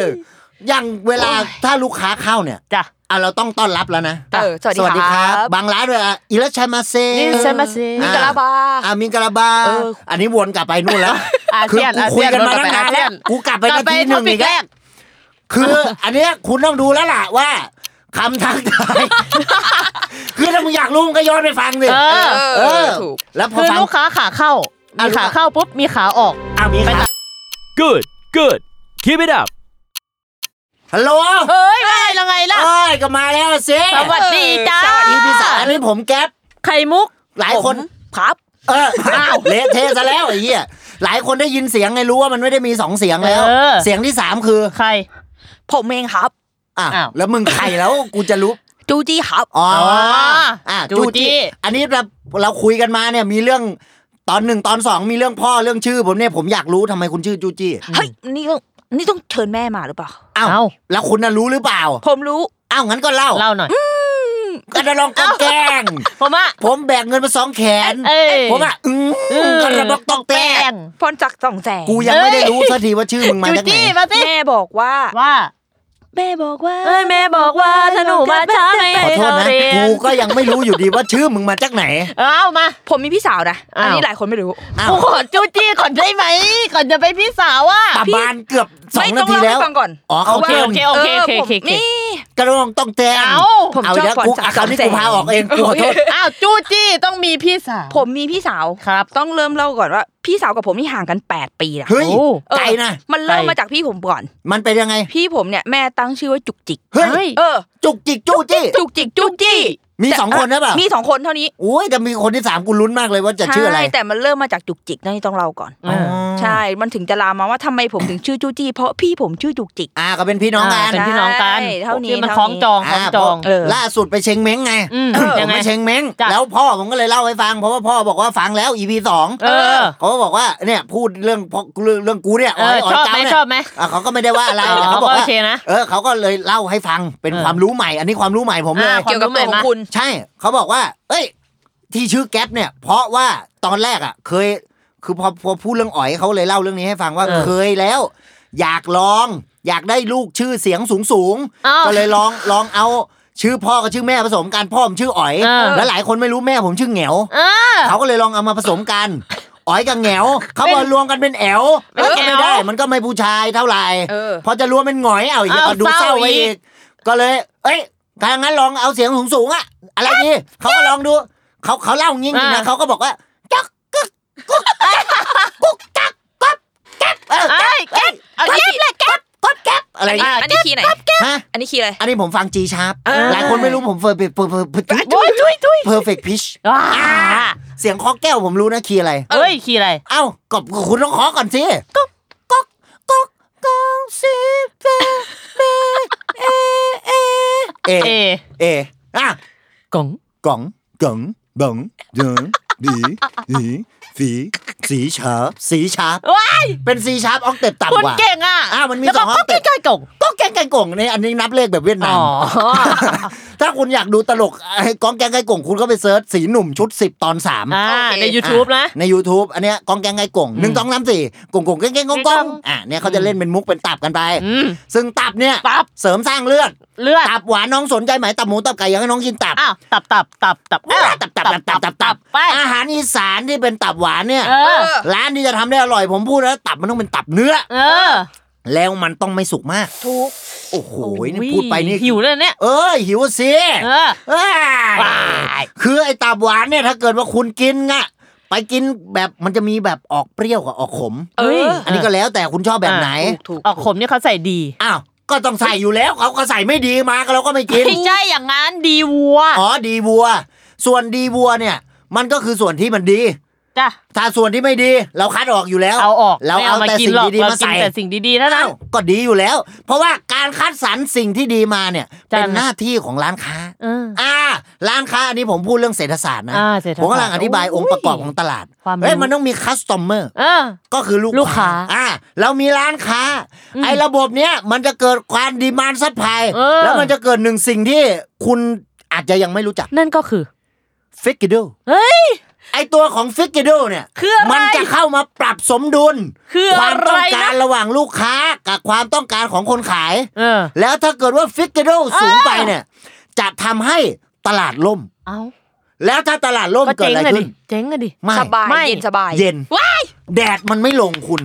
Speaker 2: อย่างเวลาถ้าลูกค้าเข้าเนี่ย
Speaker 3: จ้ะ
Speaker 2: อ่ะเราต้องต้อนรับแล้วนะ
Speaker 5: เออสวัสดีครับ
Speaker 2: บางร้านเลยอ่ะอิรัชัยมาเซ
Speaker 3: นี่ใช่มาสิ
Speaker 5: มีกะลาบา
Speaker 2: อ่ะมิงกะลาบา
Speaker 5: เออ
Speaker 2: อันนี้วนกลับไปนู่นแล้ว
Speaker 3: อา
Speaker 2: คื
Speaker 3: เซียน
Speaker 2: กู
Speaker 3: อา
Speaker 2: คุ
Speaker 3: เซี
Speaker 2: ย
Speaker 3: ยน
Speaker 2: กันมา
Speaker 3: เร
Speaker 2: ตั้ง
Speaker 3: กลั
Speaker 2: นา
Speaker 3: บ
Speaker 2: น
Speaker 3: ไปอาเซี
Speaker 2: แล้ว
Speaker 3: ยน
Speaker 2: กูกลับไป
Speaker 3: กลับ
Speaker 2: นา
Speaker 3: ไป
Speaker 2: ทีห
Speaker 3: ท็อ
Speaker 2: นึ่ง
Speaker 3: ปิ
Speaker 2: อี
Speaker 3: ก
Speaker 2: ก
Speaker 3: แร
Speaker 2: แล้ว
Speaker 3: ก
Speaker 2: คืออันเนี้ยคุณต้องดูแล้วล่ะว่าคำทักทาย คือถ้ามึงอยากรู้มึงก็ย้อนไปฟังสิ
Speaker 3: เออ
Speaker 5: เออถูก
Speaker 2: แล้วพอ
Speaker 3: คือ
Speaker 2: ฟัง
Speaker 3: ลูกค้าขาเข้า
Speaker 2: อ่ะ
Speaker 3: มี
Speaker 2: ลูก
Speaker 3: ขา
Speaker 2: ค้า
Speaker 3: เข้าปุ๊บ มีขาออก
Speaker 2: อ่ะมีใคร
Speaker 4: Good, good. Keep it up.
Speaker 2: ฮัลโหล
Speaker 3: เฮ้ยว่าไงละไงล่ะ
Speaker 2: เอ้ย ก็มาแล้วสิ
Speaker 3: สวัสดีจ้า
Speaker 2: สวัสดีพี่สาวอันนี้ผมแก๊ป
Speaker 3: ไข่มุก
Speaker 2: หลายคน
Speaker 3: ครับ
Speaker 2: เออ อ้าวเละเทะซะแล้วไอ้เหี้ย หลายคนได้ยินเสียงไงรู้ว่ามันไม่ได้มีสองเสียงแล้ว
Speaker 3: เออ
Speaker 2: เสียงที่สามคือ
Speaker 3: ใคร
Speaker 5: ผมเองครับ
Speaker 2: อ่ะ
Speaker 3: อ้าว
Speaker 2: แล้วมึงใครแล้วกูจะรู้
Speaker 5: จูจี้ครับ
Speaker 2: อ๋อ
Speaker 3: อ๋ออ่
Speaker 2: อ่ะ
Speaker 3: จู
Speaker 2: จู
Speaker 3: จี้
Speaker 2: จี้อันนี้เราเราคุยกันมาเนี่ยมีเรื่องตอนหนึ่งตอนสองมีเรื่องพ่อเรื่องชื่อ ผมเนี่ยผมอยากรู้ทำไมคุณชื่อจูจี้
Speaker 5: เฮ้ย นี่ต้องนี่ต้องเชิญแม่มาหรือเปล่า
Speaker 2: อ้าว
Speaker 3: เอ้า
Speaker 2: แล้วคุณน่ะรู้หรือเปล่า
Speaker 5: ผมรู้
Speaker 2: อ้าวงั้นก็เล่า
Speaker 3: เล่าหน่อย
Speaker 2: ก็จะลองกันแกล้ง
Speaker 3: ผมอ่ะ
Speaker 2: ผมแบกเงินมาสองแขน
Speaker 3: เอ้ย
Speaker 2: ผมอ่ะ อืมกระบอกตอกแตก
Speaker 5: พรจักรสองแสง
Speaker 2: กูยังไม่ได้รู้สักทีว่าชื่อมึงมา
Speaker 3: จู
Speaker 2: จากไหน
Speaker 3: จี้มาสิ
Speaker 5: แม่บอกว่า
Speaker 3: ว่า
Speaker 5: แม่บอกว่า
Speaker 3: เอ้ยแม่บอกว่าถ้าหนูมาช้าไม่
Speaker 2: ขอ
Speaker 3: ให้
Speaker 2: โทษ
Speaker 3: เข้า
Speaker 2: นะ
Speaker 3: เรียน
Speaker 2: กูก็ยังไม่รู้อยู่ดีว่าชื่อมึงมาจากไหน
Speaker 3: เอามา
Speaker 5: ผมมีพี่สาวนะ
Speaker 3: อ้าว
Speaker 5: อันนี้หลายคนไม่รู้
Speaker 2: อ้าว
Speaker 3: กูขอจูจี้ก่อนได้ไหม ก่อนจะไปพี่สาวอ่ะ
Speaker 2: ประมาณเกือบสอง
Speaker 5: ไม่
Speaker 2: นา
Speaker 5: ต้อง
Speaker 2: ที
Speaker 5: เล่า
Speaker 2: แล้
Speaker 5: ให้
Speaker 2: ว
Speaker 5: ฟังก่อน
Speaker 2: อ๋อโอเค
Speaker 3: โอเคโอเคโอเค
Speaker 5: ผม
Speaker 3: โอเคโอเค
Speaker 5: นี่
Speaker 2: กระรองต้องแจ้ง
Speaker 3: เอา
Speaker 5: ผม
Speaker 2: เอา
Speaker 5: ชอบ
Speaker 2: แล้ว
Speaker 5: พร
Speaker 2: กู
Speaker 5: จัก
Speaker 2: อ่ะ
Speaker 5: ร
Speaker 2: คราวนี้
Speaker 5: สองแส
Speaker 2: กู
Speaker 5: ง
Speaker 2: พาออกเองกูขอโทษ
Speaker 3: อ้าวจูจี้ต้องมีพี่สาว
Speaker 5: ผมมีพี่สาว
Speaker 3: ครับ
Speaker 5: ต้องเริ่มเล่าก่อนว่า พี่สาวกับผมนี่ห่างกัน 8 ปีนะ
Speaker 2: เฮ้ย
Speaker 3: โอ้
Speaker 2: ไกลนะ
Speaker 5: มันเริ่ม
Speaker 3: ไกล
Speaker 5: มาจากพี่ผมก่อน
Speaker 2: มันเป็นยังไง
Speaker 5: พี่ผมเนี่ยแม่ตั้งชื่อว่าจุกจิก
Speaker 2: เฮ้ย
Speaker 5: เออ
Speaker 2: จุกจิกจู้จี้
Speaker 5: จุกจิกจุกจี้
Speaker 2: มีสองคนนะเปล่า
Speaker 5: มีสองคนเท่านี้
Speaker 2: โอ้ยแต่มีคนที่สามกูลุ้นมากเลยว่าจะชื่ออะไร
Speaker 5: ใช่แต่มันเริ่มมาจากจุกจิกนี่ต้องเล่าก่อน
Speaker 3: อ๋อ
Speaker 5: ใช่ มันถึงจะลามมาว่าทำไมผมถึงชื่อจูจี้เพราะพี่ผมชื่อจุกจิก
Speaker 2: อ่าก็เป็นพี่น้องกัน
Speaker 3: เป็นพี่น้องกัน
Speaker 5: ใช่เท่านี้
Speaker 3: ที่มันค
Speaker 5: เท่านี้
Speaker 3: ล้องจองคล้องจอง
Speaker 2: าเพราะล่าสุดไปเชงเม้งไง
Speaker 3: อืม
Speaker 2: เออ
Speaker 3: ยัง
Speaker 2: ผ
Speaker 3: ไง
Speaker 2: มไปเชงเม้ง
Speaker 3: จ้ะ
Speaker 2: แล้วพ่อผมก็เลยเล่าให้ฟัง เพราะว่าพ่อบอกว่าฟังแล้ว EP สอง
Speaker 3: เออ
Speaker 2: เขาก็บอกว่าเนี่ยพูดเรื่องพอกเรื่องเรื่องกูเนี่ย
Speaker 3: เออ
Speaker 2: อย
Speaker 3: ชอบไหม
Speaker 2: เจ้าเนี่ย
Speaker 3: ชอบไหม
Speaker 2: อ่ะเขาก็ไม่ได้ว่าอะไร
Speaker 3: เออ
Speaker 2: แต่เขาบอก
Speaker 3: เขาก็
Speaker 2: ว่า
Speaker 3: โอเคนะ
Speaker 2: เออเขาก็เลยเล่าให้ฟังเป็น
Speaker 3: เออ
Speaker 2: ความรู้ใหม่ อันนี้ความรู้ใหม่ผมเลย
Speaker 3: อ่า
Speaker 5: เกี่ยวกับตัวของคุณ
Speaker 2: ใช่เขาบอกว่า เอ้ย ที่ชื่อแก๊ปเนี่ย เพราะว่าตอนแรกอ่ะ เคย คือพอพอพูดเรื่องอ๋อยเขาเลยเล่าเรื่องนี้ให้ฟังว่า
Speaker 3: เออ
Speaker 2: เคยแล้ว อยากลอง อยากได้ลูกชื่อเสียงสูงสูงๆ
Speaker 3: เอ้า
Speaker 2: ก็เลยลองลองเอาชื่อพ่อกับชื่อแม่ผสมกันพ่อผมชื่ออ๋อย
Speaker 3: เออ
Speaker 2: แล้วหลายคนไม่รู้แม่ผมชื่อเหงียว
Speaker 3: เออ
Speaker 2: เขาก็เลยลองเอามาผสมกัน อ๋อยกับแหงวเขาบอกรวมกันเป็นแอว
Speaker 3: เป็น
Speaker 2: แล้วก็ไม่
Speaker 3: แอ๋ว
Speaker 2: ได้ มันก็ไม่ผู้ชายเท่าไหร่
Speaker 5: เออ
Speaker 2: พอจะรวมเป็นหงอยเอาอีก
Speaker 3: เอ้า
Speaker 2: เอาดูเศร้าไป
Speaker 3: เศร้าอี
Speaker 2: อี
Speaker 3: ก
Speaker 2: ก ก็เลย เอ้ยถ้างั้นลองเอาเสียงสูงสูงๆอะอะไรดีเขาก็ลองดู เขาเขาเล่างี้จริงๆนะเขาก็บอกว่าจ๊อกกึกกุ๊กเอ้ยกุ๊กกักก๊อบแก๊บเออ
Speaker 3: เอ้ยแก๊ปเอาแก๊ปแหละแก๊ป
Speaker 2: ก๊อบแก๊บอะไร
Speaker 5: อัน
Speaker 2: เงี้ย
Speaker 5: นี้อันนี้คีย์ไหน
Speaker 2: ฮะ
Speaker 5: อันนี้คีย์อะไร
Speaker 2: อันนี้ผมฟังจีชาร์ป
Speaker 5: เออ
Speaker 2: หลายคนไม่รู้ผมเฟอร์เฟกเพอร์เฟกเพอร์
Speaker 3: โอ้ยจุ้ยจุ้ย
Speaker 2: เฟกพิช
Speaker 3: ว้า
Speaker 2: เสียงเคอแก้วผมรู้นะคีย์อะไร
Speaker 3: เอ้ยขี่อะไร
Speaker 2: เอ้าก็คุณต้องขอก่อนสิก็ก็ก็ก็สิเปเปเอเอเอ
Speaker 3: เอ
Speaker 2: เออ่ะ
Speaker 3: กล่อง
Speaker 2: กล่องกล่องบังเดิงดีดีสีสีชาร์ปสีชาร์ป
Speaker 3: ว้าย
Speaker 2: เป็นสีชาร์ปออกเต็ปต่ำ
Speaker 3: คุณ
Speaker 2: กว่า
Speaker 3: เก่งอ่ะ
Speaker 2: อ่ะมันมี
Speaker 3: แล้ว
Speaker 2: ส
Speaker 3: ก็
Speaker 2: องห้
Speaker 3: ก็
Speaker 2: อง
Speaker 3: ใก
Speaker 2: เต็ป
Speaker 3: ล้ๆกล่อง
Speaker 2: ก็แกงไก่กล่องในอันนี้นับเลขแบบเวียดนา
Speaker 3: อ๋
Speaker 2: ม
Speaker 3: อ
Speaker 2: ถ้าคุณอยากดูตลกไอ้กองแกงไก่กล่องคุณก็ไปเซิร์ชสีหนุ่มชุดสิบตอนสาม
Speaker 3: อ่า
Speaker 5: โอเค
Speaker 3: ใน YouTube นะ
Speaker 2: ใน YouTube อันเนี้ยกองแกงไงกงหนึ่งสองสามสี่กงกงแกงแกงกงกงอ่ะเนี่ยเขาจะเล่นเป็นมุกเป็นตับกันไป
Speaker 3: อืม
Speaker 2: ซึ่งตับเนี่ย
Speaker 3: ตับ
Speaker 2: เสริมสร้างเลือด
Speaker 3: เลือด
Speaker 2: ตับหวานน้องสนใจไหมตับหมูตับไก่อยากให้น้องกินตับ
Speaker 3: อ้าวตับตับตับตับ
Speaker 2: อ้าวตับตับตับตับตับตับ
Speaker 3: ไป
Speaker 2: อาหารอีสานที่เป็นตับหวานเนี่ย
Speaker 3: เออ
Speaker 2: ร้านที่จะทำได้อร่อยผมพูดแล้วตับมันต้องเป็นตับเนื้อ
Speaker 3: เออ
Speaker 2: แล้วมันต้องไม่สุกมาก
Speaker 5: ทุก
Speaker 2: โอ้โหนี่พูดไปนี่
Speaker 3: หิวเลยเนี่ย
Speaker 2: เอ้ยหิวสิ
Speaker 3: เออ
Speaker 2: เอ้ยคือไอ้ตับหวานเนี่ยถ้าเกิดว่าคุณกินอะไปกินแบบมันจะมีแบบออกเปรี้ยวกับออกขม
Speaker 5: เออ
Speaker 2: อันนี้ก็แล้วแต่คุณชอบแบบไหน
Speaker 5: ถูกถูก
Speaker 3: ออกขมเนี่ยเขาใส่ดี
Speaker 2: อ้าว ก็ต้องใส่อยู่แล้วเขาก็ใส่ไม่ดีมาก็เราก็ไม่กิน
Speaker 3: ไม่ใช่อย่างนั้นดีวัว
Speaker 2: อ๋อ ดีวัว ส่วนดีวัวเนี่ย มันก็คือส่วนที่มันดี
Speaker 3: จ้ะ
Speaker 2: ถ้าส่วนที่ไม่ดี เราคัดออกอยู่แล้ว
Speaker 3: เอาออก
Speaker 2: เรา
Speaker 3: ไม่
Speaker 2: เอา
Speaker 3: มา
Speaker 2: แต่
Speaker 3: กิน
Speaker 2: สิ่ง
Speaker 3: หรอก
Speaker 2: ดีๆ
Speaker 3: เรา
Speaker 2: มา
Speaker 3: กิน
Speaker 2: ใส่
Speaker 3: แต่สิ่งดีๆเท่านั้
Speaker 2: อ้า
Speaker 3: น
Speaker 2: วก็ดีอยู่แล้ว เพราะว่าการคัดสรรสิ่งที่ดีมาเนี่ย
Speaker 3: จ้ะ
Speaker 2: เป็นหน้าที่ของร้านค้า
Speaker 3: เออ
Speaker 2: อ่า ร้านค้าอันนี้ผมพูดเรื่องเศรษฐศาสตร์นะ
Speaker 3: อ่าเศรษฐศาสตร์
Speaker 2: ผมกำลังอธิบาย
Speaker 3: โอ้
Speaker 2: อย งค์ประกอบของตลาด
Speaker 3: ความรู้
Speaker 2: เฮ้ยมันต้องมีคัสตอมเมอร์
Speaker 3: เออ
Speaker 2: ก็คือลูก
Speaker 3: ลูกค้า
Speaker 2: อ่าเรามีร้านค้า ไอ้ระบบเนี้ยมันจะเกิดความดีมานซัพพลาย
Speaker 3: เออ
Speaker 2: แล้วมันจะเกิดหนึ่งสิ่งที่คุณอาจจะยังไม่รู้จัก
Speaker 3: นั่นก็คือ
Speaker 2: ฟิกกิดู
Speaker 3: เฮ้ย
Speaker 2: ไอ้ตัวของฟิกกิดูเนี่ย
Speaker 3: คืออะไร
Speaker 2: มันจะเข้ามาปรับสมดุล
Speaker 3: คือ
Speaker 2: ค
Speaker 3: อะไร
Speaker 2: วามต้
Speaker 3: นะ
Speaker 2: องการระหว่างลูกค้ากับความต้องการของคนขาย
Speaker 3: เออ
Speaker 2: แล้วถ้าเกิดว่าฟิกกิดู
Speaker 3: เออ
Speaker 2: สูงไปเนี่ย จะทำให้ตลาดล่ม
Speaker 3: เอา
Speaker 2: แล้วถ้าตลาดล่ม
Speaker 3: ก็
Speaker 2: เกิด
Speaker 3: เจ๊ง
Speaker 2: อะไร
Speaker 3: เล
Speaker 2: ขึ้
Speaker 3: ยดิ
Speaker 2: น
Speaker 3: เจ๊งเลยดิ
Speaker 2: ไม่
Speaker 5: สบาย
Speaker 3: ไม่
Speaker 5: เย็นสบาย
Speaker 2: เย็น
Speaker 5: ว้าย
Speaker 2: แดดมันไม่ลงคุณ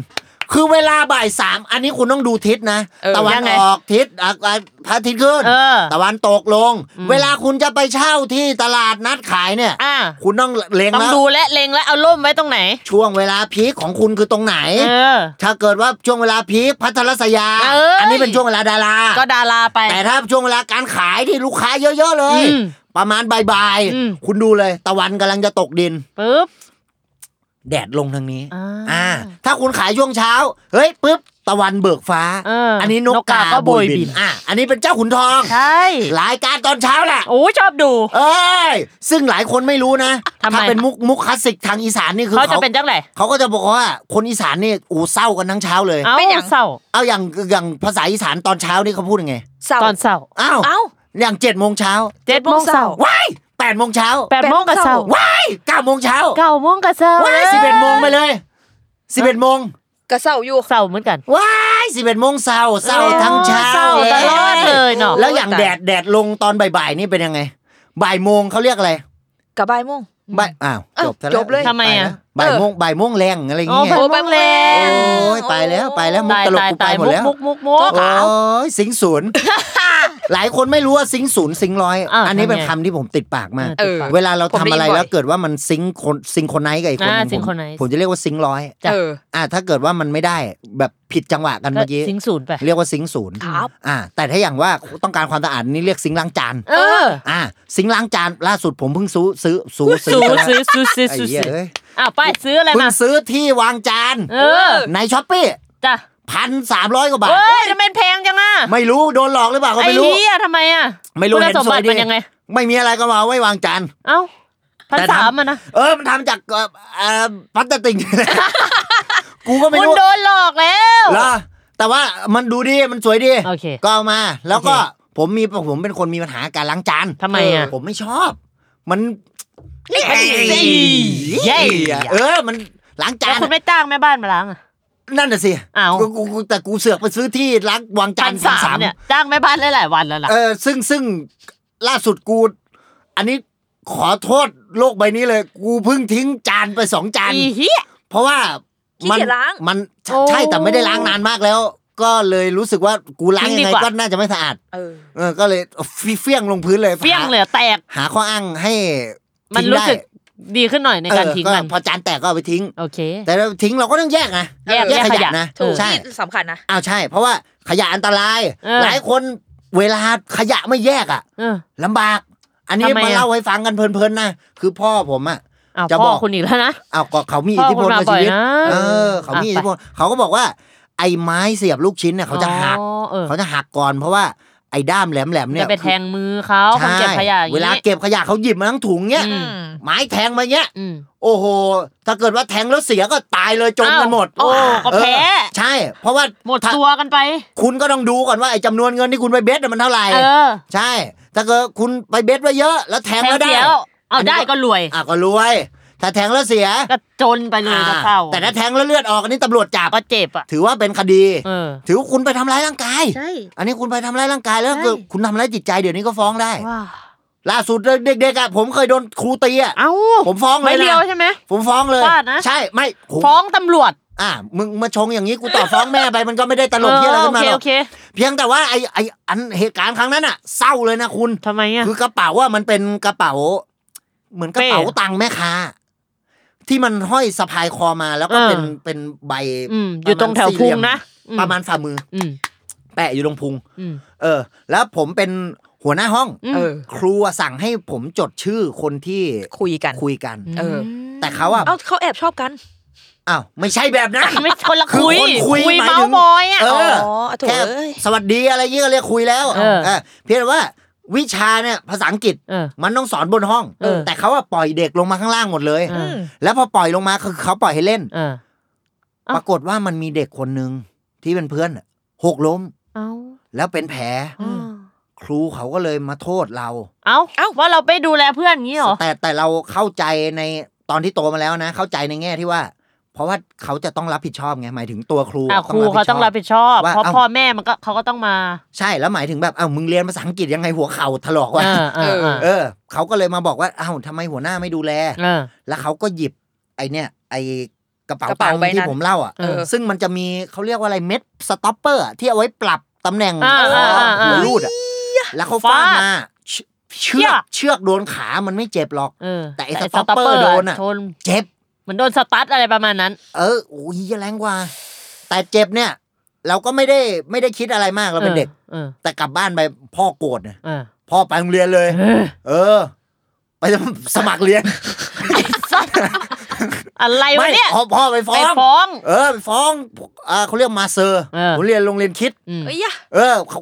Speaker 2: คือเวลาบ่ายสามอันนี้คุณต้องดูทิศนะ
Speaker 5: เออ
Speaker 2: ตะวั
Speaker 3: ยั
Speaker 2: น
Speaker 3: งไง
Speaker 2: ออกทิศอ่ะอ่ะพระอาทิตย์ขึ้น
Speaker 3: เออ
Speaker 2: ตะวันตกลง
Speaker 3: อืม
Speaker 2: เวลาคุณจะไปเช่าที่ตลาดนัดขายเนี่ย
Speaker 3: อ่ะ
Speaker 2: คุณต้องเล็ง
Speaker 3: ต้อง
Speaker 2: แล้ว
Speaker 3: ดูและเล็งและเอาล่มไว้ตรงไหน
Speaker 2: ช่วงเวลาพีคของคุณคือตรงไหน
Speaker 3: เออ
Speaker 2: ถ้าเกิดว่าช่วงเวลาพีคพัทรศยา
Speaker 3: เอ้ย
Speaker 2: อันนี้เป็นช่วงเวลาดารา
Speaker 3: ก็ดาราไป
Speaker 2: แต่ถ้าช่วงเวลาการขายที่ลูกค้าเยอะๆเลย
Speaker 3: อืม
Speaker 2: ประมาณบ่าย
Speaker 3: อืม
Speaker 2: ๆคุณดูเลย ตะวันกำลังจะตกดิน
Speaker 3: ปุ๊บ
Speaker 2: แดดลงทางนี้
Speaker 3: อ่า
Speaker 2: อ่า ถ้าคุณขายช่วงเช้า เฮ้ยปุ๊บ ตะวันเบิกฟ้า
Speaker 3: เอออั
Speaker 2: นนี้นก
Speaker 3: นกกาก
Speaker 2: าก
Speaker 3: ก็โบยบิน
Speaker 2: อ่ะอันนี้เป็นเจ้าขุนทอง
Speaker 3: ใช่
Speaker 2: รายการตอนเช้าแหละ
Speaker 3: โอ้ชอบดู
Speaker 2: เอ้ย ซึ่งหลายคนไม่รู้นะ
Speaker 3: ทำไม
Speaker 2: ถ้าเป็นมุกมุกคลาสสิกทางอีสานนี่คือ
Speaker 3: เขา
Speaker 2: เขา
Speaker 3: จะเป็นจังไหน
Speaker 2: เขาก็จะบอกว่าคนอีสานนี่อูเศร้ากันทั้งเช้าเลย
Speaker 3: เอา
Speaker 5: เป็นหยัง
Speaker 3: เศร้า
Speaker 2: เอาอย่างอย่างภาษาอีสานตอนเช้านี่เขาพูดยังไง
Speaker 5: เศร้า
Speaker 3: ตอนเศร้า
Speaker 2: อ้าว
Speaker 5: เอ้า
Speaker 2: อย่างเจ็ดโมงเช้า
Speaker 3: เจ็ดโมงเศร้า
Speaker 2: ว้ายแปดโมงเช้า
Speaker 3: แปดโมงกับเศร้า
Speaker 2: ว้ายเก้าโมงเช้า
Speaker 3: เก้าโมงกับเศร้า
Speaker 2: ว้ายสิบเอ็ดโมงไปเลยสิบเอ็ดโมง
Speaker 5: กระเศร้าอยู่
Speaker 3: เศร้าเหมือนกัน
Speaker 2: ว้ายสิบเอ็ดโมงเศร้าเศร้า
Speaker 3: เออ
Speaker 2: ทั้งเช้า
Speaker 3: เศร้าตลอดเลยเนอะ
Speaker 2: แล้วอย่าง
Speaker 5: โอ้ย
Speaker 2: แด
Speaker 5: ตาย
Speaker 2: ดแดดลงตอนบ่ายๆนี่เป็นยังไง บ่ายโมงเขาเรียกอะไร
Speaker 5: กระบายโมง
Speaker 2: บ่ายอ้าว
Speaker 5: อ้าว
Speaker 2: จบซะ
Speaker 5: จบเลย
Speaker 3: ทำไมอะ
Speaker 2: บ่ายโมงบ่ายโมงแรงอะไรอย่างเงี้ย
Speaker 3: โอ้
Speaker 5: ไป
Speaker 3: แปดโมงแล้
Speaker 2: โ
Speaker 3: ว
Speaker 2: อ้ยไปแล้วไปแล้วมุก
Speaker 3: ตาย
Speaker 2: ตลก
Speaker 3: ตาย
Speaker 2: กูไป
Speaker 3: ตาย
Speaker 2: หมด
Speaker 3: มุก
Speaker 2: แล้ว
Speaker 3: มุกมุกมุก
Speaker 2: โอ้ยสิงศูนย์ หลายคนไม่รู้ว่าสิงศูนย์สิงร้อย
Speaker 3: อ้าว
Speaker 2: อันนี้เป็น
Speaker 3: ทำไง
Speaker 2: คำที่ผมติดปากมาก
Speaker 5: เออ
Speaker 2: เวลาเราทำอะไร
Speaker 5: ผมได้ยินบ่อย
Speaker 2: แล้วเกิดว่ามันซิงคนซิงคนไนกับไอ้คนหนึ่
Speaker 3: อ่าง
Speaker 2: ผม
Speaker 3: synchronize
Speaker 2: ผมจะเรียกว่าซิงร้อย
Speaker 3: จ้ะ
Speaker 5: เออ
Speaker 2: อ่าถ้าเกิดว่ามันไม่ได้แบบผิดจังหวะกัน
Speaker 3: ก็
Speaker 2: เมื่อกี้
Speaker 3: สิงศูนย์ไป
Speaker 2: เรียกว่าซิงค์ศูนย์
Speaker 5: ครับ
Speaker 2: อ่า แต่ถ้าอย่างว่าต้องการความสะอาดนี่เรียกซิงค์ล้างจาน
Speaker 3: เออ
Speaker 2: อ่า ซิงค์ล้างจาน ล่าสุดผมเพิ่งซื้อซื้อซื้อ
Speaker 3: ซื้อซื้อ
Speaker 2: อ
Speaker 3: ซื้อซื้อ
Speaker 2: ไอ้
Speaker 3: ซื้อ
Speaker 2: เหี้ยเอ้ย
Speaker 3: อ้าวไปซื้ออะไร
Speaker 2: เพิ่
Speaker 3: มา
Speaker 2: งซื้อที่วางจาน
Speaker 3: เออ
Speaker 2: ในช้อปปี้
Speaker 3: จ้ะ
Speaker 2: พันสามร้อยกว่าบาท
Speaker 3: เอ้ยทำไมแพงจังอ่ะ
Speaker 2: ไม่รู้โดนหลอกหรือเปล่าก็
Speaker 3: ไอ้
Speaker 2: ไม่รู้
Speaker 3: นี่อะทำไมอ่ะ
Speaker 2: ไม่รู้
Speaker 3: คุณ
Speaker 2: เห็น
Speaker 3: สมบัติ
Speaker 2: สวยดิ
Speaker 3: มันยังไง
Speaker 2: ไม่มีอะไรก็มาไว้วางจาน
Speaker 3: เอ้าพัน
Speaker 2: แต่ทำ
Speaker 3: สามอะนะ
Speaker 2: เออ มันทำจากเอ่อเอ่อพลาสติก กูก็ไม่
Speaker 3: คุณ
Speaker 2: รู้
Speaker 3: โดนหลอกแล้ว
Speaker 2: เหรอแต่ว่ามันดูดี มันสวยดี
Speaker 3: โอเค
Speaker 2: ก็เอามา แล้วก็ผมมีผมเป็นคนมีปัญหาการล้างจาน
Speaker 3: ทำไมอ่ะ
Speaker 2: ผมไม่ชอบ มันนี่
Speaker 3: เย้เย้
Speaker 2: เออ มันล้างจา
Speaker 3: แล้ว
Speaker 2: น
Speaker 3: คุณไม่จ้างแม่บ้านมาล้างอ่ะ
Speaker 2: นั่นน่ะสิ
Speaker 3: อ้าว
Speaker 2: กูกูกูแต่กูเสือกไปซื้อที่ล้างวางจา
Speaker 3: พั
Speaker 2: น
Speaker 3: นสามเนี่ยจ้างแม่บ้านหลายๆวันแล้วล่ะ
Speaker 2: เออ ซึ่งซึ่งล่าสุดกู อันนี้ขอโทษโลกใบนี้เลย กูเพิ่งทิ้งจานไปสองจาน
Speaker 3: อีเหี้ย
Speaker 2: เพราะว่ามั
Speaker 5: ขี้เกียจล้าง
Speaker 2: มันใช่ใช่
Speaker 3: โอ้
Speaker 2: แต่ไม่ได้ล้างนานมากแล้ว ก็เลยรู้สึกว่ากูล้าง
Speaker 3: ทิ้
Speaker 2: ยั
Speaker 3: ง
Speaker 2: ง
Speaker 3: ดี
Speaker 2: ไง
Speaker 3: กว่า
Speaker 2: ก็น่าจะไม่สะอาด
Speaker 5: เออ
Speaker 2: เออ ก็เลยเฟี้ยงลงพื้นเลย
Speaker 3: เฟี้ยงเลยอะแตก
Speaker 2: หาข้ออ้างให้
Speaker 3: มัน
Speaker 2: ทิ้ง
Speaker 3: รู้
Speaker 2: ได้
Speaker 3: สึกดีขึ้นหน่อยในการทิ้งมัน
Speaker 2: เออพอจานแตกก็เอาไปทิ้ง
Speaker 3: โอเค
Speaker 2: แต่เราทิ้งเราก็ต้องแยกนะ
Speaker 3: แยกแยกขยะ
Speaker 2: นะ
Speaker 3: ถูก
Speaker 2: ใช่
Speaker 5: นี่สำคัญนะ
Speaker 2: อ้าวใช่ เพราะว่าขยะอันตราย
Speaker 3: เออ
Speaker 2: หลายคนเวลาขยะไม่แยกอ่ะ
Speaker 3: เออ
Speaker 2: ลำบาก อันนี้
Speaker 3: ทำไมอะ
Speaker 2: มาเล่าให้ฟังกันเพลินๆนะคือพ่อผมอ่ะ
Speaker 3: อ้าว
Speaker 2: จะ
Speaker 3: พ่
Speaker 2: บ
Speaker 3: อ
Speaker 2: อก
Speaker 3: คุณอีกแล้วนะ
Speaker 2: เอาก็เขามีอิทธิพลกั
Speaker 3: พ่อคุ
Speaker 2: บ
Speaker 3: ณมาบ่
Speaker 2: ชี
Speaker 3: อย
Speaker 2: วิต
Speaker 3: นะ
Speaker 2: เออ เขามี
Speaker 3: อ่ะ
Speaker 2: อิทธิพลเขาก็บอกว่า ไอ้ไม้เสียบลูกชิ้นเนี่ยเขาจะหัก
Speaker 3: อ๋อเออ
Speaker 2: เขาจะหักก่อนเพราะว่าไอ้ด้ามแหลมๆเนี่
Speaker 3: จะ
Speaker 2: ย
Speaker 3: ไปแทงมือเขาคนเก็บขยะอย่าง
Speaker 2: เวลา
Speaker 3: นี้
Speaker 2: เก็บขยะเขาหยิบมาทั้งถุงเนี่ย
Speaker 3: อื
Speaker 5: อืม
Speaker 2: ไม้แทงมาเนี้ย
Speaker 3: อืม
Speaker 2: โอ้โห ถ้าเกิดว่าแทงแล้วเสียก็ตายเลยจมกันหมด
Speaker 3: อ้าวโอ้ก็แพ้
Speaker 2: เออใช่ เพราะว่า
Speaker 3: หมด
Speaker 2: ถ้า
Speaker 3: ตัวกันไป
Speaker 2: คุณก็ต้องดูก่อนว่าไอ้จำนวนเงินที่คุณไปเบสน่ะมันเท่าไหร่
Speaker 3: เออ
Speaker 2: ใช่ ถ้าเกิดคุณไปเบสไว้เยอะ แล้วแทง
Speaker 3: แทง
Speaker 2: แล้วได้
Speaker 3: เสียแล้วเอาได้ก็รวย
Speaker 2: อ่ะก็รวย ถ้าแทงแล้วเสีย
Speaker 3: ก็จนไปเลยก็
Speaker 2: อ่า
Speaker 3: เศร้า
Speaker 2: แต่ถ้าแทงแล้วเลือดออกอันนี้ตำรวจจับ
Speaker 3: ก็เจ็บอ่ะ
Speaker 2: ถือว่าเป็นคดี
Speaker 3: เออ
Speaker 2: ถือว่าคุณไปทำร้ายร่างกาย อันนี้คุณไปทำร้ายร่างกายแล้ว
Speaker 5: ใช่
Speaker 2: คือคุณทำร้ายจิตใจเดี๋ยวนี้ก็ฟ้องได้
Speaker 3: ว้า
Speaker 2: ล่าสุดเด็กๆอ่ะผมเคยโดนครูตีอ่ะ
Speaker 3: เอ้า
Speaker 2: ผมฟ้องเล
Speaker 3: ไม่
Speaker 2: ย
Speaker 3: เลียว
Speaker 2: นะ
Speaker 3: ใช่ไหม
Speaker 2: ผมฟ้องเลย
Speaker 3: ฟาดนะ
Speaker 2: ใช่ไม่ผม
Speaker 3: ฟ้องตำรวจ
Speaker 2: อ่ะมึงมาชงอย่างนี้กูต่อฟ้องแม่ไปมันก็ไม่ได้ตลกเหี้ยอะไร
Speaker 3: โอ
Speaker 2: ขึ้นมา
Speaker 3: เค
Speaker 2: หรอ
Speaker 3: โอก เค
Speaker 2: เพียงแต่ว่าไอไออันเหตุการณ์ครั้งนั้นอ่ะเศร้าเลยนะคุณ
Speaker 3: ทำไมอ่ะ
Speaker 2: คือกระเป๋าว่ามันเป็นกระเป๋า เหมือนกระเป๋า
Speaker 3: เป้
Speaker 2: ตังค์แม่ค้า ที่มันห้อยสะพายคอมาแล้วก็
Speaker 3: เออ
Speaker 2: เป็นเป็นใบ
Speaker 3: อืมอยู่ตรงแถวพุงนะอื
Speaker 2: ประมาณฝ่ามือ
Speaker 3: อืม
Speaker 2: แปะอยู่ตรงพุง
Speaker 3: อืม
Speaker 2: เออ แล้วผมเป็นหัวหน้าห้อง
Speaker 3: อืม
Speaker 5: เออ
Speaker 2: ครูอะสั่งให้ผมจดชื่อคนที่
Speaker 5: คุยกัน
Speaker 2: คุยกัน
Speaker 5: เออ
Speaker 2: แต่เขาอะ
Speaker 5: เอ้าเขาแอบชอบกัน
Speaker 2: อ้าวไม่ใช่แบบนั้น
Speaker 3: ไม่คนละ
Speaker 2: คือ
Speaker 3: คุย
Speaker 2: คนคุยหมาย
Speaker 3: เมา
Speaker 2: ถึ
Speaker 3: ส์
Speaker 2: ง
Speaker 3: มอยอ่ะ
Speaker 2: เออ
Speaker 5: อ๋อโถูก
Speaker 2: แค่
Speaker 5: เอ้ย
Speaker 2: สวัสดีอะไรเงี้ยก็เรียกคุยแล้ว
Speaker 3: เออ
Speaker 2: เออเพียงแต่ว่า วิชาเนี่ยภาษาอังกฤษ
Speaker 3: เออ
Speaker 2: มันต้องสอนบนห้อง
Speaker 3: เออ
Speaker 2: แต่เขาอะปล่อยเด็กลงมาข้างล่างหมดเลย
Speaker 3: เออ
Speaker 2: แล้วพอปล่อยลงมาคือเขาปล่อยให้เล่น
Speaker 3: เออ
Speaker 2: ป
Speaker 3: เอ้า
Speaker 2: รากฏว่ามันมีเด็กคนหนึ่งที่เป็นเพื่อนอะหกล้ม
Speaker 3: เอา
Speaker 2: แล้วเป็นแผล
Speaker 3: อืม
Speaker 2: ครูเขาก็เลยมาโทษเรา
Speaker 3: เอา
Speaker 5: เอ้า
Speaker 3: ว่าเราไปดูแลเพื่อนงี้เหรอ
Speaker 2: แต่แต่เราเข้าใจในตอนที่โตมาแล้วนะ เข้าใจในแง่ที่ว่า เพราะว่าเขาจะต้องรับผิดชอบไงหมายถึงตัวครู
Speaker 3: อ่ะครูเขาต้องรับ
Speaker 2: ช
Speaker 3: ผิดชอบ
Speaker 2: ว่า
Speaker 3: เพราะ
Speaker 2: เอ้า
Speaker 3: พ่อแม่มันก็เขาก็ต้องมา
Speaker 2: ใช่แล้วหมายถึงแบบเอ้าวมึงเรียนภาษาอังกฤษยังไงหัวเข่าถลอกวะ
Speaker 3: เออเออเออ
Speaker 2: เออเขาก็เลยมาบอกว่าอ้าวทำไมหัวหน้าไม่ดูแล
Speaker 3: เออ
Speaker 2: แล้วเขาก็หยิบไอเนี่ย ไอกระเป๋าก
Speaker 5: ระ
Speaker 2: ตั
Speaker 5: เป๋าง
Speaker 2: ค์
Speaker 5: ใบนั้
Speaker 2: ที่
Speaker 5: น
Speaker 2: ผมเล่าอ่ะ
Speaker 3: เออ
Speaker 2: ซึ่งมันจะมีเขาเรียกว่าอะไรเม็ดสต็อปเปอร์ที่เอาไว้ปรับตำแหน่ง
Speaker 3: อ่า
Speaker 2: ขออา
Speaker 3: อ่า
Speaker 2: หัวรูดอ่ะแล้วเขาฟาด
Speaker 3: ฟาด
Speaker 2: มาเชืเชือก
Speaker 3: เหี้ย
Speaker 2: เชือกโดนขามันไม่เจ็บหรอก
Speaker 3: เออ
Speaker 2: แต่ไอ้สต็อปเปอร์โดนอะ
Speaker 3: ชน
Speaker 2: เจ็บ
Speaker 3: เหมือนโดนสตั๊ดอะไรประมาณนั้น
Speaker 2: เออโอ้ยแรงกว่า แต่เจ็บเนี่ย เราก็ไม่ได้ไม่ได้คิดอะไรมากเราเป็นเด็ก
Speaker 3: เออ
Speaker 2: แต่กลับบ้านไปพ่อโกรธนะ
Speaker 3: เออ
Speaker 2: พ่อไปโรงเรียนเลย
Speaker 3: เออ
Speaker 2: เออ ไปสมัครเรียน
Speaker 3: อะไรวะ
Speaker 2: ไม่
Speaker 3: เนี่ย
Speaker 2: พ่อพ่อไปฟ้
Speaker 3: ไป
Speaker 2: อง
Speaker 3: ฟ้อง
Speaker 2: เออไปฟ้องเอ่อเขาเรียกมาเซอร์
Speaker 3: เออ
Speaker 2: ผมเรียนโรงเรียนคิด
Speaker 3: อืม
Speaker 5: เอ้ยยะ
Speaker 2: เออเขา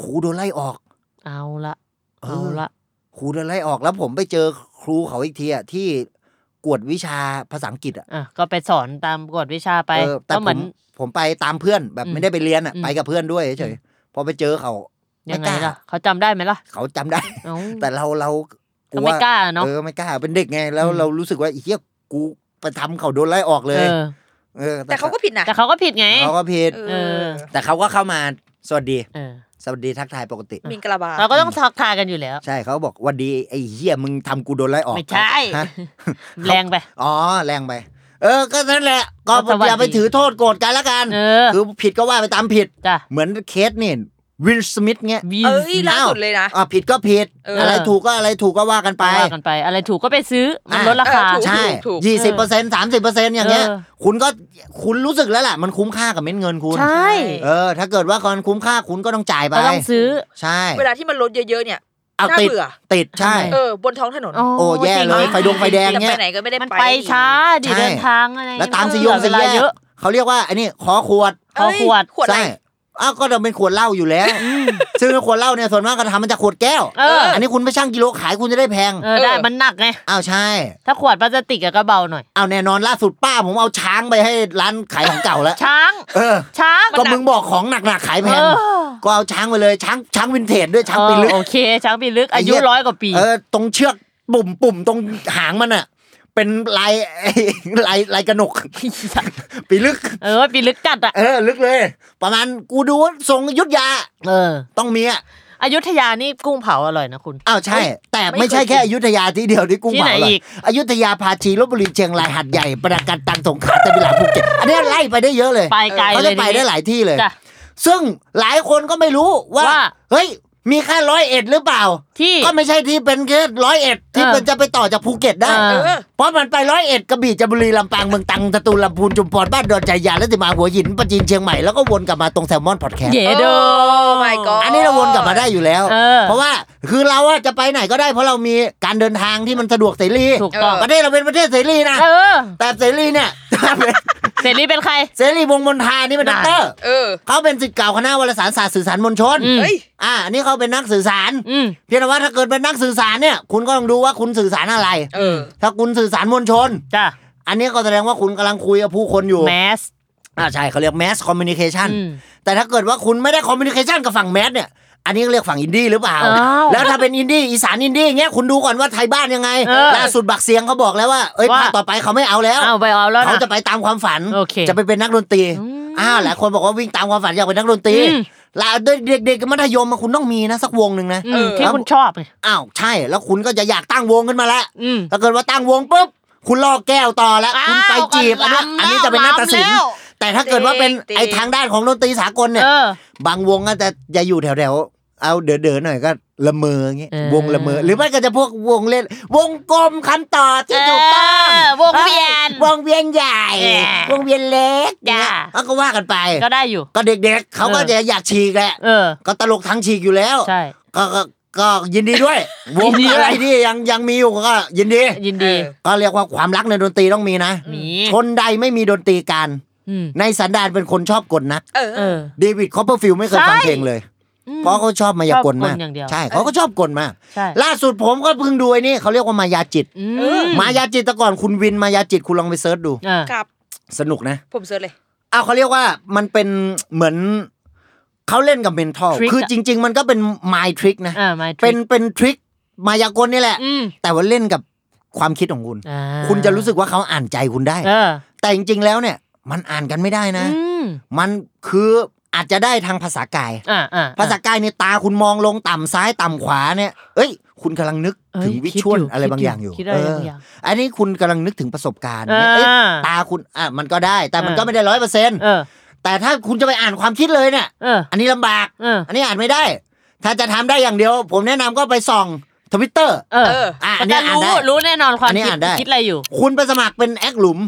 Speaker 2: ครูโดนไล่ออก
Speaker 3: เอาละ
Speaker 2: เออ
Speaker 3: เอาละ
Speaker 2: ครูโดนไล่ออกแล้วผมไปเจอครูเขาอีกทีอะที่กวดวิชาภาษาอังกฤษอ่ะ
Speaker 3: อ่ะก็ไปสอนตามกฎวิชาไป
Speaker 2: เออแต่
Speaker 3: ก็
Speaker 2: ผ
Speaker 3: เหมือ
Speaker 2: ม
Speaker 3: น
Speaker 2: ผมไปตามเพื่อนแบบ
Speaker 3: อืม
Speaker 2: ไม่ได้ไปเรียนอ่ะ
Speaker 3: อืม
Speaker 2: ไปกับเพื่อนด้วยเฉยๆพอไปเจอเขา
Speaker 3: ยั
Speaker 2: ไม่
Speaker 3: งไง
Speaker 2: กล้า
Speaker 3: ล่ะเขาจำได้ไหมล่ะ
Speaker 2: เขาจำได้
Speaker 3: เอ้า
Speaker 2: แต่เราเรา
Speaker 3: ก็ไม่กล้าเนาะ
Speaker 2: เออไม่กล้าเป็นเด็กไงแล้ว
Speaker 3: อืม
Speaker 2: เรารู้สึกว่าไอ้เหี้ยกูไปทำเขาโดนไล่ออกเล
Speaker 3: เอย อ
Speaker 2: เออ
Speaker 5: แต่เขาก็ผิดนะ
Speaker 3: แต่เขาก็ผิดไง
Speaker 2: เขาก็ผิด
Speaker 5: เอ
Speaker 3: เอ
Speaker 5: อ
Speaker 3: อ
Speaker 2: แต่เขาก็เข้ามาสวัสดี
Speaker 3: เออ
Speaker 2: สวัสดีทักทายปกติ
Speaker 5: มินกะลาบา
Speaker 3: เราก็ต้องทักทายกันอยู่แล้ว
Speaker 2: ใช่เขาบอกวันดีไอ้เหี้ยมึงทำกูโดนไล่ออก
Speaker 3: ไม่ใช่
Speaker 2: ฮะ
Speaker 3: แรงไป
Speaker 2: อ๋อ แรงไป เออ ก็นั่นแหละ ก็
Speaker 3: ก็สวัสดี
Speaker 2: อย่าไปถือโทษโกรธกันละกัน
Speaker 3: เออ
Speaker 2: คือผิดก็ว่าไปตามผิด
Speaker 3: จ้ะ
Speaker 2: เหมือนเคสนี่วิลสมิธเงี้ย
Speaker 3: วี
Speaker 5: เอ้ยล่าสุดเลยนะ
Speaker 2: อ่ะผิดก็ผิด
Speaker 5: เอออ
Speaker 2: อะไรถูกก็อะไรถูกก็ว่ากันไป
Speaker 3: ว่ากันไป อะไรถูกก็ไปซื้อ มัน
Speaker 2: อ่ะ
Speaker 3: ลดราคา
Speaker 5: เออถูก
Speaker 2: ใช่ยี่สิบเปอร์เซ็นต์สามสิบเปอร์เซ็นต์อย่างเงี้ย
Speaker 3: เออ
Speaker 2: คุณก็คุณรู้สึกแล้วล่ะ มันคุ้มค่ากับเม็ดเงินคุณ
Speaker 3: ใช่
Speaker 2: เออ ถ้าเกิดว่าคนคุ้มค่าคุณก็ต้องจ่ายไป
Speaker 3: ก็ต้องซื้อ
Speaker 2: ใช่
Speaker 5: เวลาที่มันลดเยอะๆเนี่ย
Speaker 2: เอา
Speaker 5: น่า
Speaker 2: ติด
Speaker 5: เบื่อ
Speaker 2: ติด ใช่
Speaker 5: เออบนท้องถนน
Speaker 2: โอ้แย่เลย
Speaker 3: จริง
Speaker 2: ไฟดงไฟแดงเงี้ย
Speaker 5: จะไปไหนก็ไม่ได้
Speaker 3: มัน
Speaker 5: ไป
Speaker 3: ไปช้าดิ
Speaker 2: ใช่
Speaker 3: เดินทางอะไร
Speaker 2: แล้วตาม
Speaker 3: น
Speaker 2: สยอง
Speaker 3: เห
Speaker 2: ส
Speaker 3: ลือเวย ลาเย
Speaker 2: แยก
Speaker 3: อะ
Speaker 2: เขาเรียกว่าไอ้นี่ขอขวด
Speaker 3: คอขวด
Speaker 5: เยขวดอะไร
Speaker 2: ใช่อ้าวก็จะเป็นขวดเหล้าอยู่แล้ว ซึ่งขวดเหล้าเนี่ยส่วนมากก็ทำมาจากขวดแก้ว
Speaker 3: เออ
Speaker 2: อันนี้คุณไปชั่งกิโลขายคุณจะได้แพง
Speaker 3: เออได้
Speaker 5: เออ
Speaker 3: มันหนักไง
Speaker 2: อ้าวใช่
Speaker 3: ถ้าขวดพลาสติกอะก็เบาหน่อย
Speaker 2: อ้าวแน่นอนล่าสุดป้าผมเอาช้างไปให้ร้านขายของเก่าแล้ว
Speaker 3: ช้าง
Speaker 2: เออ
Speaker 3: ช้าง
Speaker 2: ก็มึงบอกของหนักๆขายแพ
Speaker 3: เอง อ
Speaker 2: ก็เอาช้างไปเลยช้างช้างวินเทจด้วยช้างปีนลึก
Speaker 3: เออโอเค ช้างปีลึก อา
Speaker 2: ไอ้
Speaker 3: ยุ
Speaker 2: เหี้ย
Speaker 3: ร้อยกว่าปี
Speaker 2: เออตรงเชือกปุ่มปุ่มตรงหางมันอะเป็นลาย ลายลายกระหนก ปีลึก
Speaker 3: เออปีลึกกัดอะ
Speaker 2: เออ ลึกเลย ประมาณกูดูว่าทรงอยุทธยา
Speaker 3: เออ
Speaker 2: ต้องมีอะ
Speaker 3: อยุธยานี่กุ้งเผาอร่อยนะคุณ
Speaker 2: อ้าวใช่ แต่
Speaker 5: ไม่
Speaker 2: ไม่
Speaker 5: เคย
Speaker 2: ใช่แค่
Speaker 5: กิน
Speaker 2: อยุธยาที่เดียวที่กู
Speaker 3: ที่
Speaker 2: เหมา
Speaker 3: ไหน
Speaker 2: หรอก
Speaker 3: อีก
Speaker 2: อยุธยาพาชีลบบุรีเชียงรายหัดใหญ่ปราการตังสงขลาตะบิลาภูเก็ตอันเนี้ยไล่ไปได้เยอะเลย
Speaker 3: ไปไกล
Speaker 2: เขา
Speaker 3: เล
Speaker 2: จะ
Speaker 3: ย
Speaker 2: ไปได้หลายที่เลย
Speaker 3: จ้ะ
Speaker 2: ซึ่งหลายคนก็ไม่รู้ว่า
Speaker 3: ว่า
Speaker 2: เฮ้ย มีแค่ร้อยเอ็ดหรือเปล่า
Speaker 3: ที่
Speaker 2: ก็ไม่ใช่ที่เป็นแค่ร้อยเอ็ดที่
Speaker 3: เออ
Speaker 2: เป็นจะไปต่อจากภูเก็ตได้
Speaker 3: เอ
Speaker 5: เออ
Speaker 2: เพราะมันไปร้อยเอ็ดกระบี่จันทบุรีลำปางเมืองตรังตะตูลลำพูนจุมพรบ้านดอนใจยาและติมาหัวหินปราจีนเชียงใหม่แล้วก็วนกลับมาตรงแซลมอนพอดแคสต์
Speaker 3: เยเดอ
Speaker 5: Oh my god
Speaker 2: อันนี้เราวนกลับมาได้อยู่แล้ว
Speaker 3: เออ
Speaker 2: เพราะว่าคือเราอะจะไปไหนก็ได้ เพราะเรามีการเดินทางที่มันสะดวกเสรี
Speaker 3: ถูกต้อง
Speaker 2: ประเทศเราเป็นประเทศเสรีนะ
Speaker 3: เออ
Speaker 2: แต่เสรีเนี่ย
Speaker 3: เสรีเป็นใคร
Speaker 2: เสรีวงศ์มนทานี่เป็นด็อกเตอร์
Speaker 5: เออ
Speaker 2: เขาเป็นสิทธิ์เก่าคณะวารสารศาสตร์สื่อสารมวลชน
Speaker 3: อืม
Speaker 5: เฮ้ย
Speaker 2: อ่าอันนี่เขาเป็นนักสื่อสาร
Speaker 3: อืม
Speaker 2: เพียงแต่ว่าถ้าเกิดเป็นนักสื่อสารเนี่ย คุณก็ต้องดูว่าคุณสื่อสารอะไร
Speaker 5: เออ
Speaker 2: ถ้าคุณสื่อสารมวลชน
Speaker 3: จ้ะ
Speaker 2: อันนี้ก็แสดงว่าคุณกำลังคุยกับผู้คนอยู่
Speaker 3: แมส
Speaker 2: อ่าใช่เขาเรียกแมสคอมมิวนิเคชัน
Speaker 3: อืม
Speaker 2: แต่ถ้าเกิดว่าคุณไม่ได้คอมมิวนิเคชันกับฝั่งแมสเนี่ย อันนี้เรียกฝั่งอินดี้หรือเปล่า
Speaker 3: อ้าว
Speaker 2: แล้วถ้าเป็นอินดี้อีสานอินดี้อย่างเงี้ยคุณดูก่อนว่าไทยบ้านยังไง
Speaker 3: เออ
Speaker 2: ล่าสุดบักเสียงเขาบอกแล้วว่าเอ้ย
Speaker 3: ว่า
Speaker 2: ภาคต่อไปเขาไม่เอาแล้ว
Speaker 3: เอาไปเอาแล้ว
Speaker 2: เขา
Speaker 3: นะ
Speaker 2: จะไปตามความฝัน
Speaker 3: โอเค
Speaker 2: จะไปเป็นนักดนตรี
Speaker 3: อืม
Speaker 2: อ้าวหลายคนบอกว่าวิ่งตามความฝันอยากเป็นนักดนตรี
Speaker 3: อืม
Speaker 2: แล้วเด็กๆมัธยมอะคุณต้องมีนะสักวงหนึ่งนะ
Speaker 3: อื
Speaker 5: เอ
Speaker 3: ม
Speaker 5: อ
Speaker 3: ที่คุณชอบไง
Speaker 2: อ้าวใช่แล้วคุณก็จะอยากตั้งวงขึ้นมาแล้ว
Speaker 3: อืม
Speaker 2: ถ้าเกิดว่าตั้งวงปุ๊บ คุณลอกแก้วต่อแล้ว คุณไปจีบอันนี้อันนี้จะเป็นหน้าตัดสิน
Speaker 3: ล้ำแล้ว
Speaker 2: แต่ถ้าเกิดว่าเป็น
Speaker 3: จริงๆ
Speaker 2: ไอ้ทางด้านของดนตรีสากลเนี่ย
Speaker 3: เออ
Speaker 2: บางวงก็จะจะอยู่แถวๆ เอาเด๋อๆหน่อยก็ละเมออย่างเงี้ย
Speaker 3: เออ
Speaker 2: วงละเมอ หรือไม่ก็จะพวกวงเล่น วงกลมคำต่อที่ถูกต้อง
Speaker 3: เออวงเวียน
Speaker 2: วงเวียนใหญ่
Speaker 3: เออ
Speaker 2: วงเวียนเล็ก
Speaker 3: จ้ะ
Speaker 2: เนี่ยก็ว่ากันไป
Speaker 3: ก็ได้อยู่
Speaker 2: ก็เด็กๆ เขาก็จะอยากฉีกแหละ
Speaker 3: เออ
Speaker 2: ก็ตลกทั้งฉีกอยู่แล้ว
Speaker 3: ใช่
Speaker 2: ก็ก็ก็ยินดีด้วย วง
Speaker 3: ยินดีด้วย
Speaker 2: อะไรที่ยังยังมีอยู่ก็ยินดี
Speaker 3: ยินดี
Speaker 2: ก็เรียกว่าความรักในดนตรีต้องมีนะ
Speaker 3: มี
Speaker 2: คนใดไม่มีดนตรีการ
Speaker 3: อืม
Speaker 2: ในสันดานเป็นคนชอบกลนัก
Speaker 5: เออ
Speaker 3: เออ
Speaker 2: เดวิดคอปเปอร์ฟิลด์ไม่เคย
Speaker 3: ใช่
Speaker 2: ฟังเพลงเลย เพราะเขาชอบมายากลมาก
Speaker 3: ชอบกลอย่างเดียว
Speaker 2: ใช่เขาก็ชอบกลมาก
Speaker 3: ใช่
Speaker 2: ล่าสุดผมก็เพิ่งดูไอ้นี่เขาเรียกว่ามายาจิต
Speaker 3: อืม
Speaker 2: มายาจิตแต่ก่อนคุณวินมายาจิตคุณลองไปเซิร์ชดู
Speaker 3: เออ
Speaker 5: กับ
Speaker 2: สนุกนะ
Speaker 5: ผมเซิร์ชเลย
Speaker 2: เอาเขาเรียกว่ามันเป็นเหมือนเขาเล่นกับเมนทอล
Speaker 3: Trick
Speaker 2: คือ
Speaker 3: อะ
Speaker 2: จริง ๆ มันก็เป็นมายทริกนะ
Speaker 3: เออมา
Speaker 2: เป็นเป็นทริกมายากลนี่แหละ
Speaker 3: อืม
Speaker 2: แต่ว่าเล่นกับความคิดของคุณ
Speaker 3: อ่า
Speaker 2: คุณจะรู้สึกว่าเขาอ่านใจคุณได้
Speaker 3: เออ
Speaker 2: แต่จริงๆแล้วเนี่ยมันอ่านกันไม่ได้นะ
Speaker 3: อืม
Speaker 2: มันคืออาจจะได้ทางภาษากาย
Speaker 3: อ่าอ่า
Speaker 2: ภาษากายในตาคุณมองลงต่ำซ้ายต่ำขวาเนี่ย เอ้ย คุณกำลังนึก
Speaker 3: เอ้ย
Speaker 2: ถึงวิ
Speaker 3: คิด
Speaker 2: ชวล
Speaker 3: อยู่
Speaker 2: อะไร
Speaker 3: คิด
Speaker 2: บาง
Speaker 3: อ
Speaker 2: อ
Speaker 3: ยู่
Speaker 2: ย่างอยู่
Speaker 3: คิดอะไรบางอย่าง
Speaker 2: เอันนี้คุณกำลังนึกถึงประสบการณ์เนี่ยเอ้ย
Speaker 3: อ่า
Speaker 2: ตาคุณอ่ะมันก็ได้ แต่มัน
Speaker 3: อ่า
Speaker 2: ก็ไม่ได้ร้อยเปอร์เซ็นต์
Speaker 3: เออ
Speaker 2: แต่ถ้าคุณจะไปอ่านความคิดเลยเนี่ย
Speaker 3: เออ
Speaker 2: อันนี้ลำบาก
Speaker 3: เออ
Speaker 2: อันนี้อ่านไม่ได้ ถ้าจะทำได้อย่างเดียว ผมแนะนำก็ไปส่องทวิตเตอร์
Speaker 3: เออ
Speaker 5: เออ
Speaker 2: อ่ะอัน
Speaker 3: ก็
Speaker 2: เนี้ยอ่าน
Speaker 3: รู้
Speaker 2: ได้
Speaker 3: รู้แน่นอนความ
Speaker 2: อันนี้
Speaker 3: คิด
Speaker 2: อ่านได้
Speaker 3: คิดอะไรอยู่
Speaker 2: คุณไปสมัครเป็นแอคหลุ ม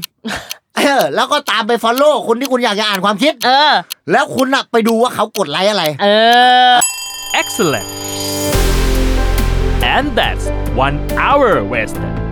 Speaker 2: เออ แล้วก็ตามไปฟอลโล่คนที่คุณอยากจะอ่านความคิด
Speaker 3: เออ
Speaker 2: แล้วคุณอะไปดูว่าเขากดไลค์อะไร
Speaker 3: เออ
Speaker 4: Excellent. And that's one hour wasted.